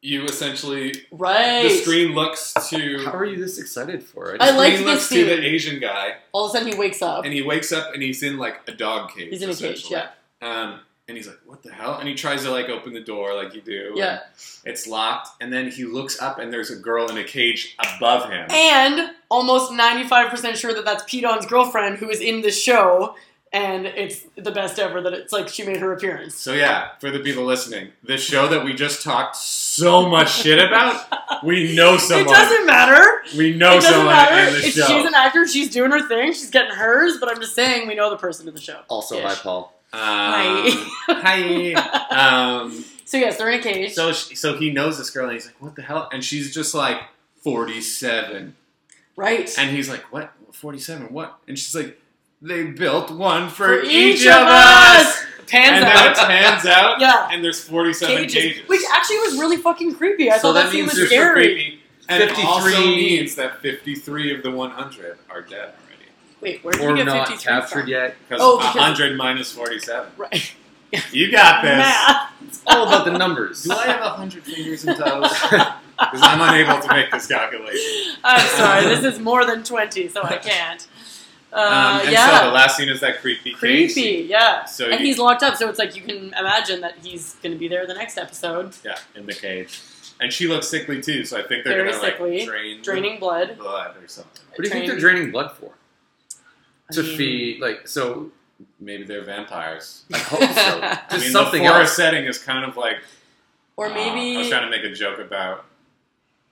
Speaker 4: you essentially
Speaker 1: Right.
Speaker 4: the screen looks
Speaker 2: How
Speaker 4: to
Speaker 2: are you this excited for?
Speaker 1: I
Speaker 4: the
Speaker 1: liked
Speaker 4: screen looks
Speaker 1: this
Speaker 4: to the
Speaker 1: scene.
Speaker 4: Asian guy,
Speaker 1: All of a sudden he wakes up.
Speaker 4: and he wakes up and he's in like a dog cage.
Speaker 1: He's in a cage.
Speaker 4: essentially.
Speaker 1: Yeah,
Speaker 4: Um, and he's like, "What the hell?" And he tries to like open the door, like you do. and
Speaker 1: yeah.
Speaker 4: It's locked, and then he looks up, and there's a girl in a cage above him.
Speaker 1: and almost 95% sure that that's Pete Don's girlfriend who is in the show and it's the best ever that it's like she made her appearance
Speaker 4: So yeah, for the people listening, the show that we just talked so much shit about, we know
Speaker 1: it
Speaker 4: someone.
Speaker 1: doesn't matter
Speaker 4: we know
Speaker 1: it doesn't
Speaker 4: someone
Speaker 1: matter
Speaker 4: in the
Speaker 1: It's-
Speaker 4: show.
Speaker 1: she's an actor she's doing her thing she's getting hers but i'm just saying we know the person in the show
Speaker 2: Also,
Speaker 1: Ish.
Speaker 2: hi, Paul.
Speaker 4: um, hi.
Speaker 1: [laughs]
Speaker 4: Um,
Speaker 1: so yes they're in a cage
Speaker 4: so she, so he knows this girl, and he's like, "What the hell?" And she's just like forty-seven,
Speaker 1: right
Speaker 4: and he's like, "What? Forty-seven? What?" And she's like, "They built one for,
Speaker 1: For each
Speaker 4: of
Speaker 1: of us!"
Speaker 4: And
Speaker 1: pans
Speaker 4: then it
Speaker 1: out
Speaker 4: pans out,
Speaker 1: Yeah.
Speaker 4: and there's forty-seven
Speaker 1: cages, which actually was really fucking creepy i
Speaker 4: so
Speaker 1: thought
Speaker 4: that,
Speaker 1: that, scene
Speaker 4: means
Speaker 1: was
Speaker 4: they're
Speaker 1: scary
Speaker 4: creepy. And it
Speaker 2: 53
Speaker 4: also means that 53 of the 100 are dead already.
Speaker 1: wait where did
Speaker 2: Or
Speaker 1: you get
Speaker 2: not
Speaker 1: 53
Speaker 2: captured
Speaker 1: from?
Speaker 2: yet.
Speaker 4: Because
Speaker 1: Oh, because-
Speaker 4: 100 minus 47.
Speaker 1: right
Speaker 4: You got this.
Speaker 1: Math.
Speaker 2: It's all about Oh,
Speaker 1: [laughs]
Speaker 2: the numbers.
Speaker 4: Do I have [laughs] 100 fingers and toes? Because I'm unable to make this calculation.
Speaker 1: i'm sorry this is more than 20 so i can't
Speaker 4: Um,
Speaker 1: uh,
Speaker 4: and
Speaker 1: yeah
Speaker 4: so the last scene is that creepy cage scene.
Speaker 1: creepy yeah
Speaker 4: So
Speaker 1: and
Speaker 4: you-
Speaker 1: he's locked up so it's like you can imagine that he's going to be there the next episode
Speaker 4: Yeah, in the cage. And she looks sickly too, so I think they're
Speaker 1: Very
Speaker 4: going to like
Speaker 1: sickly.
Speaker 4: drain
Speaker 1: draining
Speaker 4: the
Speaker 1: blood
Speaker 4: blood or something.
Speaker 2: What do you think
Speaker 1: Train-
Speaker 2: they're draining blood for?
Speaker 1: I
Speaker 2: To
Speaker 1: mean-
Speaker 2: feed, like, so.
Speaker 4: Maybe they're vampires.
Speaker 2: I hope so.
Speaker 4: I
Speaker 2: Just
Speaker 4: mean,
Speaker 2: something
Speaker 4: the forest
Speaker 2: else.
Speaker 4: setting is kind of like.
Speaker 1: [laughs] or
Speaker 4: uh, I was
Speaker 1: maybe
Speaker 4: trying to make a joke about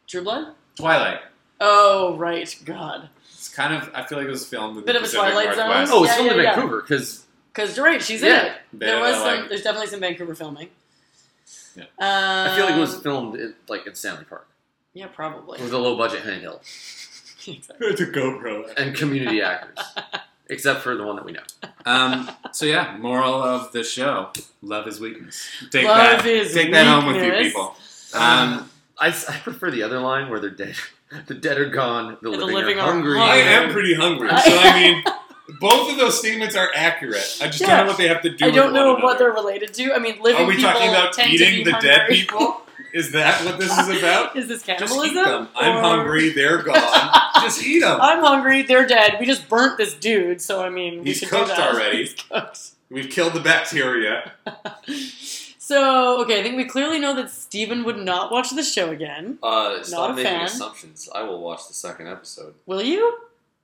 Speaker 1: true blood
Speaker 4: Twilight.
Speaker 1: oh right god
Speaker 4: It's kind of. I feel like it was filmed in
Speaker 1: Bit
Speaker 4: the
Speaker 1: of a
Speaker 4: Pacific
Speaker 1: Twilight Zone.
Speaker 4: Northwest.
Speaker 2: Oh, it's
Speaker 1: Yeah,
Speaker 2: filmed
Speaker 1: yeah,
Speaker 2: in
Speaker 1: yeah.
Speaker 2: Vancouver because
Speaker 1: because you're right she's in
Speaker 2: Yeah.
Speaker 1: it
Speaker 4: They
Speaker 1: there
Speaker 4: had
Speaker 1: was
Speaker 4: that,
Speaker 1: some
Speaker 4: like-
Speaker 1: there's definitely some vancouver filming
Speaker 4: Yeah.
Speaker 1: um,
Speaker 2: I feel like it was filmed in, like in Stanley Park
Speaker 1: yeah probably
Speaker 2: with a low budget handheld
Speaker 1: [laughs] Exactly.
Speaker 4: it's a GoPro.
Speaker 2: and
Speaker 1: [laughs]
Speaker 2: community actors, except for the one that we know.
Speaker 4: Um. So yeah, moral of the show: love is weakness. Take
Speaker 1: Love
Speaker 4: that.
Speaker 1: is
Speaker 4: take that home with you,
Speaker 1: weakness.
Speaker 4: people. Um,
Speaker 2: I, s- I prefer the other line where they're dead. [laughs] The dead are gone. The,
Speaker 1: And the
Speaker 2: living,
Speaker 1: living
Speaker 2: are
Speaker 1: are
Speaker 2: hungry.
Speaker 4: I am pretty hungry, so
Speaker 1: [laughs]
Speaker 4: I mean, both of those statements are accurate. I just
Speaker 1: Yeah.
Speaker 4: don't know what they have to do.
Speaker 1: i don't
Speaker 4: with
Speaker 1: know
Speaker 4: one
Speaker 1: what
Speaker 4: another.
Speaker 1: they're related to i mean living
Speaker 4: Are we
Speaker 1: people
Speaker 4: talking about
Speaker 1: tend to
Speaker 4: eating
Speaker 1: be
Speaker 4: the
Speaker 1: hungry.
Speaker 4: dead people? Is that what this is about?
Speaker 1: [laughs] is this
Speaker 4: Just
Speaker 1: cannibalism
Speaker 4: eat them. I'm
Speaker 1: Or-
Speaker 4: hungry. They're gone.
Speaker 1: [laughs]
Speaker 4: just eat them.
Speaker 1: I'm hungry. They're dead. We just burnt this dude, so I mean, we
Speaker 4: He's
Speaker 1: should
Speaker 4: cooked
Speaker 1: do that.
Speaker 4: already.
Speaker 1: [laughs] He's cooked.
Speaker 4: We've killed the bacteria.
Speaker 1: So okay, I think we clearly know that Steven would not watch the show again.
Speaker 6: Uh,
Speaker 1: Not a
Speaker 6: stop making
Speaker 1: fan.
Speaker 6: assumptions. I will watch the second episode.
Speaker 1: Will you?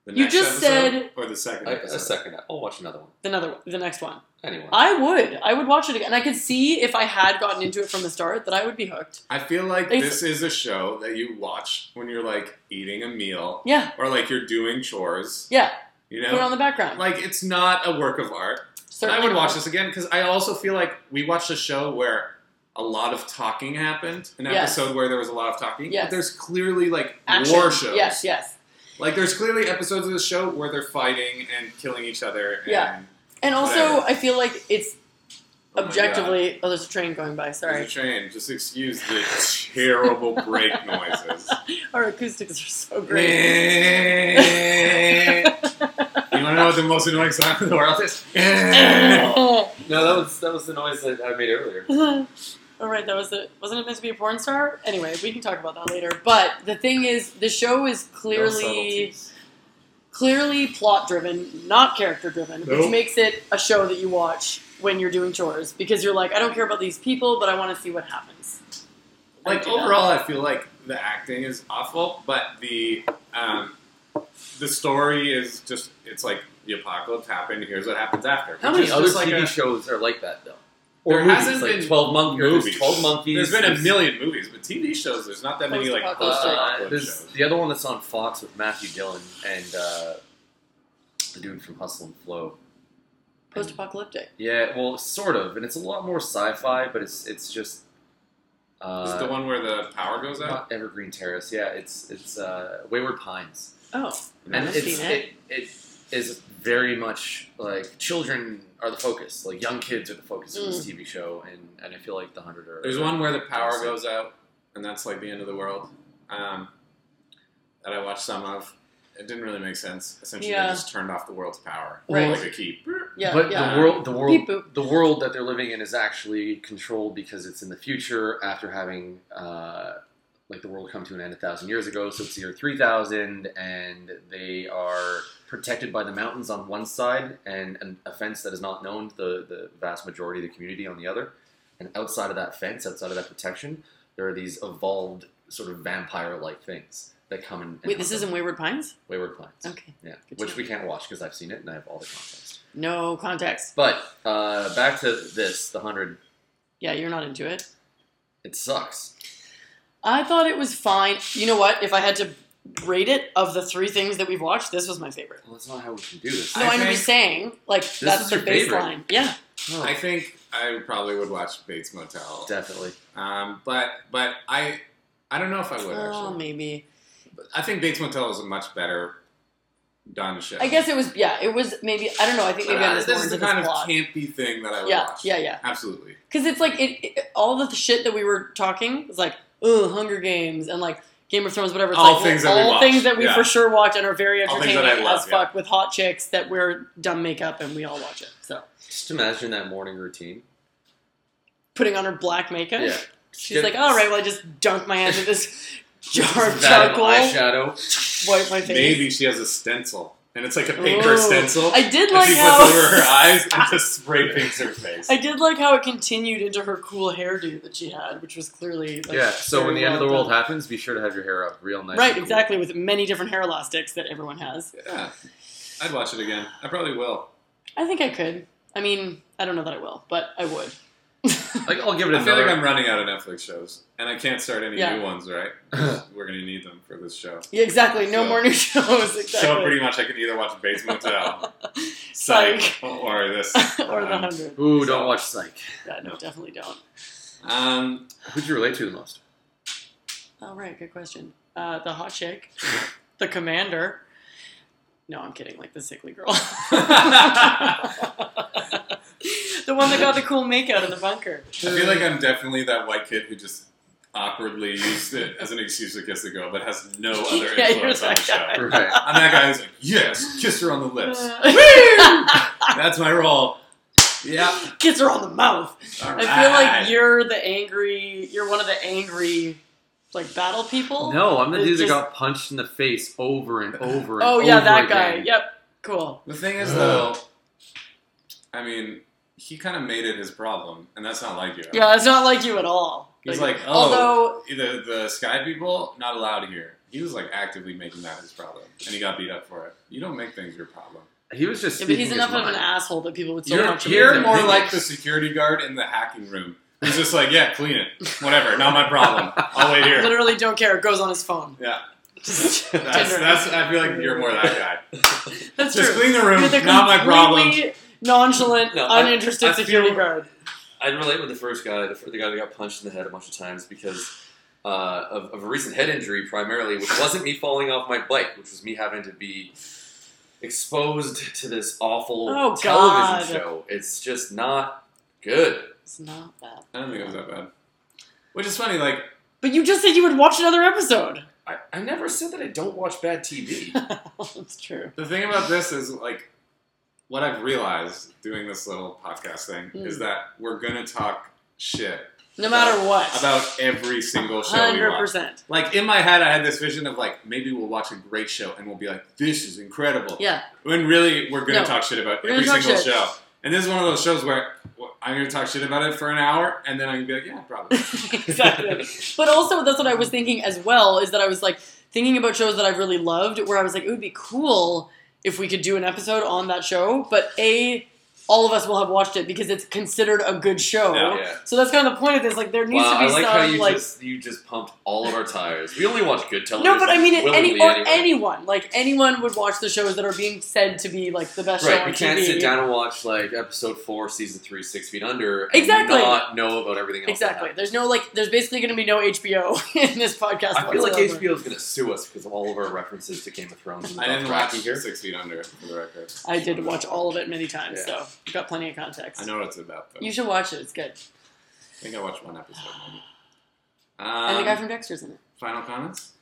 Speaker 4: The
Speaker 1: You
Speaker 4: next
Speaker 1: just
Speaker 4: episode
Speaker 1: said-
Speaker 4: or the second
Speaker 6: I,
Speaker 4: episode.
Speaker 6: a second. I'll watch another one.
Speaker 1: Another one, the next one.
Speaker 6: Anyway.
Speaker 1: I would. I would watch it again. And I could see if I had gotten into it from the start that I would be hooked.
Speaker 4: I feel like
Speaker 1: It's-
Speaker 4: this is a show that you watch when you're like eating a meal
Speaker 1: Yeah,
Speaker 4: or like you're doing chores.
Speaker 1: yeah.
Speaker 4: You
Speaker 1: Put it on
Speaker 4: know,
Speaker 1: the background.
Speaker 4: like it's not a work of art. And I
Speaker 1: Certainly
Speaker 4: would watch
Speaker 1: not.
Speaker 4: this again because I also feel like we watched a show where a lot of talking happened, an
Speaker 1: Yes.
Speaker 4: episode where there was a lot of talking.
Speaker 1: Yes.
Speaker 4: But there's clearly like
Speaker 1: Action.
Speaker 4: war shows.
Speaker 1: Yes, yes.
Speaker 4: Like there's clearly episodes of the show where they're fighting and killing each other. And
Speaker 1: Yeah. And also,
Speaker 4: Whatever.
Speaker 1: I feel like it's
Speaker 4: Oh my
Speaker 1: objectively. Oh, there's a train going by.
Speaker 4: God,
Speaker 1: Sorry.
Speaker 4: there's a train. Just excuse the [laughs] terrible brake noises.
Speaker 1: [laughs] Our acoustics are so great.
Speaker 4: [laughs] you want to know what the most annoying song in the world is? no,
Speaker 6: No, that was that was the noise that I made earlier.
Speaker 1: All right, that was it. Wasn't it meant to be a porn star? Anyway, we can talk about that later. But the thing is, the show is clearly clearly plot driven, not character driven, which
Speaker 4: Nope.
Speaker 1: makes it a show that you watch when you're doing chores because you're like, I don't care about these people, but I want to see what happens.
Speaker 4: Like overall, I feel like the acting is awful, but the um, the story is just it's like the apocalypse happened. Here's what happens after.
Speaker 2: How
Speaker 4: which
Speaker 2: many
Speaker 4: is
Speaker 2: other
Speaker 4: just like
Speaker 2: TV
Speaker 4: a-
Speaker 2: shows are like that though?
Speaker 4: There
Speaker 2: Or movies,
Speaker 4: hasn't
Speaker 2: like
Speaker 4: been
Speaker 2: Twelve Monkeys.
Speaker 4: movies.
Speaker 2: Twelve Monkeys.
Speaker 4: There's been a
Speaker 2: there's-
Speaker 4: million movies, but TV shows there's not that many like
Speaker 1: Post-apocalypse.
Speaker 2: Uh,
Speaker 4: post-apocalypse
Speaker 2: there's
Speaker 4: shows.
Speaker 2: the other one that's on Fox with Matthew Dillon and uh, the dude from Hustle and Flow.
Speaker 1: post-apocalyptic.
Speaker 2: Yeah, well, sort of, and it's a lot more sci-fi, but it's it's just. Uh,
Speaker 4: Is it the one where the power goes out?
Speaker 2: not Evergreen Terrace. Yeah, it's it's uh, Wayward Pines.
Speaker 1: Oh,
Speaker 2: and
Speaker 1: I've
Speaker 2: it's,
Speaker 1: seen
Speaker 2: it. It, it is very much like children are the focus, like young kids are the focus of this TV show, and, and I feel like the hundred are.
Speaker 4: There's one where the power goes out, and that's like the end of the world. Um, that I watched some of. It didn't really make sense. Essentially,
Speaker 1: Yeah.
Speaker 4: they just turned off the world's power,
Speaker 1: Right.
Speaker 4: like a key.
Speaker 1: yeah,
Speaker 2: but
Speaker 1: yeah.
Speaker 2: the world, the
Speaker 1: Beep
Speaker 2: world,
Speaker 1: boop.
Speaker 2: the world that they're living in is actually controlled because it's in the future after having uh, like the world come to an end a thousand years ago. So it's the year three thousand, and they are protected by the mountains on one side and an, a fence that is not known to the, the vast majority of the community on the other. And outside of that fence, outside of that protection, there are these evolved sort of vampire-like things that come in. and
Speaker 1: Wait, this
Speaker 2: hunt
Speaker 1: is in
Speaker 2: them.
Speaker 1: Wayward Pines.
Speaker 2: Wayward Plants.
Speaker 1: Okay,
Speaker 2: Yeah,
Speaker 1: Good
Speaker 2: which
Speaker 1: job.
Speaker 2: we can't watch because I've seen it and I have all the context.
Speaker 1: no context.
Speaker 2: But uh, back to this, the hundred.
Speaker 1: Yeah, you're not into it.
Speaker 2: It sucks.
Speaker 1: I thought it was fine. You know what? If I had to rate it of the three things that we've watched, this was my favorite.
Speaker 2: Well, that's not how we should do this.
Speaker 1: No,
Speaker 4: I
Speaker 1: I am
Speaker 4: think-
Speaker 1: just saying, like that's
Speaker 2: is
Speaker 1: the
Speaker 2: your favorite.
Speaker 1: baseline. Yeah,
Speaker 2: Oh.
Speaker 4: I think I probably would watch Bates Motel.
Speaker 2: Definitely.
Speaker 4: Um, but but I I don't know if I would
Speaker 1: oh,
Speaker 4: actually.
Speaker 1: maybe.
Speaker 4: I think Bates Motel is a much better done show.
Speaker 1: I guess it was. Yeah, it was maybe. I don't know. I think
Speaker 4: But
Speaker 1: maybe I
Speaker 4: I-
Speaker 1: was more
Speaker 4: Uh, this is
Speaker 1: into
Speaker 4: the
Speaker 1: this
Speaker 4: kind of
Speaker 1: plot.
Speaker 4: campy thing that I would
Speaker 1: Yeah,
Speaker 4: watch.
Speaker 1: yeah, yeah.
Speaker 4: Absolutely.
Speaker 1: Because it's like it, it- all the shit that we were talking is like, oh, Hunger Games and like Game of Thrones, whatever. It's
Speaker 4: All
Speaker 1: like,
Speaker 4: things
Speaker 1: all
Speaker 4: that we watch,
Speaker 1: things that we
Speaker 4: yeah.
Speaker 1: for sure watch and are very
Speaker 4: All things that
Speaker 1: entertaining
Speaker 4: I love,
Speaker 1: as fuck with hot chicks that wear dumb makeup and we all watch it. So
Speaker 2: Just imagine that
Speaker 1: [laughs]
Speaker 2: morning routine.
Speaker 1: putting on her black makeup,
Speaker 2: Yeah.
Speaker 1: she's like, all right, well, I just dunk my hands in
Speaker 2: [laughs]
Speaker 1: this jar of
Speaker 2: Vat of
Speaker 1: charcoal,
Speaker 2: eyeshadow.
Speaker 1: wipe my face.
Speaker 4: Maybe she has a stencil, and it's like a paper
Speaker 1: Ooh.
Speaker 4: stencil.
Speaker 1: I did
Speaker 4: and
Speaker 1: like
Speaker 4: she
Speaker 1: how
Speaker 4: puts
Speaker 1: [laughs]
Speaker 4: it over her eyes and just spray paints her face.
Speaker 1: I did like how it continued into her cool hairdo that she had, which was clearly like,
Speaker 2: Yeah. So when
Speaker 1: very
Speaker 2: the end of the
Speaker 1: well
Speaker 2: world
Speaker 1: done.
Speaker 2: happens, be sure to have your hair up real nice.
Speaker 1: right?
Speaker 2: and cool.
Speaker 1: Exactly, with many different hair elastics that everyone has.
Speaker 4: Yeah, I'd watch it again. I probably will.
Speaker 1: I think I could. I mean, I don't know that I will, but I would. [laughs]
Speaker 2: Like I'll give it
Speaker 4: I feel like
Speaker 2: another.
Speaker 4: I'm running out of Netflix shows, and I can't start any
Speaker 1: Yeah.
Speaker 4: new ones, right? 'Cause We're gonna need them for this show.
Speaker 1: yeah, exactly. No
Speaker 4: So-
Speaker 1: more new shows. Exactly.
Speaker 4: So pretty much, I can either watch Bates
Speaker 1: [laughs]
Speaker 4: Motel, Psych, or this,
Speaker 1: or the
Speaker 4: Um,
Speaker 1: hundred.
Speaker 2: Ooh, don't watch Psych.
Speaker 1: Yeah, no, definitely don't.
Speaker 4: Um,
Speaker 2: Who'd you relate to the
Speaker 1: [laughs]
Speaker 2: most?
Speaker 1: All Oh, right, good question. Uh, the hot chick, [laughs] the commander. No, I'm kidding. Like the sickly girl, [laughs] the one that got the cool makeout in the bunker.
Speaker 4: I feel like I'm definitely that white kid who just awkwardly used it as an excuse to kiss the girl, but
Speaker 1: [laughs]
Speaker 4: has no other
Speaker 1: Yeah, you're
Speaker 4: influence on the
Speaker 1: that
Speaker 4: show.
Speaker 1: guy.
Speaker 2: Right.
Speaker 4: I'm that guy who's like, yes, kiss her on
Speaker 1: [laughs]
Speaker 4: the lips.
Speaker 1: Uh,
Speaker 4: That's my role. Yeah.
Speaker 1: Kiss her on the mouth.
Speaker 4: All
Speaker 1: I feel
Speaker 4: right.
Speaker 1: like you're the angry. You're one of the angry, like battle people.
Speaker 2: No, I'm the
Speaker 1: It's
Speaker 2: dude that
Speaker 1: just-
Speaker 2: got punched in the face over and over and
Speaker 1: Oh yeah,
Speaker 2: over
Speaker 1: that guy.
Speaker 2: again.
Speaker 1: Yep. Cool.
Speaker 4: The thing is, though, I mean, he kind of made it his problem, and that's not like you.
Speaker 1: Yeah, it's not like you at all.
Speaker 4: He's like,
Speaker 1: although
Speaker 4: oh, the, the sky people, not allowed here. He was like actively making that his problem, and he got beat up for it. You don't make things your problem.
Speaker 2: He was just
Speaker 1: yeah,
Speaker 2: speaking
Speaker 1: but he's
Speaker 2: his
Speaker 1: enough of an
Speaker 2: mind.
Speaker 1: asshole that people would still
Speaker 2: You're-
Speaker 1: watch him.
Speaker 2: you're
Speaker 4: You're more
Speaker 2: Opinions.
Speaker 4: like the security guard in the hacking room. He's just like, yeah, clean it. Whatever, not my problem. I'll
Speaker 1: [laughs]
Speaker 4: wait here.
Speaker 1: Literally don't care. It goes on his phone.
Speaker 4: Yeah,
Speaker 1: [laughs] Just,
Speaker 4: that's,
Speaker 1: Tinder.
Speaker 4: that's. I feel like you're more that guy.
Speaker 1: That's
Speaker 4: Just
Speaker 1: true.
Speaker 4: clean the room.
Speaker 1: You're the
Speaker 4: Not my problem.
Speaker 1: completely Nonchalant,
Speaker 6: No, I-
Speaker 1: uninterested
Speaker 6: I feel-
Speaker 1: security guard.
Speaker 6: I'd relate with the first guy, the, the guy that got punched in the head a bunch of times because uh, of, of a recent head injury, primarily, which wasn't me falling off my bike, which was me having to be exposed to this awful
Speaker 1: Oh, God.
Speaker 6: television show. It's just not good.
Speaker 1: It's not bad.
Speaker 4: I don't think it was that bad. Which is funny, like
Speaker 1: But you just said you would watch another episode.
Speaker 6: I, I never said that I don't watch bad TV.
Speaker 1: [laughs] that's true.
Speaker 4: the thing about this is like what I've realized doing this little podcast thing
Speaker 1: Mm.
Speaker 4: is that we're gonna talk shit
Speaker 1: No matter what.
Speaker 4: Uh, about every single show we
Speaker 1: Hundred
Speaker 4: watch.
Speaker 1: percent.
Speaker 4: Like in my head, I had this vision of like maybe we'll watch a great show and we'll be like, "This is incredible."
Speaker 1: Yeah.
Speaker 4: When really, we're gonna
Speaker 1: No.
Speaker 4: talk shit about
Speaker 1: We're
Speaker 4: every
Speaker 1: gonna talk
Speaker 4: single
Speaker 1: shit.
Speaker 4: show. And this is one of those shows where well, I'm gonna talk shit about it for an hour, and then I'm gonna be like, "Yeah, probably."
Speaker 1: [laughs] exactly. But also, that's what I was thinking as well. Is that I was like thinking about shows that I've really loved, where I was like, it would be cool if we could do an episode on that show. But a, all of us will have watched it because it's considered a good show.
Speaker 4: Yeah.
Speaker 6: Yeah.
Speaker 1: So that's kind of the point of this. Like, there needs
Speaker 6: Wow,
Speaker 1: to be
Speaker 6: I like
Speaker 1: some
Speaker 6: how you
Speaker 1: like
Speaker 6: just you just pumped all of our tires. We only watch good television.
Speaker 1: no, but I mean, it, any
Speaker 6: willingly
Speaker 1: or
Speaker 6: anyway.
Speaker 1: anyone, like anyone would watch the shows that are being said to be like the best show
Speaker 6: Right,
Speaker 1: on
Speaker 6: we can't
Speaker 1: TV.
Speaker 6: sit down and watch like episode four, season three, Six Feet Under, and
Speaker 1: Exactly.
Speaker 6: not know about everything else. that
Speaker 1: Exactly. There's no like. There's basically going to be no HBO [laughs] in this podcast.
Speaker 6: happened. I feel like
Speaker 1: whatsoever.
Speaker 6: HBO is going to sue us because of all of our references to Game of Thrones. And
Speaker 4: I didn't
Speaker 6: Dothraki
Speaker 4: watch
Speaker 6: here.
Speaker 4: Six Feet Under for the record.
Speaker 1: I did watch all of it many times,
Speaker 6: Yeah.
Speaker 1: so you've got plenty of context.
Speaker 4: I know what it's about though.
Speaker 1: You should watch it. It's good.
Speaker 4: I think I watched one episode. Maybe.
Speaker 1: and the guy
Speaker 4: Um,
Speaker 1: from Dexter's in it.
Speaker 4: final comments?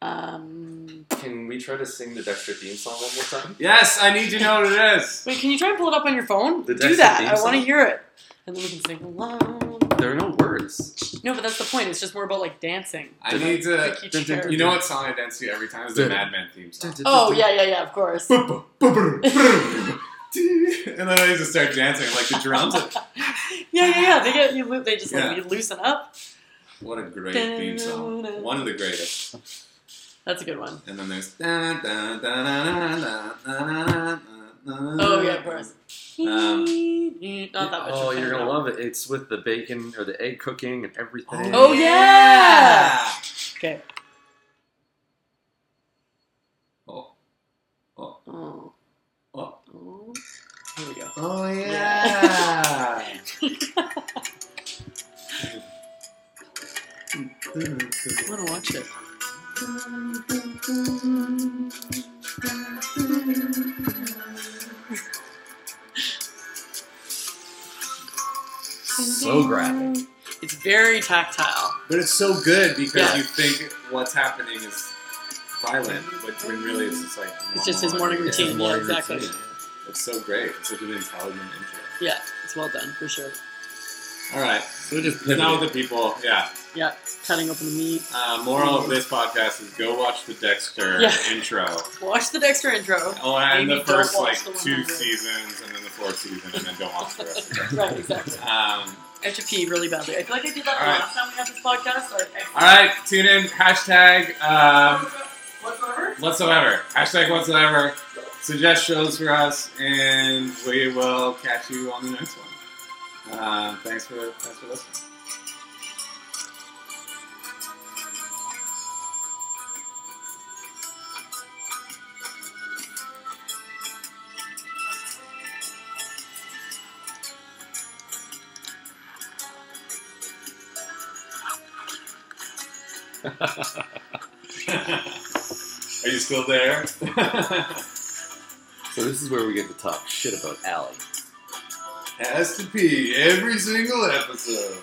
Speaker 1: Um,
Speaker 6: Can we try to sing the Dexter theme song one more time?
Speaker 4: Yes, I need to know what it is.
Speaker 1: wait, can you try and pull it up on your phone?
Speaker 6: The
Speaker 1: Do
Speaker 6: Dexter
Speaker 1: that.
Speaker 6: theme
Speaker 1: I want to
Speaker 6: song?
Speaker 1: hear it, and then we can sing along.
Speaker 6: There are no words.
Speaker 1: No, but that's the point. It's just more about like dancing.
Speaker 4: I need
Speaker 6: Uh,
Speaker 4: to.
Speaker 1: Like each
Speaker 2: dun, dun,
Speaker 1: character.
Speaker 4: You know what song I dance to every time is the Mad Men theme song.
Speaker 1: Oh yeah, yeah, yeah. Of course.
Speaker 4: [laughs] and then I used to start dancing like the drums.
Speaker 1: Yeah, yeah, yeah. They get you. loo- They just like
Speaker 4: Yeah.
Speaker 1: you loosen up.
Speaker 4: What a great theme song! One of the greatest.
Speaker 1: That's a good one.
Speaker 4: And then there's. Oh
Speaker 1: Oh yeah, of course.
Speaker 4: Mm-hmm. Um,
Speaker 1: Not that much.
Speaker 2: Oh,
Speaker 1: of
Speaker 2: you're
Speaker 1: fun,
Speaker 2: gonna
Speaker 1: no.
Speaker 2: love it. It's with the bacon or the egg cooking and everything.
Speaker 1: Oh, yeah! Okay.
Speaker 4: Oh,
Speaker 1: Oh.
Speaker 4: Oh.
Speaker 1: Oh. Here we go.
Speaker 4: oh
Speaker 1: Yeah.
Speaker 4: yeah. [laughs]
Speaker 1: [laughs] I want to watch it.
Speaker 4: so graphic,
Speaker 1: It's very tactile.
Speaker 4: but it's so good because
Speaker 1: Yeah.
Speaker 4: you think what's happening is violent, but when really it's just like
Speaker 1: It's just his morning
Speaker 4: normal.
Speaker 1: routine. Yeah, exactly.
Speaker 4: It's so great. It's such an intelligent intro.
Speaker 1: Yeah, it's well done for sure.
Speaker 4: All right.
Speaker 2: So just
Speaker 4: Now the people, yeah.
Speaker 1: Yeah, cutting open the meat.
Speaker 4: Uh, moral of this podcast is go watch the Dexter
Speaker 1: Yeah.
Speaker 4: intro.
Speaker 1: Watch the Dexter intro. [laughs]
Speaker 4: Oh, and
Speaker 1: Maybe
Speaker 4: the first
Speaker 1: don't
Speaker 4: like
Speaker 1: watch the
Speaker 4: two
Speaker 1: 100.
Speaker 4: seasons, and then the fourth season, and then don't watch the rest. Of
Speaker 1: Right, exactly. [laughs]
Speaker 4: it. Um,
Speaker 1: I have to pee really badly. I feel like I did that the
Speaker 4: All right.
Speaker 1: last time we had this podcast. Like,
Speaker 4: all right, tune in. Hashtag um,
Speaker 7: Whatsoever?
Speaker 4: whatsoever. Hashtag whatsoever. Suggest shows for us, and we will catch you on the next one. Um, thanks for thanks for listening. Are you still there?
Speaker 2: So this is where we get to talk shit about Allie.
Speaker 4: Has to pee every single episode.